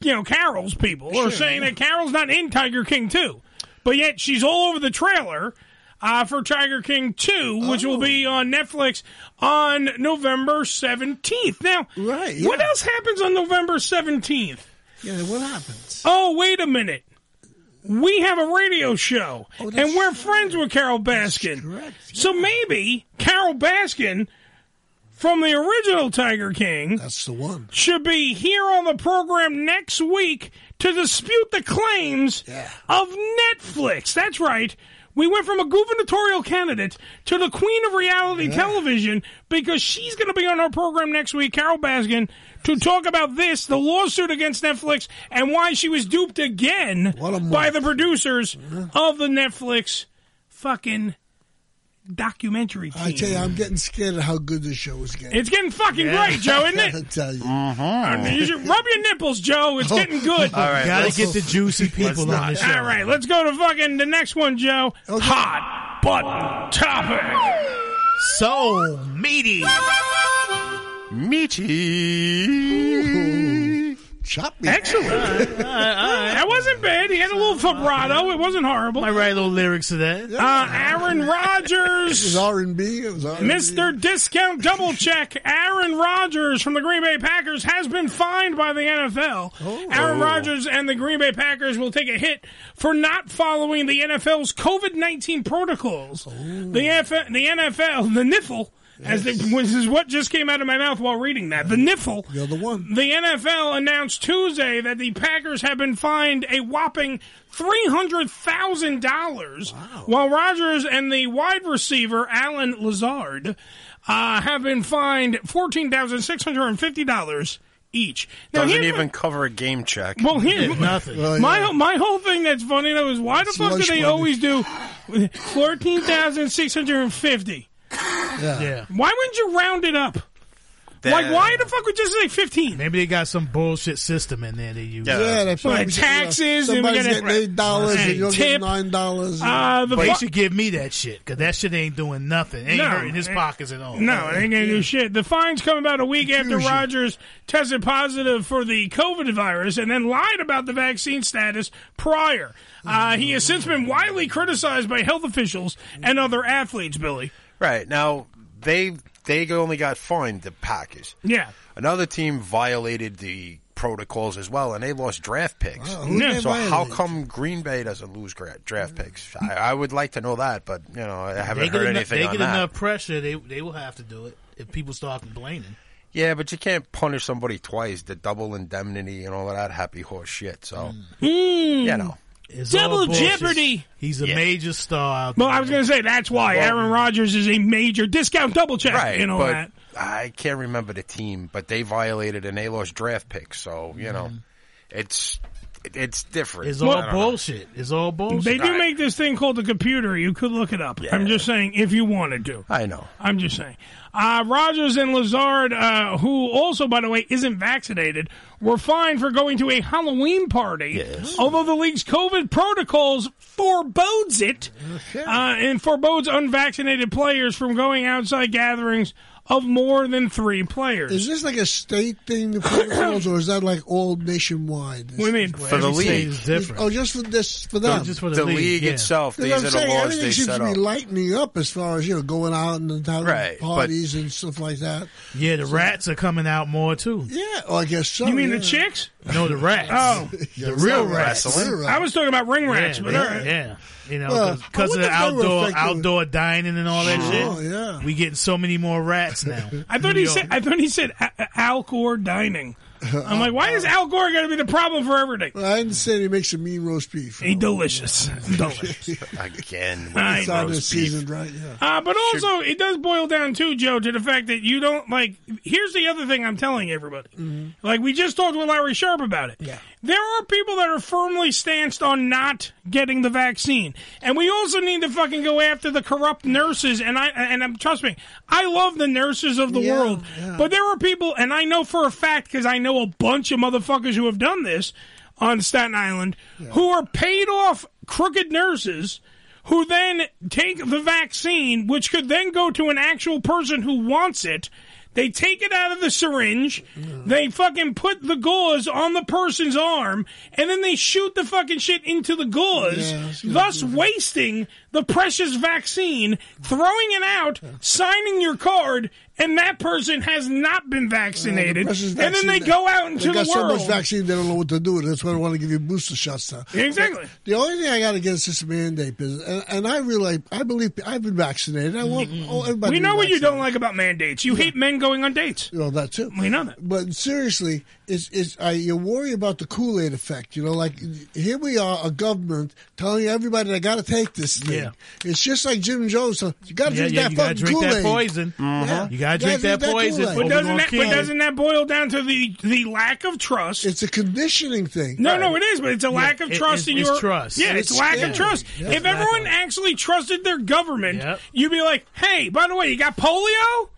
Speaker 1: you know, Carol's people are
Speaker 10: Sure.
Speaker 1: saying that Carol's not in Tiger King 2, but yet she's all over the trailer. Uh, for Tiger King 2, which will be on Netflix on November 17th. Now, right, what else happens on November 17th?
Speaker 3: Yeah, what happened?
Speaker 1: Oh, wait a minute. We have a
Speaker 3: Oh,
Speaker 1: radio show, and we're friends with Carol Baskin. So maybe Carol Baskin from the original Tiger King
Speaker 3: That's the one.
Speaker 1: should be here on the program next week to dispute the claims of Netflix. That's right. We went from a gubernatorial candidate to the queen of reality television because she's going to be on our program next week, Carol Baskin, to talk about this, the lawsuit against Netflix, and why she was duped again by the producers of the Netflix fucking documentary team.
Speaker 3: I tell you, I'm getting scared of how good this show is getting.
Speaker 1: It's getting fucking great, Joe, isn't
Speaker 2: <laughs>
Speaker 1: it?
Speaker 3: I tell you.
Speaker 1: I
Speaker 2: Uh-huh.
Speaker 1: mean, you should rub your nipples, Joe. It's getting good.
Speaker 3: Oh. All right,
Speaker 2: Gotta
Speaker 3: let's-
Speaker 2: get the juicy people on this show.
Speaker 1: All right, let's go to fucking the next one, Joe. Hot button topic.
Speaker 2: So meaty.
Speaker 5: Meaty.
Speaker 3: Chop
Speaker 2: <laughs>
Speaker 1: Excellent. Uh, That wasn't bad. He had a little vibrato. Oh, It wasn't horrible. I
Speaker 2: write little lyrics to that.
Speaker 1: Uh,
Speaker 3: <laughs>
Speaker 1: Aaron Rodgers.
Speaker 3: It was R&B. It was R&B.
Speaker 1: Mr. Discount Double Check, Aaron Rodgers from the Green Bay Packers has been fined by the NFL.
Speaker 3: Oh.
Speaker 1: Aaron Rodgers and the Green Bay Packers will take a hit for not following the NFL's COVID 19 protocols. The, F- the NFL, the NIFL, as the, which is what just came out of my mouth while reading that. The NIFL.
Speaker 3: You're the one.
Speaker 1: The NFL announced Tuesday that the Packers have been fined a whopping $300,000 while Rodgers and the wide receiver Alan Lazard uh, have been fined $14,650 each. Now,
Speaker 5: Doesn't
Speaker 1: here's
Speaker 5: even cover a game check.
Speaker 1: my- well, here, My, my whole thing that's funny, though, is why the
Speaker 5: It's
Speaker 1: fuck do
Speaker 5: lunch
Speaker 1: they
Speaker 5: money.
Speaker 1: always do 14650
Speaker 2: Yeah.
Speaker 1: Why wouldn't you round it up? Like, why the fuck would you say 15?
Speaker 2: uh, Maybe they got some bullshit system in there they use.
Speaker 3: Yeah, they probably
Speaker 2: Like
Speaker 3: get, you know,
Speaker 2: taxes and we
Speaker 3: Somebody's
Speaker 2: gotta-
Speaker 3: getting eight dollars
Speaker 2: Hey,
Speaker 3: and you're
Speaker 2: tip.
Speaker 3: getting nine <laughs> dollars.
Speaker 1: Uh,
Speaker 2: but you should give me that shit because that shit ain't doing nothing. Ain't
Speaker 1: No.
Speaker 2: hurting his pockets at all.
Speaker 1: No, it ain't gonna do shit. The fines come about a week after
Speaker 2: Confusion.
Speaker 1: Rogers tested positive for the COVID virus and then lied about the vaccine status prior. Uh, he has since been widely criticized by health officials and other athletes. Billy,
Speaker 5: Right now, they they only got fined the Packers.
Speaker 1: yeah,
Speaker 5: Another team violated the protocols as well, and they lost draft picks.
Speaker 1: who did they
Speaker 5: So how
Speaker 1: violate?
Speaker 5: come Green Bay doesn't lose gra- draft picks? I, I would like to know that, but you know I
Speaker 2: they
Speaker 5: haven't
Speaker 2: get,
Speaker 5: heard
Speaker 2: enough,
Speaker 5: anything
Speaker 2: they
Speaker 5: on
Speaker 2: get
Speaker 5: that.
Speaker 2: enough pressure, they they will have to do it if people start complaining.
Speaker 5: Yeah, but you can't punish somebody twice. The double indemnity and all of that happy horse shit. So
Speaker 1: Hmm.
Speaker 5: you know,
Speaker 2: It's
Speaker 1: Double
Speaker 2: all bullshit.
Speaker 1: jeopardy.
Speaker 2: He's a major star out there.
Speaker 1: Well, I was gonna say that's why
Speaker 5: Well-
Speaker 1: Aaron Rodgers is a major discount double check
Speaker 5: <laughs> right?
Speaker 1: and all
Speaker 5: but
Speaker 1: that.
Speaker 5: I can't remember the team, but they violated and they lost draft picks. So you
Speaker 1: Mm-hmm.
Speaker 5: know, it's it's different.
Speaker 2: It's
Speaker 5: I
Speaker 2: all
Speaker 5: don't know.
Speaker 2: bullshit. It's all bullshit.
Speaker 1: They do make this thing called the computer. You could look it up. I'm just saying, if you wanted to.
Speaker 5: I know.
Speaker 1: I'm just saying. Uh, Rogers and Lazard, uh, who also, by the way, isn't vaccinated, were fined for going to a Halloween party. Although the league's COVID protocols forebodes it
Speaker 3: Oh,
Speaker 1: uh, and forebodes unvaccinated players from going outside gatherings of more than three players.
Speaker 3: Is this like a state thing,
Speaker 5: <coughs>
Speaker 3: the protocols, or is that like all nationwide?
Speaker 1: What do you mean? For
Speaker 5: the league.
Speaker 3: Oh, just for this, for them.
Speaker 5: just for the The league, league yeah. itself,
Speaker 3: That's
Speaker 5: these are
Speaker 3: what I'm
Speaker 5: the
Speaker 3: saying,
Speaker 5: laws
Speaker 3: Everything
Speaker 5: they
Speaker 3: seems
Speaker 5: set
Speaker 3: to be
Speaker 5: up.
Speaker 3: lightening up as far as you know, going out and having
Speaker 5: Right, but-
Speaker 3: parties and stuff like that.
Speaker 2: Yeah, the rats are coming out more too.
Speaker 3: Yeah, I guess so.
Speaker 1: You mean
Speaker 3: yeah.
Speaker 1: the chicks?
Speaker 2: No, the rats.
Speaker 1: Oh.
Speaker 2: the real rats.
Speaker 1: I was talking about ring rats,
Speaker 2: yeah,
Speaker 1: but
Speaker 2: they-
Speaker 1: all right.
Speaker 2: yeah. you know,
Speaker 1: Well, I
Speaker 2: because of
Speaker 1: wonder if they
Speaker 2: the
Speaker 1: were
Speaker 2: outdoor
Speaker 1: affected with-
Speaker 2: outdoor dining and all that
Speaker 1: Sure.
Speaker 2: shit.
Speaker 1: Oh, yeah.
Speaker 2: we getting so many more rats now.
Speaker 1: I thought he said. I thought he said a- a- alcor dining. I'm like, why is Al Gore going to be the problem for everything?
Speaker 3: I understand he makes a mean roast beef.
Speaker 1: He delicious.
Speaker 3: <laughs>
Speaker 1: Delicious.
Speaker 5: Again,
Speaker 1: I
Speaker 3: it's out
Speaker 1: know.
Speaker 3: of season, right? Yeah.
Speaker 1: Uh, but also, it does boil down too, Joe, to the fact that you don't like. Here's the other thing I'm telling everybody. Like we just talked with Larry Sharp about it. Yeah. There are people that are firmly stanced on not getting the vaccine, and we also need to fucking go after the corrupt nurses. And I and I'm, trust me, I love the nurses of the world, but there are people, and I know for a fact because I know a bunch of motherfuckers who have done this on Staten Island who are paid off crooked nurses who then take the vaccine, which could then go to an actual person who wants it. They take it out of the syringe. They fucking put the gauze on the person's arm, and then they shoot the fucking shit into the gauze, thus wasting the precious vaccine, throwing it out, signing your card, and that person has not been vaccinated.
Speaker 3: Precious
Speaker 1: and then they
Speaker 3: vaccine.
Speaker 1: go out into
Speaker 3: they
Speaker 1: the
Speaker 3: got so
Speaker 1: world.
Speaker 3: much vaccine they don't know what to do. That's why I want to give you booster shots now.
Speaker 1: Exactly.
Speaker 3: But the only thing I got against this mandate is, and, and I really, I believe I've been vaccinated. I want oh, everybody.
Speaker 1: Mm-hmm. we
Speaker 3: to be
Speaker 1: know what you
Speaker 3: vaccinated.
Speaker 1: don't like about mandates. You hate men going on dates.
Speaker 3: Well, that too.
Speaker 1: We know that.
Speaker 3: But seriously, it's, it's, I, you worry about the Kool Aid effect. You know, like here we are, a government telling everybody they got to take this thing.
Speaker 2: Yeah.
Speaker 3: It's just like Jim Jones. said, You got to
Speaker 2: Yeah,
Speaker 3: drink
Speaker 2: yeah,
Speaker 3: that
Speaker 2: you gotta
Speaker 3: fucking
Speaker 2: drink that
Speaker 3: Kool-Aid.
Speaker 2: poison.
Speaker 1: Uh-huh.
Speaker 2: Mhm.
Speaker 3: Yeah.
Speaker 2: You gotta drink that poison,
Speaker 3: Kool-Aid.
Speaker 1: But doesn't that, but doesn't that boil down to the, the lack of trust?
Speaker 3: It's a conditioning thing.
Speaker 1: No,
Speaker 3: Right.
Speaker 1: no, it is, but it's a
Speaker 3: Yeah,
Speaker 1: lack of
Speaker 3: it-
Speaker 1: trust
Speaker 3: it-
Speaker 1: in
Speaker 3: it's
Speaker 1: your
Speaker 3: trust.
Speaker 1: Yeah, it's,
Speaker 3: It's
Speaker 1: lack
Speaker 3: scary.
Speaker 1: of trust.
Speaker 3: Yeah.
Speaker 1: if
Speaker 3: It's lack
Speaker 1: everyone actually trusted their government, you'd be like, "Hey, by the way, you got polio?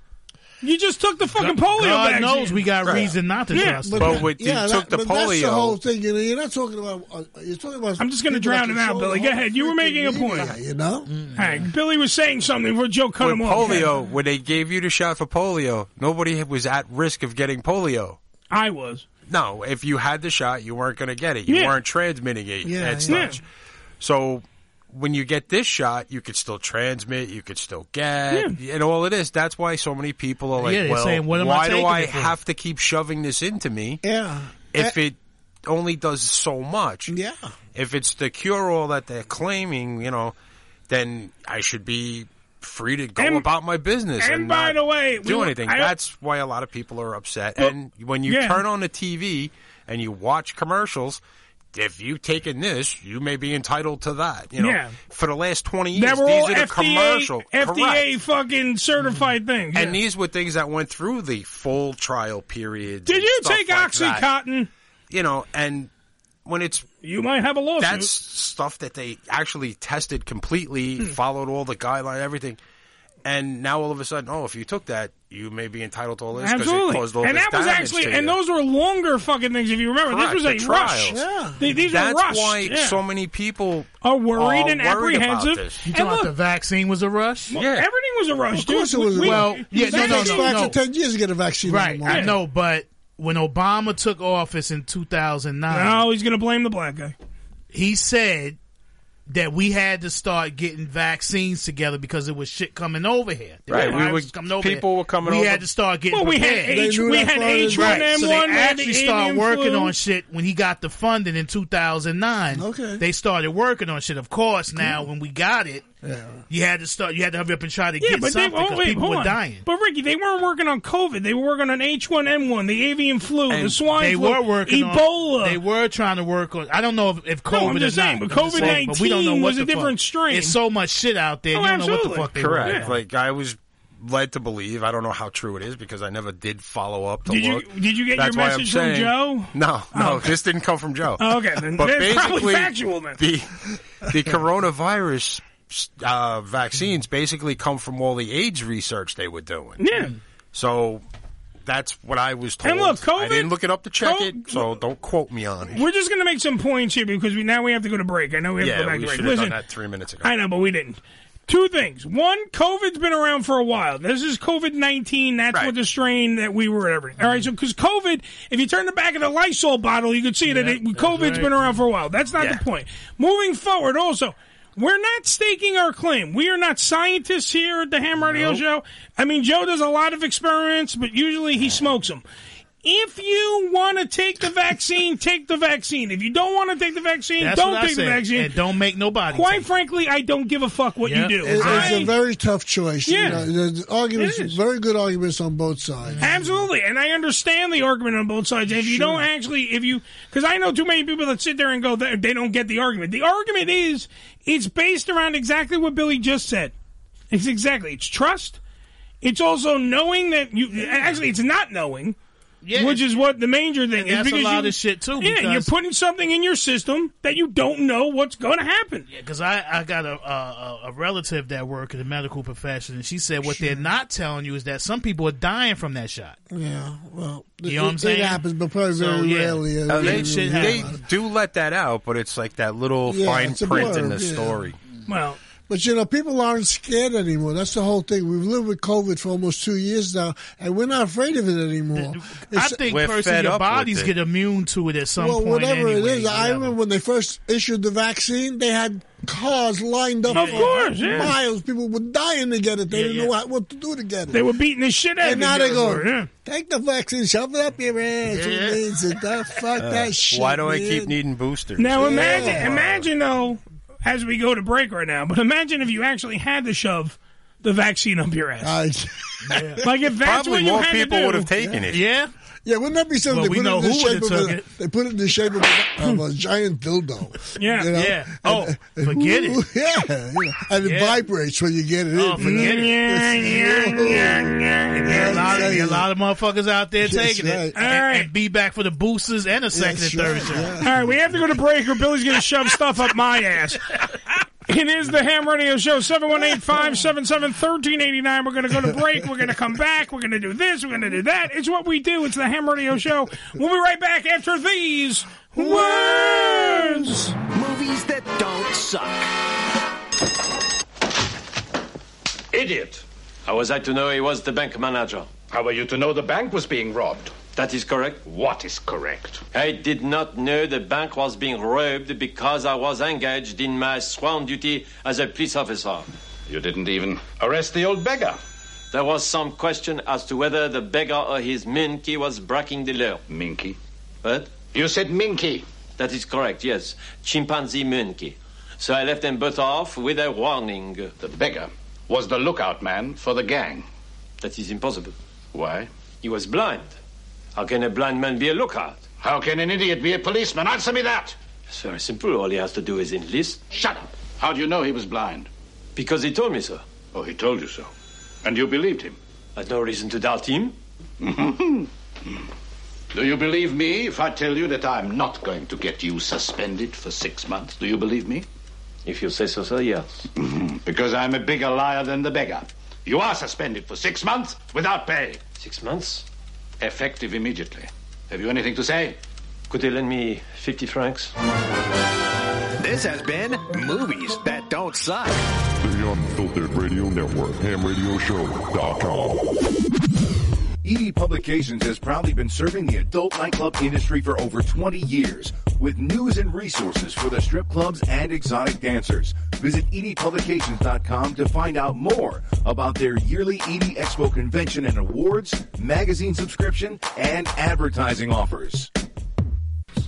Speaker 1: You just took the fucking
Speaker 2: God
Speaker 1: polio." vaccine.
Speaker 2: knows we got Right. reason not to trust them. But with- you took the
Speaker 3: but That's the
Speaker 2: polio-
Speaker 3: whole thing. You know, you're not talking about. Uh, you're talking about.
Speaker 1: I'm just going to
Speaker 3: people
Speaker 1: drown
Speaker 3: that
Speaker 1: him out,
Speaker 3: control
Speaker 1: Billy.
Speaker 3: the
Speaker 1: Go
Speaker 3: whole
Speaker 1: ahead. You were
Speaker 3: freaking
Speaker 1: making a
Speaker 3: media,
Speaker 1: point.
Speaker 3: You know,
Speaker 1: All right, Billy was saying something where Joe cut
Speaker 5: With
Speaker 1: him off.
Speaker 5: polio, when they gave you the shot for polio, nobody was at risk of getting polio.
Speaker 1: I was.
Speaker 5: No, if you had the shot, you weren't going to get it. You
Speaker 1: Yeah.
Speaker 5: weren't transmitting it
Speaker 1: Yeah,
Speaker 5: and
Speaker 1: yeah.
Speaker 5: such. So when you get this shot, you could still transmit, you could still get, and all of this. That's why so many people are like,
Speaker 2: Yeah, they're
Speaker 5: "Well,
Speaker 2: saying, what am I
Speaker 5: why do
Speaker 2: taking
Speaker 5: I
Speaker 2: it for?"
Speaker 5: have to keep shoving this into me?"
Speaker 3: Yeah.
Speaker 5: if it only does so much.
Speaker 3: Yeah.
Speaker 5: If it's the cure all that they're claiming, you know, then I should be free to go
Speaker 1: And-
Speaker 5: about my business
Speaker 1: and
Speaker 5: and,
Speaker 1: by
Speaker 5: not
Speaker 1: the way, we
Speaker 5: do
Speaker 1: were-
Speaker 5: anything.
Speaker 1: I-
Speaker 5: That's why a lot of people are upset.
Speaker 1: Well,
Speaker 5: and when you
Speaker 1: yeah.
Speaker 5: turn on the TV and you watch commercials, if you've taken this, you may be entitled to that. You know,
Speaker 1: Yeah.
Speaker 5: for the last twenty years,
Speaker 1: That were all
Speaker 5: these are the
Speaker 1: FDA,
Speaker 5: commercial
Speaker 1: FDA
Speaker 5: correct.
Speaker 1: fucking certified things.
Speaker 5: And these were things that went through the full trial period.
Speaker 1: Did you take
Speaker 5: That.
Speaker 1: OxyContin?
Speaker 5: You know, and when it's
Speaker 1: you might have a lawsuit.
Speaker 5: That's stuff that they actually tested completely,
Speaker 1: Hmm.
Speaker 5: followed all the guideline, everything. And now all of a sudden, oh, if you took that, you may be entitled to all this because it
Speaker 1: Absolutely,
Speaker 5: caused all
Speaker 1: and
Speaker 5: this
Speaker 1: that was
Speaker 5: damage
Speaker 1: actually,
Speaker 5: to you.
Speaker 1: and those were longer fucking things. If you remember,
Speaker 5: Correct,
Speaker 1: this was
Speaker 5: the
Speaker 1: a rush.
Speaker 5: trials. Yeah.
Speaker 1: They- these
Speaker 5: That's
Speaker 1: were rushed.
Speaker 5: why
Speaker 1: yeah.
Speaker 5: so many people
Speaker 1: are worried
Speaker 5: are
Speaker 1: and
Speaker 5: worried about
Speaker 1: apprehensive.
Speaker 5: this.
Speaker 2: You
Speaker 1: and
Speaker 2: thought
Speaker 1: look,
Speaker 2: the vaccine was a rush?
Speaker 1: Well, Yeah. everything was a rush,
Speaker 3: Of course, it was.
Speaker 2: well, yeah,
Speaker 3: it
Speaker 2: no, no,
Speaker 3: takes
Speaker 2: no,
Speaker 3: five
Speaker 2: no.
Speaker 3: to ten years to get a vaccine.
Speaker 2: Right,
Speaker 3: anymore.
Speaker 2: I know, but when Obama took office in 2009,
Speaker 1: no, he's going to blame the black guy.
Speaker 2: he said that we had to start getting vaccines together because there was shit coming over here. The
Speaker 5: Right, we
Speaker 2: virus
Speaker 5: were-
Speaker 2: was coming over
Speaker 5: people
Speaker 2: here.
Speaker 5: were coming
Speaker 2: We
Speaker 5: over-
Speaker 2: had to start getting.
Speaker 1: Well, we had
Speaker 2: prepared.
Speaker 1: H- They knew we that had foreign. H1N1,
Speaker 2: Right, so
Speaker 1: we
Speaker 2: they
Speaker 1: had
Speaker 2: actually
Speaker 1: the
Speaker 2: started
Speaker 1: avian
Speaker 2: working
Speaker 1: flu.
Speaker 2: on shit when he got the funding in 2009. Okay, they started working on shit. Of course, now when we got it, you had to start. You had to hurry up and try to
Speaker 1: Yeah,
Speaker 2: get
Speaker 1: but they
Speaker 2: something
Speaker 1: oh,
Speaker 2: because
Speaker 1: wait,
Speaker 2: people
Speaker 1: hold
Speaker 2: were
Speaker 1: on.
Speaker 2: dying.
Speaker 1: But Ricky, they weren't working on COVID. They were working on H1N1, the avian flu, the
Speaker 2: And
Speaker 1: swine
Speaker 2: they
Speaker 1: flu,
Speaker 2: were working on-
Speaker 1: Ebola.
Speaker 2: they were trying to work on. I don't know if, if
Speaker 1: No,
Speaker 2: COVID
Speaker 1: I'm just
Speaker 2: or
Speaker 1: saying,
Speaker 2: not.
Speaker 1: but
Speaker 2: I'm just saying, but we don't know
Speaker 1: COVID-19
Speaker 2: what
Speaker 1: was
Speaker 2: the
Speaker 1: a different
Speaker 2: fuck.
Speaker 1: strain.
Speaker 2: It's so much shit out there.
Speaker 1: Oh,
Speaker 2: you don't know what the
Speaker 1: absolutely.
Speaker 2: fuck they were
Speaker 5: Correct.
Speaker 2: doing.
Speaker 5: Like I was led to believe. I don't know how true it is because I never did follow up to
Speaker 1: Did you-
Speaker 5: look.
Speaker 1: did you get
Speaker 5: That's
Speaker 1: your
Speaker 5: why I'm
Speaker 1: message from
Speaker 5: saying-
Speaker 1: Joe?
Speaker 5: No, no,
Speaker 1: Oh, okay.
Speaker 5: this didn't come from Joe.
Speaker 1: Oh, okay, then-
Speaker 5: but
Speaker 1: then <laughs> it's probably
Speaker 5: basically,
Speaker 1: factual then.
Speaker 5: the the coronavirus uh, vaccines basically come from all the AIDS research they were doing.
Speaker 1: Yeah.
Speaker 5: So that's what I was told.
Speaker 1: And look,
Speaker 5: I didn't
Speaker 1: COVID-
Speaker 5: look it up to check
Speaker 1: co-
Speaker 5: it, so don't quote me on it.
Speaker 1: We're just going to make some points here because we now we have to go to break. I know we have to go
Speaker 5: yeah, we
Speaker 1: back to break.
Speaker 5: should have
Speaker 1: Listen,
Speaker 5: done that three minutes ago.
Speaker 1: I know, but we didn't. Two things. One, COVID's been around for a while. This is COVID 19. That's what the strain that we were at. Every, all right, so because COVID, if you turn the back of the Lysol bottle, you could see that it, COVID's
Speaker 2: right.
Speaker 1: been around for a while. That's not
Speaker 2: Yeah.
Speaker 1: the point. Moving forward, also, we're not staking our claim. We are not scientists here at the Ham Radio Show. I mean, Joe does a lot of experiments, but usually he smokes them. If you want to take the vaccine, take the vaccine. If you don't want to take the vaccine,
Speaker 2: That's
Speaker 1: don't
Speaker 2: what I
Speaker 1: take the
Speaker 2: said.
Speaker 1: vaccine.
Speaker 2: And don't make nobody.
Speaker 1: Quite frankly, I don't give a fuck what you do.
Speaker 3: It- it's
Speaker 1: I-
Speaker 3: a very tough choice. You
Speaker 1: Yeah.
Speaker 3: know, there's arguments,
Speaker 1: It is.
Speaker 3: very good arguments on both sides.
Speaker 1: Absolutely, and I understand the argument on both sides. If you don't actually, if you, because I know too many people that sit there and go, they they don't get the argument. The argument is, it's based around exactly what Billy just said. It's exactly it's trust. It's also knowing that you actually it's not knowing, which is what the major thing
Speaker 2: And
Speaker 1: is.
Speaker 2: that's a
Speaker 1: because
Speaker 2: lot
Speaker 1: you-
Speaker 2: of shit, too,
Speaker 1: Yeah,
Speaker 2: because-
Speaker 1: you're putting something in your system that you don't know what's going to happen.
Speaker 2: Because I, I got a, a a- a relative that work in the medical profession, and she said what they're not telling you is that some people are dying from that shot.
Speaker 3: Yeah, well,
Speaker 2: You know what I'm
Speaker 3: it,
Speaker 2: saying?
Speaker 3: It happens, but probably
Speaker 2: So,
Speaker 3: very
Speaker 2: yeah.
Speaker 3: rarely.
Speaker 2: Uh,
Speaker 3: uh,
Speaker 5: Now,
Speaker 3: really,
Speaker 5: they
Speaker 3: really
Speaker 5: they
Speaker 3: happens.
Speaker 5: do let that out, but it's like that little
Speaker 3: Yeah,
Speaker 5: fine
Speaker 3: it's a
Speaker 5: print in
Speaker 3: blur,
Speaker 5: the
Speaker 3: yeah.
Speaker 5: story.
Speaker 1: Well,
Speaker 3: but you know, people aren't scared anymore. That's the whole thing. We've lived with COVID for almost two years now, and we're not afraid of it anymore.
Speaker 2: I
Speaker 3: It's-
Speaker 2: think personally, your bodies get immune to it at some
Speaker 3: well,
Speaker 2: point.
Speaker 3: whatever
Speaker 2: anyway,
Speaker 3: it is, I <laughs> remember when they first issued the vaccine, they had cars lined up.
Speaker 1: Of
Speaker 3: for
Speaker 1: course, yeah.
Speaker 3: miles. People were dying to get it. They didn't know how- what to do to get it.
Speaker 1: They were beating the shit out
Speaker 3: And
Speaker 1: of
Speaker 3: now
Speaker 1: each
Speaker 3: they go,
Speaker 1: other, yeah.
Speaker 3: take the vaccine, shove it up your ass.
Speaker 5: Yeah.
Speaker 3: Who needs it? That- fuck
Speaker 5: Uh,
Speaker 3: that shit.
Speaker 5: why do I keep
Speaker 3: man.
Speaker 5: needing boosters?
Speaker 1: Now imagine, imagine though, as we go to break right now, but imagine if you actually had to shove the vaccine up your ass. Like if that's
Speaker 5: Probably
Speaker 1: what you
Speaker 5: more
Speaker 1: had
Speaker 5: people
Speaker 1: to do,
Speaker 5: would have taken it.
Speaker 2: Yeah.
Speaker 3: Yeah, wouldn't that be something?
Speaker 2: Well,
Speaker 3: they
Speaker 2: we
Speaker 3: put
Speaker 2: know
Speaker 3: it in the
Speaker 2: who would've
Speaker 3: shape of
Speaker 2: took
Speaker 3: a,
Speaker 2: it.
Speaker 3: They put it in the shape of a, of a giant dildo.
Speaker 1: <laughs> Yeah, yeah.
Speaker 2: Oh, forget it.
Speaker 3: <laughs> Yeah, you know, and it
Speaker 2: Yeah.
Speaker 3: vibrates when you get it.
Speaker 2: Oh,
Speaker 3: in.
Speaker 2: forget it. There are a lot of, there are a lot of motherfuckers out there
Speaker 3: That's
Speaker 2: taking
Speaker 3: right.
Speaker 2: it, and, and be back for the boosters and the second and third shot.
Speaker 1: All right, we have to go to break or Billy's going to shove stuff up my ass. It is the Ham Radio Show, 718 577 1389. We're going to go to break. We're going to come back. We're going to do this. We're going to do that. It's what we do. It's the Ham Radio Show. We'll be right back after these words.
Speaker 10: Movies that don't suck.
Speaker 13: Idiot! How was I to know he was the bank manager? How were you to know the bank was being robbed? That is correct. What is correct? I did not know the bank was being robbed because I was engaged in my sworn duty as a police officer. You didn't even arrest the
Speaker 20: <laughs>
Speaker 13: old beggar. There was some question as to whether the beggar or his minky was breaking the law. Minky? What? You said minky. That is correct, yes. Chimpanzee minky. So I left them both off with a warning. The beggar was the lookout man for the gang. That is impossible. Why? He was blind. How can a blind man be a lookout? How can an idiot be a policeman? Answer me that! It's very simple. All he has to do is enlist. Shut up! How do you know he was blind? Because he told me so. Oh, he told you so. And you believed him? I've no reason to doubt <laughs> him.
Speaker 10: Do you believe me if I tell you that I'm not going to get you suspended for six months? Do you believe me? Mm-hmm.
Speaker 13: If you say so, sir, yes.
Speaker 10: Because I'm a bigger liar than the beggar. You are suspended for six months without pay.
Speaker 13: Six months?
Speaker 10: Effective immediately. Have you anything to say?
Speaker 13: Could you lend me 50 francs?
Speaker 10: This has been Movies That Don't Suck.
Speaker 14: The Unfiltered Radio Network, hamradioshow.com.
Speaker 23: ED E Publications has proudly been serving the adult nightclub industry for over 20 years with news and resources for the strip clubs and exotic dancers. Visit E edpublications.com to find out more about their yearly ED Expo convention and awards, magazine subscription, and advertising offers.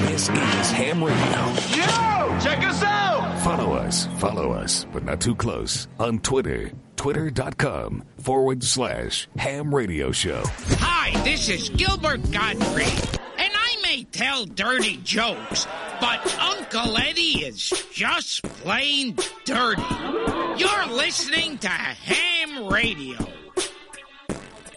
Speaker 19: This is Ham Radio.
Speaker 20: Yo! Check us out!
Speaker 19: Follow us, follow us, but not too close on Twitter. Twitter.com forward slash ham radio show.
Speaker 15: Hi, this is Gilbert Godfrey, and I may tell dirty jokes, but Uncle Eddie is just plain dirty. You're listening to Ham Radio.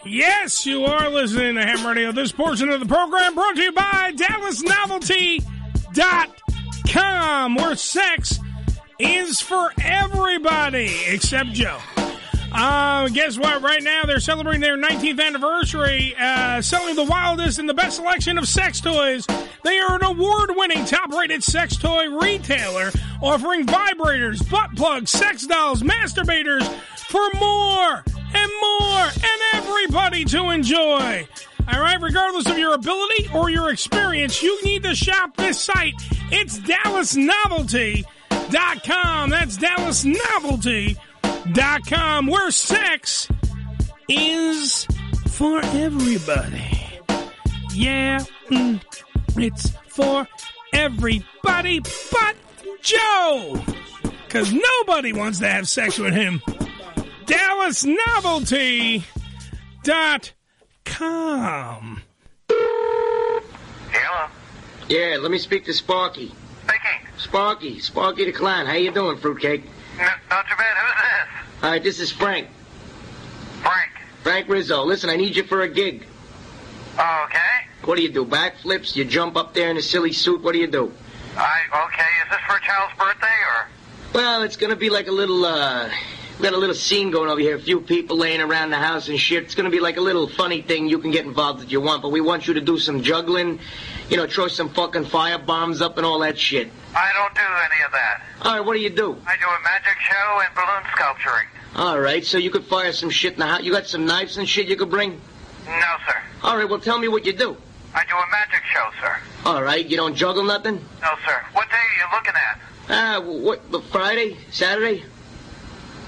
Speaker 1: Yes, you are listening to Ham Radio. This portion of the program brought to you by DallasNovelty.com, where sex is for everybody except Joe. Uh, guess what? Right now, they're celebrating their 19th anniversary, uh, selling the wildest and the best selection of sex toys. They are an award-winning, top-rated sex toy retailer, offering vibrators, butt plugs, sex dolls, masturbators, for more and more and everybody to enjoy. All right, regardless of your ability or your experience, you need to shop this site. It's DallasNovelty.com. That's DallasNovelty.com, where sex is for everybody. Yeah, mm, it's for everybody but Joe. Because nobody wants to have sex with him. DallasNovelty.com.
Speaker 22: Hello. Yeah, let me speak to Sparky. Speaking. Sparky, Sparky the Clown. How you doing, Fruitcake?
Speaker 7: Not too bad. Who's this?
Speaker 22: All right, this is Frank. Frank. Frank Rizzo. Listen, I need you for a gig.
Speaker 7: Oh,
Speaker 22: Okay. What do you do? Backflips? You jump up there in a silly suit? What do you do?
Speaker 7: I okay. Is this for a child's birthday or?
Speaker 22: Well, it's gonna be like a little, uh, we got a little scene going over here. A few people laying around the house and shit. It's gonna be like a little funny thing. You can get involved if you want, but we want you to do some juggling, you know, throw some fucking fire bombs up and all that shit.
Speaker 7: I don't do any of that.
Speaker 22: All right, what do you do?
Speaker 7: I do a magic show and balloon sculpturing.
Speaker 22: All right, so you could fire some shit in the house. You got some knives and shit you could bring?
Speaker 7: No, sir.
Speaker 22: All right, well, tell me what you do.
Speaker 7: I do a magic show, sir.
Speaker 22: All right, you don't juggle nothing?
Speaker 7: No, sir. What day are you looking at?
Speaker 22: Ah, uh, what, what, Friday? Saturday?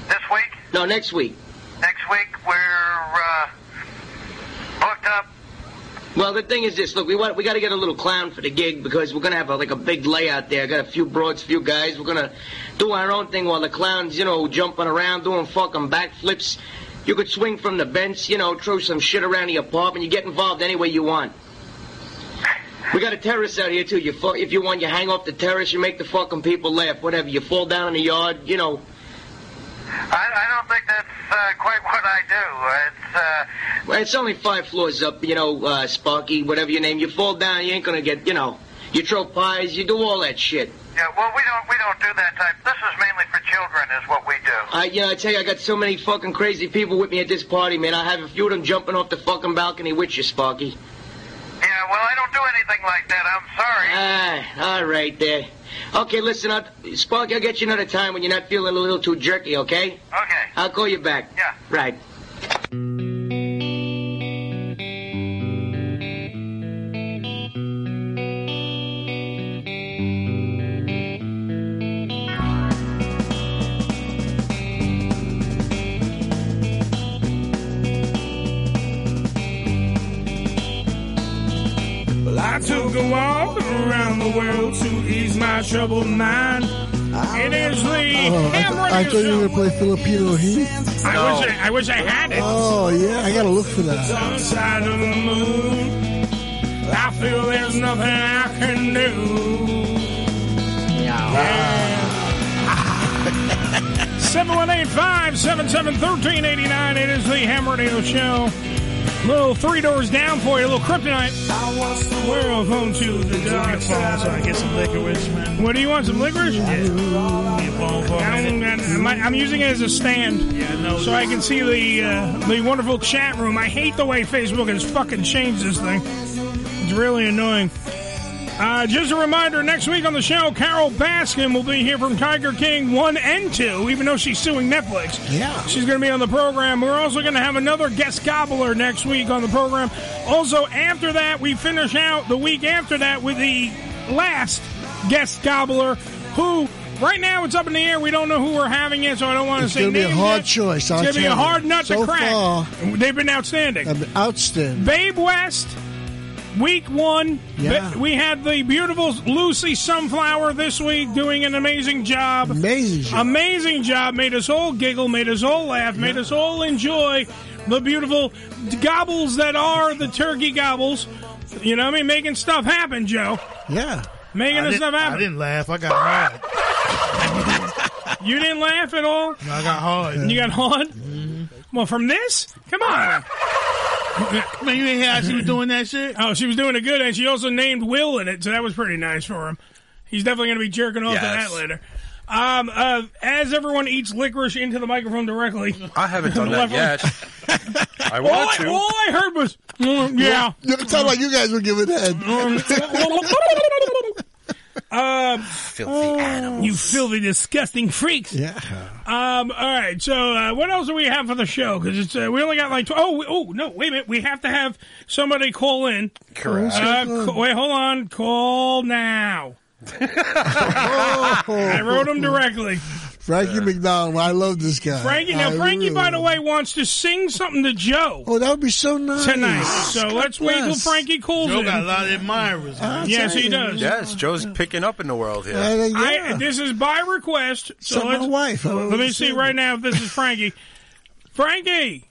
Speaker 7: This week?
Speaker 22: No, next week.
Speaker 7: Next week? We're uh, booked up.
Speaker 22: Well, the thing is this. Look, we want we got to get a little clown for the gig because we're gonna have a, like a big layout there. Got a few broads, few guys. We're gonna do our own thing while the clowns, you know, jumping around, doing fucking backflips. You could swing from the bench, you know, throw some shit around the apartment. You get involved any way you want. We got a terrace out here too. You fu- if you want, you hang off the terrace. You make the fucking people laugh. Whatever. You fall down in the yard. You know.
Speaker 7: I, I don't think that's uh, quite what I do. It's uh,
Speaker 22: Well, it's only five floors up, you know, uh, Sparky, whatever your name. You fall down, you ain't gonna get, you know, you throw pies, you do all that shit.
Speaker 7: yeah. Well, we don't we don't do that type. This is mainly for children, is what we do.
Speaker 22: I, you know, I tell you, I got so many fucking crazy people with me at this party, man. I have a few of them jumping off the fucking balcony with you, Sparky.
Speaker 7: Yeah. Well, I don't do anything like that. I'm sorry.
Speaker 22: Ah, all right there. Okay, listen, I'll, Sparky, I'll get you another time when you're not feeling a little too jerky, okay?
Speaker 7: Okay.
Speaker 22: I'll call you back. Yeah. Right.
Speaker 24: Well, I took a walk around the world to ease my troubled mind. It is the
Speaker 3: Oh, I, th- I thought you were gonna play Filipino Heat.
Speaker 1: I wish I, I wish I had it.
Speaker 3: Oh yeah, I gotta look for that.
Speaker 24: Some side of the moon. I feel there's nothing I can do.
Speaker 1: Yeah. 718-577-1389. It is the Ham Radio Show. Little three doors down for you, a little kryptonite. I want the world home to the dark side. I get some licorice, man. What do you want? Some licorice? Yeah. I don't got- I'm my, I'm using it as a stand, so I can see the uh, the wonderful chat room. I hate the way Facebook has fucking changed this thing. It's really annoying. Uh, just a reminder: next week on the show, Carol Baskin will be here from Tiger King one and two, even though she's suing Netflix. Yeah, she's going to be on the program. We're also going to have another guest gobbler next week on the program. Also, after that, we finish out the week after that with the last guest gobbler, who right now it's up in the air. We don't know who we're having yet, so I don't want to
Speaker 3: It's
Speaker 1: say.
Speaker 3: going to be a
Speaker 1: names
Speaker 3: hard
Speaker 1: yet.
Speaker 3: choice.
Speaker 1: It's
Speaker 3: I'll
Speaker 1: going to be a
Speaker 3: tell you.
Speaker 1: hard nut to
Speaker 3: So
Speaker 1: crack.
Speaker 3: far-
Speaker 1: They've been outstanding.
Speaker 3: Outstanding.
Speaker 1: Babe West, week one.
Speaker 3: Yeah.
Speaker 1: Ba- We had the beautiful Lucy Sunflower this week doing an amazing job. Amazing job. Amazing job. Made us all giggle, made us all laugh, made us all enjoy the beautiful gobbles that are the turkey gobbles. You know what I mean? Making stuff happen, Joe.
Speaker 3: Yeah.
Speaker 1: Making
Speaker 2: I
Speaker 1: this
Speaker 2: didn't-
Speaker 1: stuff happen.
Speaker 2: I didn't laugh. I got hard.
Speaker 1: You didn't laugh at all?
Speaker 2: I got hard.
Speaker 1: You got hard? Well, from this? Come on. Man, you didn't hear how she was doing that shit? Oh, she was doing it good, and she also named Will in it, so that was pretty nice for him. He's definitely going to be jerking off to
Speaker 5: Yes.
Speaker 1: that later. Um, uh, as everyone eats licorice into the microphone directly.
Speaker 5: I
Speaker 1: <laughs>
Speaker 5: haven't done that
Speaker 1: Left-
Speaker 5: yet. I
Speaker 1: All
Speaker 5: want
Speaker 1: I,
Speaker 5: to.
Speaker 1: all I heard was, mm, yeah.
Speaker 3: It sounded like you guys were giving head.
Speaker 1: <laughs> Um, filthy animals. You filthy, disgusting freaks. Yeah. Um, all right. So, uh, what else do we have for the show? Because it's uh, we only got like tw- oh we- oh no wait a minute we have to have somebody call in.
Speaker 5: Correct.
Speaker 1: Uh, ca- wait, hold on. Call
Speaker 3: <laughs>
Speaker 1: now.
Speaker 3: Oh.
Speaker 1: I wrote him directly.
Speaker 3: Frankie McDonald. I love this guy.
Speaker 1: Frankie. Now,
Speaker 3: Uh, I
Speaker 1: Frankie, by
Speaker 10: <laughs>
Speaker 3: really-
Speaker 1: the way, wants to sing something to Joe.
Speaker 3: Oh, that would be so nice
Speaker 1: Tonight. So let's wait till Frankie calls
Speaker 2: Joe
Speaker 1: in.
Speaker 2: got a lot of admirers. man.
Speaker 1: Yes, he does.
Speaker 5: Yes, Joe's picking up in the world here.
Speaker 3: uh,
Speaker 1: I, this is by request. So
Speaker 5: Sent my
Speaker 1: let's,
Speaker 5: wife. I don't
Speaker 1: Let me see
Speaker 5: understand
Speaker 1: right now if this is Frankie. Frankie,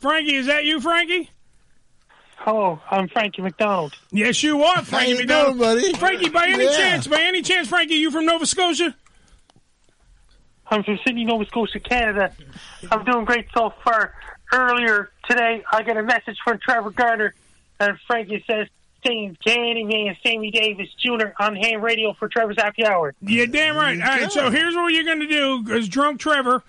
Speaker 1: Frankie, is that you, Frankie?
Speaker 10: Hello, I'm Frankie McDonald.
Speaker 1: Yes, you are, Frankie
Speaker 10: you
Speaker 1: McDonald.
Speaker 10: doing, buddy?
Speaker 1: Frankie, by any
Speaker 10: Yeah.
Speaker 1: chance, by any chance, Frankie, you from Nova Scotia?
Speaker 10: I'm from Sydney, Nova Scotia, Canada. I'm doing great so far. Earlier today, I got a message from Trevor Garner, and Frankie says, singing Candyman, Sammy Davis Jr. on ham radio for Trevor's happy hour.
Speaker 1: Yeah, damn right. All right, so here's what you're going to do because Drunk Trevor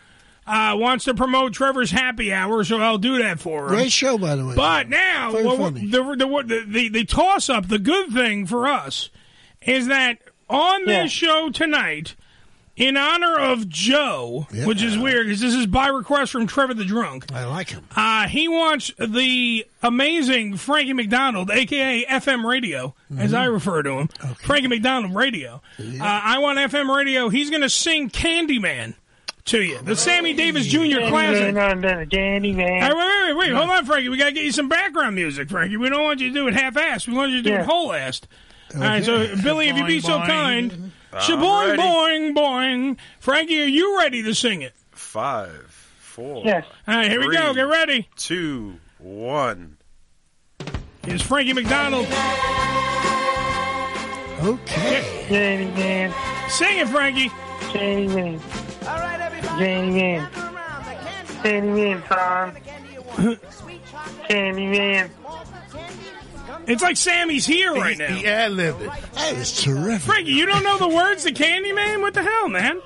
Speaker 1: uh, wants to promote Trevor's Happy Hour, so I'll do that for him.
Speaker 3: Great show, by the way.
Speaker 1: But now,
Speaker 3: Very
Speaker 1: what-
Speaker 3: funny.
Speaker 1: the, the, the, the, the toss up, the good thing for us is that on this show tonight, in honor of Joe, which is weird because this is by request from Trevor the Drunk.
Speaker 3: I like him.
Speaker 1: Uh, he wants the amazing Frankie McDonald, aka FM Radio,
Speaker 3: Mm-hmm.
Speaker 1: as I refer to him, Frankie McDonald Radio. Uh, I want FM Radio. He's going to sing Candyman to you, the Sammy Davis Jr. classic.
Speaker 10: Candyman.
Speaker 1: Hey, wait, wait, wait, wait. Hold on, Frankie. We got to get you some background music, Frankie. We don't want you to do it half assed. We want you to do
Speaker 10: Yeah.
Speaker 1: it whole assed. All right, so, Billy, if you'd be so
Speaker 5: Boing, boing.
Speaker 1: kind.
Speaker 5: I'm
Speaker 1: Shaboing,
Speaker 5: ready.
Speaker 1: boing, boing. Frankie, are you ready to sing it?
Speaker 5: Five, four.
Speaker 1: Yes. All right, here we go. Get ready.
Speaker 5: Two, one.
Speaker 1: Here's Frankie McDonald.
Speaker 3: Okay.
Speaker 10: Candyman.
Speaker 1: Sing it, Frankie.
Speaker 10: Candyman. Candyman. Candyman,
Speaker 1: <coughs>
Speaker 10: son. Candyman.
Speaker 1: It's like Sammy's here right now. He ad
Speaker 3: That is terrific.
Speaker 1: Frankie, you don't know the words to Candyman? What the hell, man?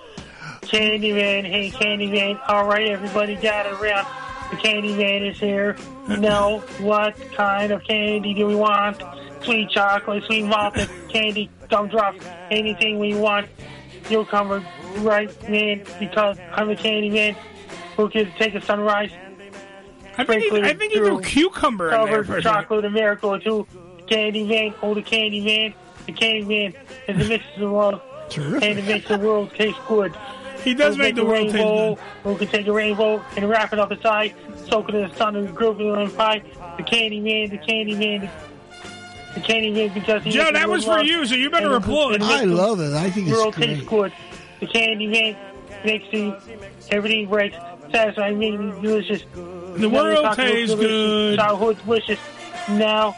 Speaker 10: Candyman, hey Candyman. All right, everybody got around. The Candyman is here. Now, what kind of candy do we want? Sweet chocolate, sweet malted candy, gumdrop, anything we want. You'll come right in because I'm a Candyman who can take a sunrise.
Speaker 1: I think he, I think he threw cucumber in there
Speaker 10: Covered
Speaker 1: for a second.
Speaker 10: chocolate, a miracle too. Candyman, oh the Candyman, the Candyman is the mix of the world, and it makes the world taste good.
Speaker 1: He does
Speaker 10: Who
Speaker 1: make
Speaker 10: can a
Speaker 1: the world taste
Speaker 10: rainbow, Who can take a rainbow and wrap it up inside, soak it in the sun and groove it on pie. The Candyman, the Candyman, the, the Candyman because he
Speaker 1: Joe,
Speaker 10: makes the
Speaker 1: that
Speaker 10: world
Speaker 1: was for
Speaker 10: love,
Speaker 1: you, so you better
Speaker 10: and it-
Speaker 1: applaud.
Speaker 10: it makes
Speaker 1: I
Speaker 10: the
Speaker 1: love it. I think it's
Speaker 10: world
Speaker 1: great.
Speaker 10: tastes good. The Candyman makes the everything breaks. Satisfying, making delicious.
Speaker 1: The world tastes good.
Speaker 10: Childhood wishes now,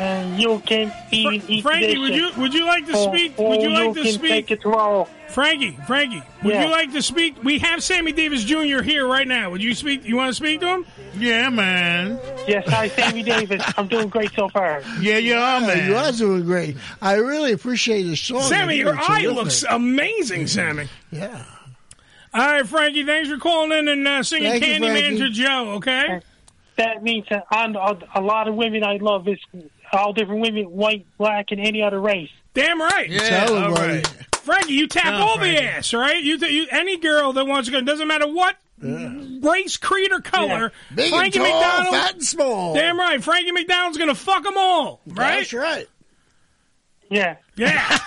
Speaker 10: and you can even eat
Speaker 1: Frankie,
Speaker 10: this
Speaker 1: would
Speaker 10: shit.
Speaker 1: you would you like to
Speaker 10: Oh,
Speaker 1: speak?
Speaker 10: oh,
Speaker 1: Would you like
Speaker 10: can
Speaker 1: to speak?
Speaker 10: Take it tomorrow.
Speaker 1: Frankie, Frankie, would
Speaker 10: Yeah.
Speaker 1: you like to speak? We have Sammy Davis Jr. here right now. Would you speak? You want to speak to him? Yeah, man.
Speaker 10: Yes, hi,
Speaker 1: <laughs>
Speaker 10: Sammy Davis. I'm doing great so far.
Speaker 1: Yeah, you are, man.
Speaker 3: You are doing great. I really appreciate the song. I
Speaker 1: Sammy,
Speaker 3: think
Speaker 1: your
Speaker 3: it's
Speaker 1: eye
Speaker 3: terrific.
Speaker 1: looks amazing, Sammy.
Speaker 3: Yeah.
Speaker 1: All right, Frankie, thanks for calling in and uh, singing
Speaker 10: Thank you,
Speaker 1: Candyman
Speaker 10: Frankie.
Speaker 1: to Joe, okay?
Speaker 10: That means that I'm, a lot of women I love is all different women, white, black, and any other race.
Speaker 1: Damn right.
Speaker 10: Yeah, Tell 'em, all buddy. right.
Speaker 1: Frankie, you tap
Speaker 10: Yeah,
Speaker 1: all the
Speaker 10: Frankie.
Speaker 1: ass, right? You, you any girl that wants to go, doesn't matter what race, creed, or color.
Speaker 10: Yeah. Big and
Speaker 1: Frankie
Speaker 10: tall,
Speaker 1: McDonald,
Speaker 10: fat and small.
Speaker 1: Damn right, Frankie McDonald's gonna fuck them all, right?
Speaker 10: That's
Speaker 1: right.
Speaker 10: Yeah.
Speaker 1: Yeah. <laughs>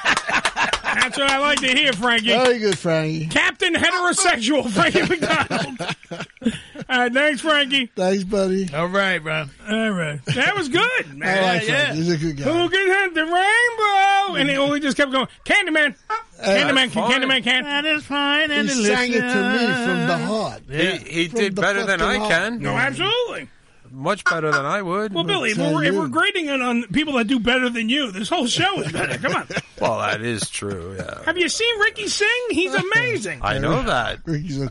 Speaker 1: That's what I like to hear, Frankie.
Speaker 10: Oh,
Speaker 3: Very good, Frankie.
Speaker 1: Captain heterosexual Frankie McDonald.
Speaker 10: <laughs>
Speaker 1: All right, thanks, Frankie.
Speaker 3: Thanks, buddy.
Speaker 7: All right, bro.
Speaker 1: All right, that was good.
Speaker 3: <laughs>
Speaker 1: Man.
Speaker 3: I like Frankie. He's a good guy.
Speaker 1: Who can hit the rainbow? And he only just kept going, Candyman, Candyman, can, Candyman, can.
Speaker 7: That is fine.
Speaker 3: Uh, He sang it to me from the heart.
Speaker 5: He, he
Speaker 3: From
Speaker 5: did
Speaker 3: the
Speaker 5: better than I
Speaker 3: fucking heart.
Speaker 5: can.
Speaker 1: No, absolutely.
Speaker 5: Much better than I would.
Speaker 1: Well, Billy, if we're, if we're grading it on people that do better than you, this whole show is better. Come on.
Speaker 5: <laughs> Well, that is true. Yeah,
Speaker 1: Have you seen Ricky sing?
Speaker 3: <laughs>
Speaker 1: He's amazing.
Speaker 5: I know that.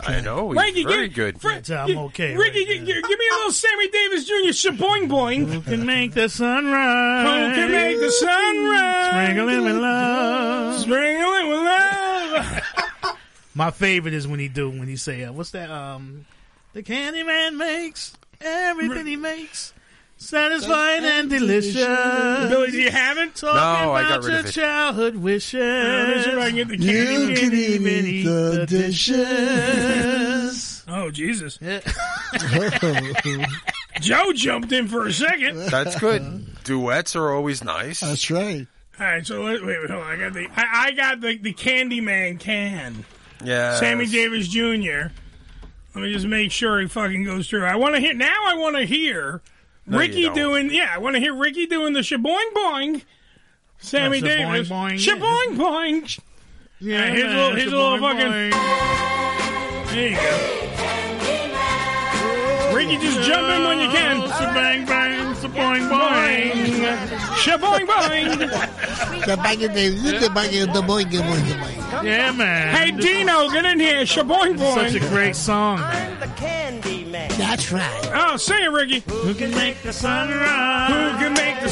Speaker 5: I know he's
Speaker 1: Frankie,
Speaker 5: very
Speaker 1: give-
Speaker 5: good.
Speaker 1: Fra-
Speaker 7: I'm okay.
Speaker 1: Ricky, gi- gi- give me a little Sammy Davis Jr. shaboing
Speaker 3: <laughs>
Speaker 1: boing. Who
Speaker 7: can make the sunrise?
Speaker 1: Who can make the sunrise?
Speaker 7: Sprinkling with love.
Speaker 1: Sprinkling with love.
Speaker 7: My favorite is when he do when he say, uh, "What's that?" Um, the Candyman makes everything he makes satisfying and delicious.
Speaker 1: Billy, do you have it?
Speaker 7: Talking
Speaker 1: No, I got
Speaker 7: about
Speaker 1: rid
Speaker 7: your
Speaker 1: of it.
Speaker 7: childhood wishes.
Speaker 1: Let me see if I can get the Candyman.
Speaker 7: even eat the dishes.
Speaker 1: Oh, <laughs> Jesus.
Speaker 3: <laughs>
Speaker 1: <laughs> Joe jumped in for a second.
Speaker 5: That's good. Duets are always nice.
Speaker 3: That's right.
Speaker 1: All right, so wait, wait, wait, hold on. I got the I, I got the the Candyman can.
Speaker 5: Yeah.
Speaker 1: Sammy Davis Jr. Let me just make sure he fucking goes through. I want to hear now. I want to hear
Speaker 5: No, you
Speaker 1: Ricky
Speaker 5: don't.
Speaker 1: doing. Yeah, I want to hear Ricky doing the shaboing boing. Sammy
Speaker 7: That's a boing
Speaker 1: Davis
Speaker 7: boing.
Speaker 1: shaboing boing. Yeah,
Speaker 7: Yeah,
Speaker 1: here's a little,
Speaker 7: man,
Speaker 1: here's a
Speaker 7: shaboing
Speaker 1: little fucking. There you go. Ricky, just jump in when you can. Shabang bang, shaboing boing, shaboing <laughs> boing.
Speaker 3: The back of the little back of the boy, the boy, the boy.
Speaker 7: Yeah, man.
Speaker 1: Hey, Dino, get in here. Shaboing boing.
Speaker 7: Such a great song. Man.
Speaker 3: That's right.
Speaker 1: Oh, sing it, Ricky. Who can make the sunrise? Who can make the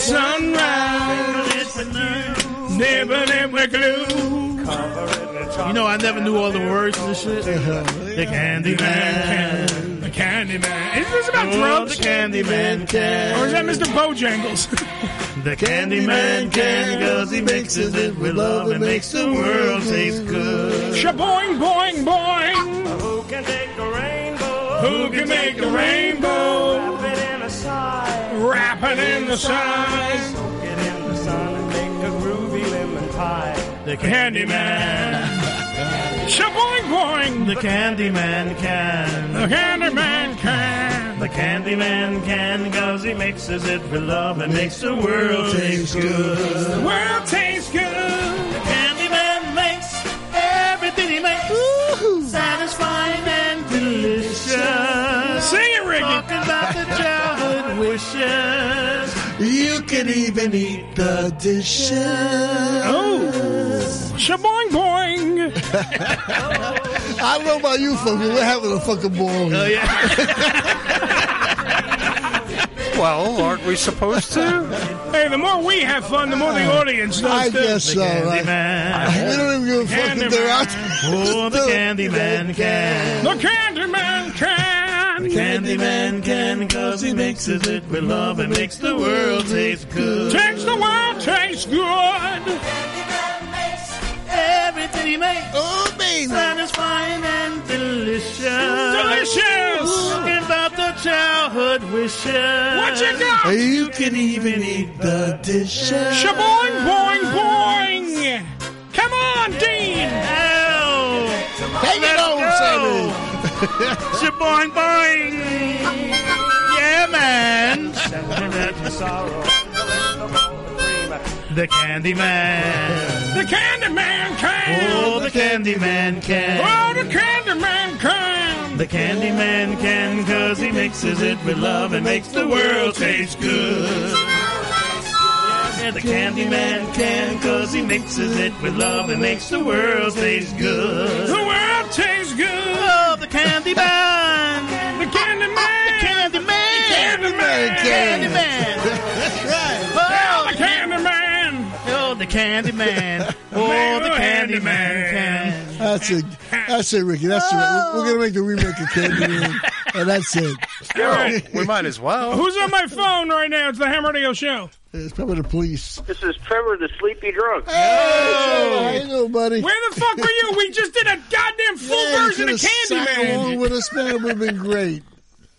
Speaker 1: sunrise? Never, never glue.
Speaker 7: You know, I never knew all the words and shit. the Candyman can.
Speaker 1: The Candyman. Is this about drugs?
Speaker 7: The Candyman can.
Speaker 1: Or is that Mr. Bojangles? <laughs>
Speaker 7: The Candyman can, cause he mixes it with love and makes the world taste good.
Speaker 1: Shaboing, boing, boing. Who can make the rainbow? Wrap it in the sun.
Speaker 7: The Candyman.
Speaker 1: Shaboing, boing.
Speaker 7: The Candyman can.
Speaker 1: The Candyman can.
Speaker 7: The Candyman can, cause he mixes it with love and makes the world taste
Speaker 1: The
Speaker 7: good.
Speaker 1: world tastes good.
Speaker 7: Candyman makes everything he makes satisfying and delicious.
Speaker 1: Sing it, Ricky.
Speaker 7: Talking about the childhood wishes.
Speaker 3: You can even eat the dishes.
Speaker 1: Oh. Shaboing, boing.
Speaker 3: <laughs> I don't know about you, folks, but we're having a fucking ball
Speaker 7: Oh,
Speaker 3: here.
Speaker 5: Well, aren't we supposed to?
Speaker 1: <laughs> Hey, the more we have fun, the more the audience does
Speaker 3: Ah, I
Speaker 1: too.
Speaker 3: guess so. Right? We don't even give a fuck if they're out <laughs>
Speaker 7: Oh, the Candyman can.
Speaker 1: The Candyman can.
Speaker 7: Candyman can, cause he mixes it with love and makes the world taste good.
Speaker 1: Takes the world tastes good.
Speaker 7: Everything he makes
Speaker 3: Oh, baby.
Speaker 7: satisfying and delicious.
Speaker 1: Delicious.
Speaker 7: Talking about the childhood wishes.
Speaker 1: What you got?
Speaker 3: You can even eat the dishes.
Speaker 1: Shaboing, boing, boing. Come on, Dean.
Speaker 7: Oh,
Speaker 3: Take it
Speaker 7: let's
Speaker 3: home,
Speaker 7: go.
Speaker 3: Sammy.
Speaker 7: Shaboing boing. Yeah, man. the Candyman.
Speaker 1: The Candyman
Speaker 7: Oh,
Speaker 1: can.
Speaker 7: the Candyman can.
Speaker 1: Oh, the Candyman can.
Speaker 7: The Candyman can, cause he mixes it with love and makes the world taste good. Yeah, the Candyman can, cause he mixes it with love and makes the world taste good.
Speaker 1: The world tastes good.
Speaker 7: Oh, the Candyman.
Speaker 1: <laughs> The Candyman.
Speaker 7: Candyman.
Speaker 1: Candyman can.
Speaker 7: Candyman.
Speaker 3: That's right.
Speaker 1: Oh,
Speaker 7: Oh,
Speaker 1: the Candyman. <laughs>
Speaker 7: Oh, the Candyman. Oh, the Candyman.
Speaker 3: That's a That's it, Ricky. That's it. We're, we're gonna make the remake of Candyman, and that's it.
Speaker 5: All right. we might as
Speaker 3: <laughs>
Speaker 5: well.
Speaker 1: Who's on my phone right now? It's the Ham Radio Show.
Speaker 3: It's probably the police.
Speaker 7: This is Trevor, the sleepy drunk.
Speaker 3: Hey, Trevor, how you doing, buddy?
Speaker 1: Where the fuck were you? We just did a goddamn full
Speaker 3: Yeah, you
Speaker 1: version of
Speaker 3: could've sat along
Speaker 1: Candyman.
Speaker 3: with us, man. It would have been great.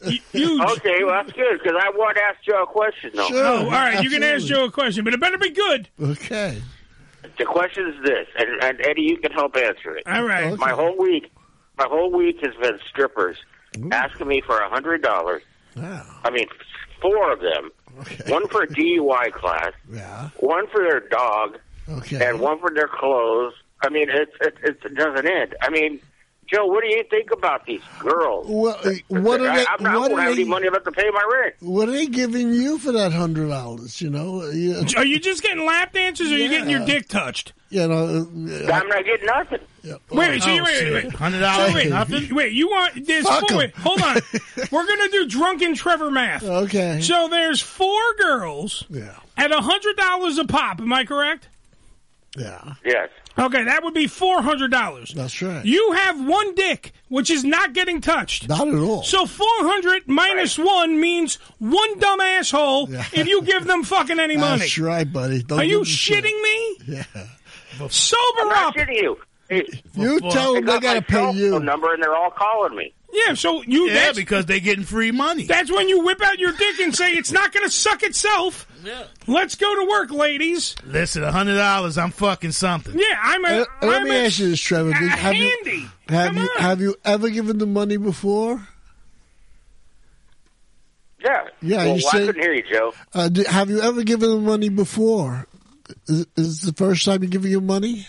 Speaker 7: Okay, well that's good because I want to ask Joe a question though.
Speaker 1: oh, all right. You can ask Joe a question, but it better be good.
Speaker 3: Okay.
Speaker 7: The question is this, and, and Eddie, you can help answer it.
Speaker 1: All right.
Speaker 7: My whole week, my whole week has been strippers asking me for a hundred dollars. I mean, four of them. One for a
Speaker 3: <laughs>
Speaker 7: DUI class.
Speaker 3: Yeah.
Speaker 7: One for their dog.
Speaker 3: Okay.
Speaker 7: And one for their clothes. I mean, it, it, it doesn't end. I mean, Joe, what do you think about these girls?
Speaker 3: Well, uh, what are
Speaker 7: I,
Speaker 3: they?
Speaker 7: I'm not
Speaker 3: What
Speaker 7: going to have
Speaker 3: are
Speaker 7: any
Speaker 3: they?
Speaker 7: money left to pay my rent.
Speaker 3: What are they giving you for that hundred dollars? You know, you,
Speaker 1: Are you just getting lap dances, or are you getting your dick touched?
Speaker 3: you know, uh,
Speaker 7: I'm not getting nothing.
Speaker 1: Wait, so
Speaker 3: Oh,
Speaker 1: you, wait, wait,
Speaker 3: shit.
Speaker 1: wait.
Speaker 2: $100
Speaker 1: So wait,
Speaker 2: nothing?
Speaker 1: Wait, you want there's
Speaker 2: Fuck
Speaker 1: four,
Speaker 2: 'em.
Speaker 1: wait, hold
Speaker 3: <laughs>
Speaker 1: on. We're gonna do drunken Trevor math.
Speaker 3: Okay.
Speaker 1: So there's four girls
Speaker 3: Yeah.
Speaker 1: at a hundred dollars a pop. Am I correct?
Speaker 3: yeah,
Speaker 7: Yes.
Speaker 1: Okay, that would be four hundred dollars.
Speaker 3: that's right.
Speaker 1: You have one dick, which is not getting touched.
Speaker 3: Not at all.
Speaker 1: So 400 minus one means one dumb asshole if you give them fucking any money.
Speaker 3: <laughs> That's right, buddy. Don't
Speaker 1: Are you
Speaker 3: give them
Speaker 1: shitting
Speaker 3: shit.
Speaker 1: me?
Speaker 3: Yeah.
Speaker 1: Sober up.
Speaker 7: you.
Speaker 3: You tell them they
Speaker 7: got
Speaker 3: gotta
Speaker 7: my
Speaker 3: pay
Speaker 7: cell
Speaker 3: you.
Speaker 7: phone number, and they're all calling me.
Speaker 1: Yeah, so you
Speaker 2: Yeah,
Speaker 1: that's,
Speaker 2: because they getting free money.
Speaker 1: that's when you whip out your dick and say it's not going to suck itself.
Speaker 2: Yeah.
Speaker 1: Let's go to work, ladies.
Speaker 2: Listen, a hundred dollars, I'm fucking something.
Speaker 1: Yeah, I'm a.
Speaker 3: Uh, let
Speaker 1: am
Speaker 3: me
Speaker 1: a,
Speaker 2: <laughs>
Speaker 3: ask you this, Trevor. Did- have
Speaker 1: handy.
Speaker 3: you have you have you ever given them money before?
Speaker 7: Yeah.
Speaker 3: Yeah,
Speaker 7: Well,
Speaker 3: you
Speaker 7: well, I
Speaker 3: said-
Speaker 7: couldn't hear you, Joe.
Speaker 3: Uh, do, have you ever given them money before? Is, is this the first time you're giving them money?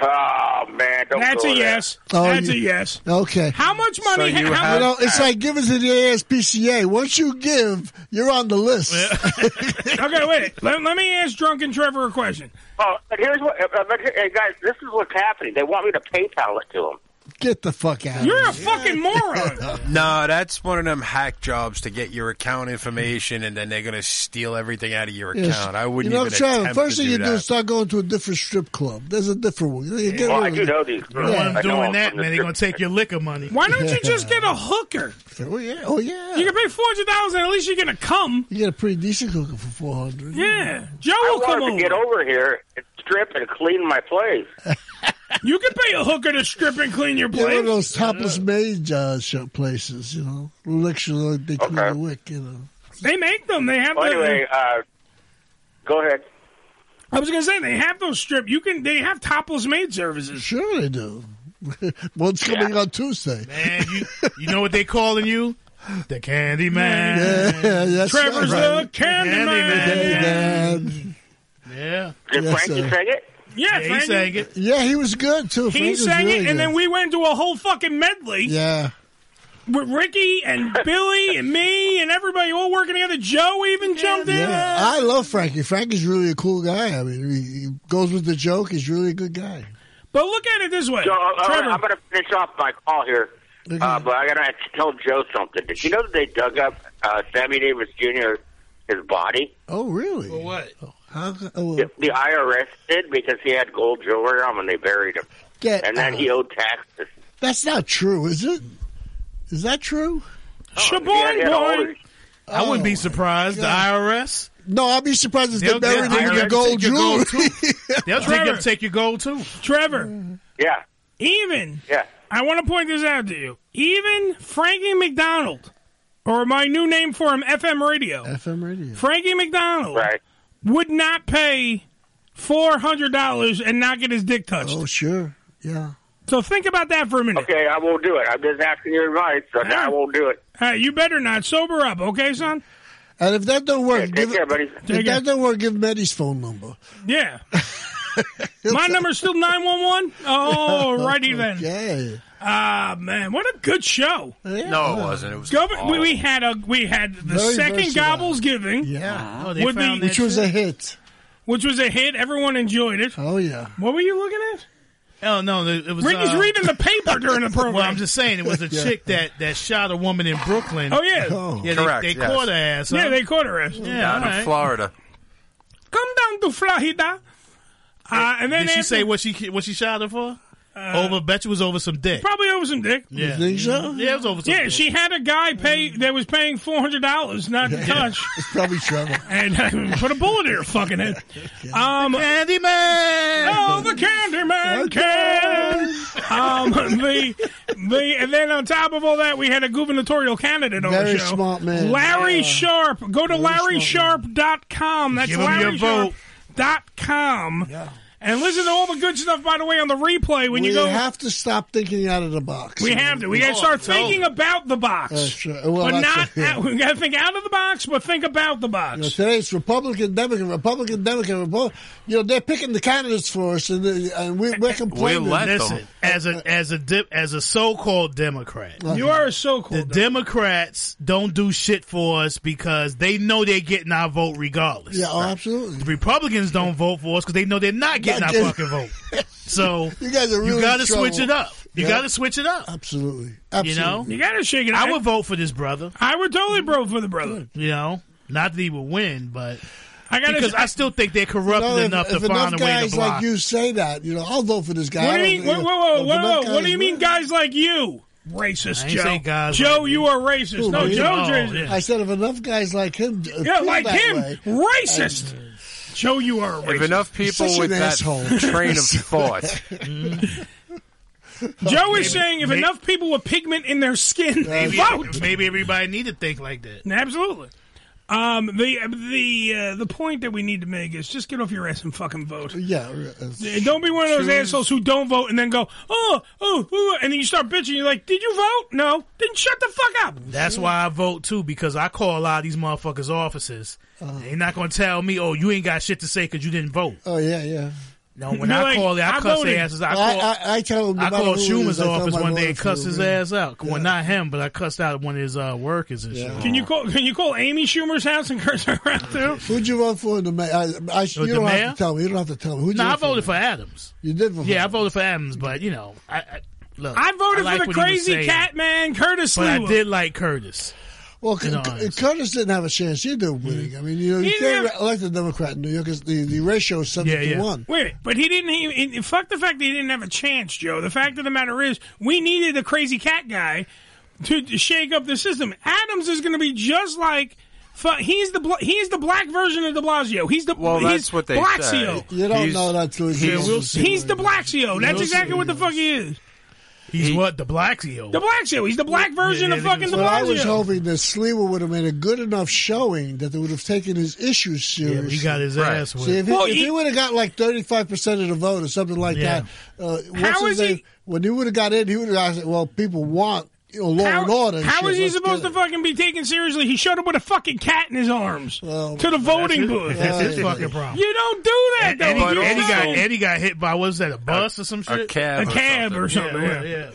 Speaker 7: Oh man, don't
Speaker 1: That's
Speaker 7: go
Speaker 1: a
Speaker 7: there.
Speaker 1: yes.
Speaker 3: Oh,
Speaker 1: that's
Speaker 3: you-
Speaker 1: a yes.
Speaker 3: Okay.
Speaker 1: How much money?
Speaker 3: you,
Speaker 1: how,
Speaker 3: know, it's like giving to the ASPCA. Once you give, you're on the list.
Speaker 1: <laughs> okay, wait. Let, let me ask Drunken Trevor a question.
Speaker 7: Oh, but here's what, uh, but here, hey, guys, this is what's happening. They want me to PayPal it to them.
Speaker 3: Get the fuck out.
Speaker 1: You're a fucking
Speaker 3: <laughs>
Speaker 1: moron.
Speaker 5: No, that's one of them hack jobs to get your account information, and then they're gonna steal everything out of your account.
Speaker 3: Yes.
Speaker 5: I wouldn't
Speaker 3: you know,
Speaker 5: even
Speaker 3: Trevor,
Speaker 5: attempt
Speaker 3: first
Speaker 5: to
Speaker 3: thing
Speaker 5: do
Speaker 3: you do
Speaker 5: that.
Speaker 3: is start going to a different strip club. There's a different one. You get
Speaker 7: Well,
Speaker 3: rid
Speaker 7: I
Speaker 3: of
Speaker 7: do
Speaker 3: it.
Speaker 7: know these
Speaker 2: You
Speaker 7: girls.
Speaker 2: don't want
Speaker 7: I
Speaker 2: them
Speaker 7: know
Speaker 2: doing
Speaker 7: them
Speaker 2: that,
Speaker 7: from the
Speaker 2: man.
Speaker 7: strip-
Speaker 2: They're gonna take your liquor money.
Speaker 1: Why don't you
Speaker 3: <laughs>
Speaker 1: just get a hooker?
Speaker 3: Oh yeah, oh yeah.
Speaker 1: You can pay four hundred dollars, and at least you're gonna come.
Speaker 3: You get a pretty decent cooker for four hundred.
Speaker 1: Yeah, Joe
Speaker 7: I
Speaker 1: will come
Speaker 7: wanted to
Speaker 1: over.
Speaker 7: get over here and strip and clean my place.
Speaker 1: <laughs> You can pay a hooker to strip and clean your
Speaker 3: Yeah, one
Speaker 1: place.
Speaker 3: of those topless maid uh, shop places, you know. Literally, like they clean
Speaker 7: Okay.
Speaker 3: the wick, you know.
Speaker 1: They make them. They have.
Speaker 7: Well,
Speaker 1: the,
Speaker 7: anyway, uh, go ahead.
Speaker 1: I was gonna say they have those strip. You can. They have topless maid services.
Speaker 3: Sure they do. <laughs> One's coming on Tuesday.
Speaker 2: Man, you you know what they calling you? The Candy Man.
Speaker 3: Yeah, <laughs> that's
Speaker 1: Trevor's
Speaker 3: right.
Speaker 1: the candy, man.
Speaker 3: Candyman.
Speaker 2: Yeah.
Speaker 7: Did
Speaker 3: Yes,
Speaker 7: Frankie
Speaker 3: sir.
Speaker 7: sing it?
Speaker 1: Yeah,
Speaker 2: Yeah,
Speaker 1: Frankie.
Speaker 2: he sang it.
Speaker 3: Yeah, he was good too.
Speaker 1: He sang it, and then we went into a whole fucking medley
Speaker 3: Yeah,
Speaker 1: with Ricky
Speaker 7: <laughs>
Speaker 1: and Billy and me and everybody all working together. Joe even jumped in.
Speaker 3: yeah. I love Frankie. Frankie's really a cool guy. I mean, he, he goes with the joke. He's really a good guy.
Speaker 1: But look at it this way,
Speaker 7: Joe, all right,
Speaker 1: Trevor.
Speaker 7: I'm going to finish off my call here. Uh, but I got to tell Joe something. Did you know that they dug up uh, Sammy Davis Jr. 's body?
Speaker 3: Oh, really?
Speaker 2: what?
Speaker 3: How? Oh,
Speaker 7: The, the IRS did because he had gold jewelry on when they buried him,
Speaker 3: get
Speaker 7: and then
Speaker 3: out.
Speaker 7: he owed taxes.
Speaker 3: That's not true, is it? Is that true?
Speaker 1: Oh, Shaboy
Speaker 7: he had all
Speaker 1: boy.
Speaker 7: his-
Speaker 2: I wouldn't
Speaker 1: Oh,
Speaker 2: be surprised. The IRS.
Speaker 3: No, I'd be surprised if they
Speaker 2: They'll
Speaker 3: buried
Speaker 2: take
Speaker 3: him in
Speaker 2: your
Speaker 3: the gold jewelry.
Speaker 2: gold They'll take
Speaker 1: Trevor.
Speaker 2: your, take your gold too.
Speaker 1: Trevor,
Speaker 7: Yeah,
Speaker 1: even
Speaker 7: yeah.
Speaker 1: I want to point this out to you. Even Frankie McDonald, or my new name for him, FM Radio,
Speaker 3: FM radio.
Speaker 1: Frankie McDonald
Speaker 7: Right.
Speaker 1: would not pay four hundred dollars and not get his dick touched.
Speaker 3: Oh, sure. Yeah.
Speaker 1: So think about that for a minute.
Speaker 7: Okay, I won't do it. I'm just asking your advice, so now I won't do it.
Speaker 1: Hey, you better not sober up, okay, son?
Speaker 3: And if that don't work,
Speaker 7: Take
Speaker 3: give
Speaker 7: care, buddy.
Speaker 1: Take
Speaker 3: if
Speaker 1: care.
Speaker 3: that don't work, give Meddy's phone number. <laughs>
Speaker 1: Yeah. My number's still nine one one.
Speaker 3: <laughs>
Speaker 1: Oh, righty then.
Speaker 3: Okay.
Speaker 1: Ah, man, what a good show.
Speaker 3: Yeah.
Speaker 5: No, it wasn't. It was
Speaker 1: Go, we,
Speaker 5: awful.
Speaker 1: we had a we had the
Speaker 3: Very
Speaker 1: second
Speaker 3: versatile.
Speaker 1: Gobbles Giving,
Speaker 3: Yeah. Uh-huh.
Speaker 2: Oh, they
Speaker 1: Would
Speaker 2: found
Speaker 1: the-
Speaker 2: that
Speaker 3: Which was
Speaker 2: shit?
Speaker 3: a hit.
Speaker 1: which was a hit. Everyone enjoyed it.
Speaker 3: Oh yeah.
Speaker 1: What were you looking at?
Speaker 2: Oh no, it was.
Speaker 1: Ricky's
Speaker 2: uh,
Speaker 1: reading the paper during the program.
Speaker 2: <laughs> Well, I'm just saying it was a chick that that shot a woman in Brooklyn.
Speaker 1: Oh yeah,
Speaker 3: Oh.
Speaker 2: yeah,
Speaker 5: Correct,
Speaker 2: they, they
Speaker 5: yes.
Speaker 2: caught her ass.
Speaker 1: yeah,
Speaker 2: huh?
Speaker 1: they caught her ass.
Speaker 2: yeah,
Speaker 5: down
Speaker 2: all
Speaker 5: in
Speaker 2: right.
Speaker 5: Florida.
Speaker 1: Come down to Florida. Uh, and then
Speaker 2: did she
Speaker 1: after- Uh,
Speaker 2: say what she what she shot her for? over, bet you was over some dick.
Speaker 1: Probably over some dick.
Speaker 2: Yeah. You think so? Yeah, it was over some
Speaker 1: Yeah,
Speaker 2: dick.
Speaker 1: she had a guy pay that was paying four hundred dollars not to touch.
Speaker 3: <laughs> It's probably trouble.
Speaker 1: And uh, put a bullet in her fucking head. Um,
Speaker 2: Candyman. Oh,
Speaker 1: the Candyman can. Um, <laughs> the the and then on top of all that, we had a gubernatorial candidate on
Speaker 3: Very
Speaker 1: the show.
Speaker 3: smart man.
Speaker 1: Larry
Speaker 3: Yeah.
Speaker 1: Sharp. Go to LarrySharp.com. That's
Speaker 3: Give him your vote.
Speaker 1: LarrySharp.com. And listen to all the good stuff, by the way, on the replay when
Speaker 3: we
Speaker 1: you go.
Speaker 3: have to stop thinking out of the box.
Speaker 1: We have to. We got to start thinking about the box,
Speaker 3: That's right. uh, Well,
Speaker 1: but not.
Speaker 3: that's <laughs> right.
Speaker 1: Out, we got to think out of the box, but think about the box.
Speaker 3: You know, today it's Republican, Democrat, Republican, Democrat. Repo- You know they're picking the candidates for us, and, they- and
Speaker 1: <laughs>
Speaker 3: we're, we're complaining.
Speaker 2: Listen, as a as a dip, as a so called Democrat,
Speaker 1: You are a so called.
Speaker 2: The Democrats don't do shit for us because they know they're getting our vote regardless.
Speaker 3: Yeah, oh, absolutely.
Speaker 2: The Republicans don't vote for us because they know they're not getting
Speaker 3: Not
Speaker 2: our fucking
Speaker 3: getting-
Speaker 2: vote.
Speaker 7: <laughs>
Speaker 2: So
Speaker 3: <laughs> You guys are really
Speaker 2: gotta
Speaker 3: in trouble.
Speaker 2: switch it up. You
Speaker 3: Yeah. Uh,
Speaker 2: got to switch it up.
Speaker 3: Absolutely.
Speaker 2: You know,
Speaker 1: you got to shake it.
Speaker 2: I would vote for this brother.
Speaker 1: I would totally vote for the brother.
Speaker 2: You know, not that he would win, but
Speaker 1: I
Speaker 3: gotta-
Speaker 2: because I still think they're corrupt
Speaker 3: You know, if-
Speaker 2: enough
Speaker 3: if
Speaker 2: to
Speaker 3: enough
Speaker 2: find a way
Speaker 3: guys
Speaker 2: to block.
Speaker 3: like you say that, you know, I'll vote for this guy.
Speaker 1: What do
Speaker 3: I
Speaker 1: you mean? Whoa,
Speaker 3: don't-
Speaker 1: whoa, whoa,
Speaker 3: if
Speaker 1: whoa,
Speaker 3: enough
Speaker 1: whoa. What do
Speaker 3: guys
Speaker 1: you mean,
Speaker 3: win-
Speaker 1: guys like you? Racist,
Speaker 3: I ain't
Speaker 1: Joe.
Speaker 3: say guys
Speaker 1: Joe,
Speaker 3: like
Speaker 1: you are racist.
Speaker 3: Who,
Speaker 1: no,
Speaker 3: me?
Speaker 1: Joe.
Speaker 3: Oh,
Speaker 1: Joe-
Speaker 3: I said if enough guys like him, d-
Speaker 1: Yeah,
Speaker 3: feel
Speaker 1: like
Speaker 3: that
Speaker 1: him,
Speaker 3: way,
Speaker 1: racist. Joe, you are a racist.
Speaker 5: If enough people
Speaker 1: Such an
Speaker 5: with that
Speaker 1: asshole.
Speaker 5: train
Speaker 3: <laughs>
Speaker 5: of thought,
Speaker 1: Joe is
Speaker 2: Maybe-
Speaker 1: saying if
Speaker 2: may-
Speaker 1: enough people with pigment in their skin <laughs>
Speaker 2: Maybe,
Speaker 1: vote,
Speaker 2: maybe everybody need to think like that.
Speaker 1: Absolutely. Um, the the uh, the point that we need to make is just get off your ass and fucking vote. Uh,
Speaker 3: Yeah,
Speaker 1: don't be one of those
Speaker 3: choose-
Speaker 1: assholes who don't vote and then go oh oh, oh and then you start bitching. You're like, did you vote? No. Then shut the fuck up.
Speaker 2: That's why I vote too, because I call a lot of these motherfuckers offices.
Speaker 3: Uh-huh.
Speaker 2: They're not gonna tell me, "Oh, you ain't got shit to say because you didn't vote."
Speaker 3: Oh yeah, yeah.
Speaker 2: No, when I call it, I, cuss their asses. out. I call,
Speaker 3: I, I, tell him.
Speaker 2: I
Speaker 3: no
Speaker 2: called
Speaker 3: matter who it
Speaker 2: Schumer's
Speaker 3: is, I tell him
Speaker 2: office
Speaker 3: I
Speaker 2: one day
Speaker 3: voted
Speaker 2: and
Speaker 3: for
Speaker 2: cussed
Speaker 3: you.
Speaker 2: his ass out. Well, not him, but I cussed out one of his uh, workers and shit.
Speaker 1: Can you call? Can you call Amy Schumer's house and
Speaker 2: <laughs>
Speaker 1: curse her out too?
Speaker 3: Who'd you vote for in the mayor? I, I,
Speaker 2: the
Speaker 3: you don't
Speaker 2: mayor?
Speaker 3: have to tell me. You don't have to tell me. Who'd
Speaker 2: No,
Speaker 3: you
Speaker 2: I
Speaker 3: vote
Speaker 2: voted for Adams.
Speaker 3: You did vote.
Speaker 2: Yeah, I voted for Adams, but you know, I, I look.
Speaker 1: I voted
Speaker 2: like
Speaker 1: for the
Speaker 2: what he was
Speaker 1: crazy
Speaker 2: saying,
Speaker 1: cat man, Curtis
Speaker 2: but I
Speaker 1: Lewa.
Speaker 2: did like Curtis.
Speaker 3: Well,
Speaker 2: You know,
Speaker 3: Cu- Cu- Curtis didn't have a chance either of winning.
Speaker 2: Mm-hmm.
Speaker 3: I mean, you know,
Speaker 1: He
Speaker 3: you
Speaker 1: didn't
Speaker 3: can't re- elect a Democrat in New York. 'cause The, the ratio is seven to one.
Speaker 1: Wait, a minute, but he didn't. He, he- fuck the fact that he didn't have a chance, Joe. The fact of the matter is, we needed a crazy cat guy to, to shake up the system. Adams is going to be just like. fu- He's the bla- he's the black version of De Blasio. He's the
Speaker 5: Well,
Speaker 1: he's
Speaker 5: that's what they
Speaker 1: Blaxio.
Speaker 5: say. You don't He's- know
Speaker 3: that till
Speaker 5: you he's- see him.
Speaker 1: he's the Blaxio. That's
Speaker 2: You'll
Speaker 1: exactly
Speaker 2: see
Speaker 1: what the fuck he is.
Speaker 2: He's what the Blackio.
Speaker 1: The Blaxio. He's the black version of fucking De
Speaker 3: But I was
Speaker 1: Blasio.
Speaker 3: hoping that Sliwa would have made a good enough showing that they would have taken his issues seriously.
Speaker 2: he got his ass whipped.
Speaker 3: See, if he,
Speaker 2: Well,
Speaker 3: if
Speaker 2: he-
Speaker 3: he, would have got like thirty five percent of the vote or something like
Speaker 2: Yeah.
Speaker 3: that, uh,
Speaker 1: How
Speaker 3: what's his
Speaker 1: is he-
Speaker 3: name? When he would have got in, he would have said, "Well, people want you know, law and order." and
Speaker 1: How
Speaker 3: shit.
Speaker 1: is he
Speaker 3: Let's
Speaker 1: supposed
Speaker 3: get
Speaker 1: to fucking be taken seriously? He showed up with a fucking cat in his arms to the voting
Speaker 2: his- <laughs>
Speaker 1: booth.
Speaker 2: that's his fucking problem.
Speaker 1: You don't do that, though.
Speaker 2: Eddie,
Speaker 1: You
Speaker 2: Eddie got
Speaker 1: don't.
Speaker 2: Eddie got hit by what was that a bus or some shit?
Speaker 5: a cab,
Speaker 1: A cab or something,
Speaker 2: Yeah,
Speaker 1: yeah.
Speaker 2: yeah.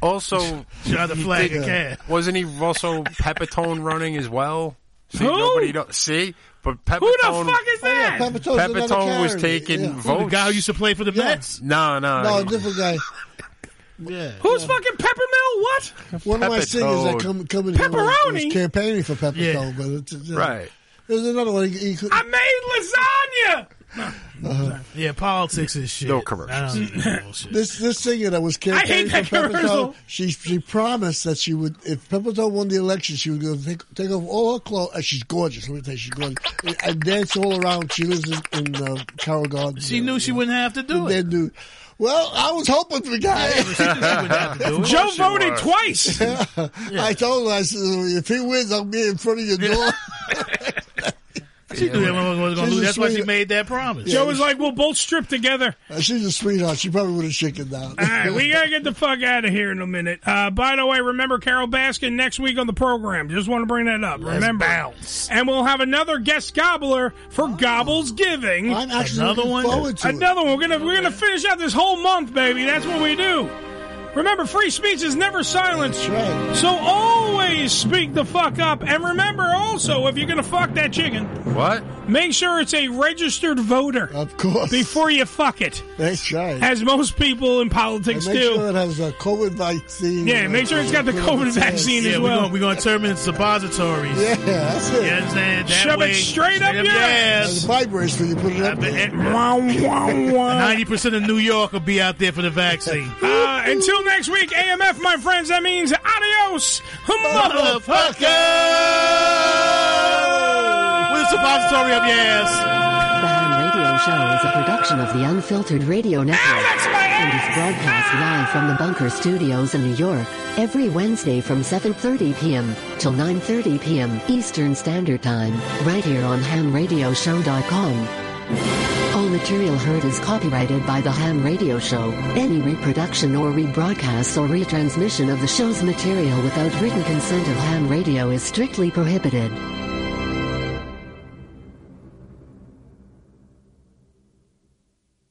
Speaker 5: also
Speaker 2: Shot the
Speaker 5: he
Speaker 2: flag
Speaker 5: did-
Speaker 2: again.
Speaker 5: Wasn't he also Pepitone running as well? See,
Speaker 2: Who?
Speaker 5: nobody don't see, but Pepitone.
Speaker 1: is
Speaker 3: that?
Speaker 5: Pepitone was taking votes.
Speaker 2: The guy who used to play for the Mets.
Speaker 5: No, no,
Speaker 3: No, a different guy.
Speaker 2: Yeah.
Speaker 1: Who's fucking Peppermill? What?
Speaker 3: One of my
Speaker 5: Peppertone.
Speaker 3: singers that come coming in was-
Speaker 1: Pepperoni?
Speaker 3: was campaigning for Peppertone, but it's, it's,
Speaker 5: Right.
Speaker 3: There's another one. He, he could,
Speaker 1: I made lasagna.
Speaker 3: Uh-huh.
Speaker 2: Yeah, politics is shit. No commercials.
Speaker 3: <laughs> This this singer that was
Speaker 2: I hate
Speaker 3: campaigning for
Speaker 2: that commercial.
Speaker 3: Peppertone, she she promised that she would if Peppertone won the election, she would go take take off all her clothes. And she's gorgeous. Let me tell you, she's gorgeous. And- And dance all around. She lives in, in uh, Carroll Gardens.
Speaker 2: She knew she wouldn't have to do it.
Speaker 3: Then do. Well, I was hoping for the guy.
Speaker 2: <laughs>
Speaker 1: Joe voted
Speaker 3: <laughs>
Speaker 1: twice.
Speaker 3: I told her, I said, if he wins, I'll be in front of your door.
Speaker 2: She knew that motherfucker was going to
Speaker 3: She's
Speaker 2: lose.
Speaker 3: a
Speaker 2: That's why she
Speaker 3: sweet-
Speaker 2: made that promise.
Speaker 1: Joe was like, "We'll both strip together."
Speaker 3: Uh, she's a sweetheart. She probably would have shaken
Speaker 2: <laughs>
Speaker 3: down.
Speaker 1: All right, we gotta get the fuck out of here in a minute. Uh, by the way, remember Carol Baskin next week on the program. Just want to bring that up.
Speaker 2: Let's
Speaker 1: remember,
Speaker 2: bounce.
Speaker 1: and we'll have another guest gobbler for Gobbles Giving.
Speaker 3: I'm actually Another looking one? forward to it.
Speaker 1: another one. We're gonna we're gonna finish out this whole month, baby. That's what we do. Remember, free speech is never silenced. So always speak the fuck up. And remember also, if you're going to fuck that chicken,
Speaker 5: what?
Speaker 1: Make sure it's a registered voter. Of course. Before you fuck it.
Speaker 3: That's right.
Speaker 1: As most people in
Speaker 3: And
Speaker 1: politics
Speaker 3: make
Speaker 1: do.
Speaker 3: sure it has a COVID vaccine.
Speaker 1: Yeah, make sure it's got the COVID vaccine
Speaker 2: yeah,
Speaker 1: as
Speaker 2: We're
Speaker 1: well.
Speaker 2: gonna, we're gonna terminate suppositories.
Speaker 3: Yeah, that's it.
Speaker 2: You understand? That
Speaker 3: Shove it
Speaker 2: way,
Speaker 3: straight up your ass. It
Speaker 2: vibrates when you put it up <laughs> Ninety percent of New York will be out there for the vaccine.
Speaker 1: Uh, until next week, AMF, my friends, that means adios, motherfucker!
Speaker 2: With a suppository up your ass.
Speaker 11: The Ham Radio Show is a production of the Unfiltered Radio Network and is broadcast live from the Bunker Studios in New York every Wednesday from 7.30 p.m. till 9.30 p.m. Eastern Standard Time right here on hamradioshow.com. All material heard is copyrighted by The Ham Radio Show. Any reproduction or rebroadcast or retransmission of the show's material without written consent of Ham Radio is strictly prohibited.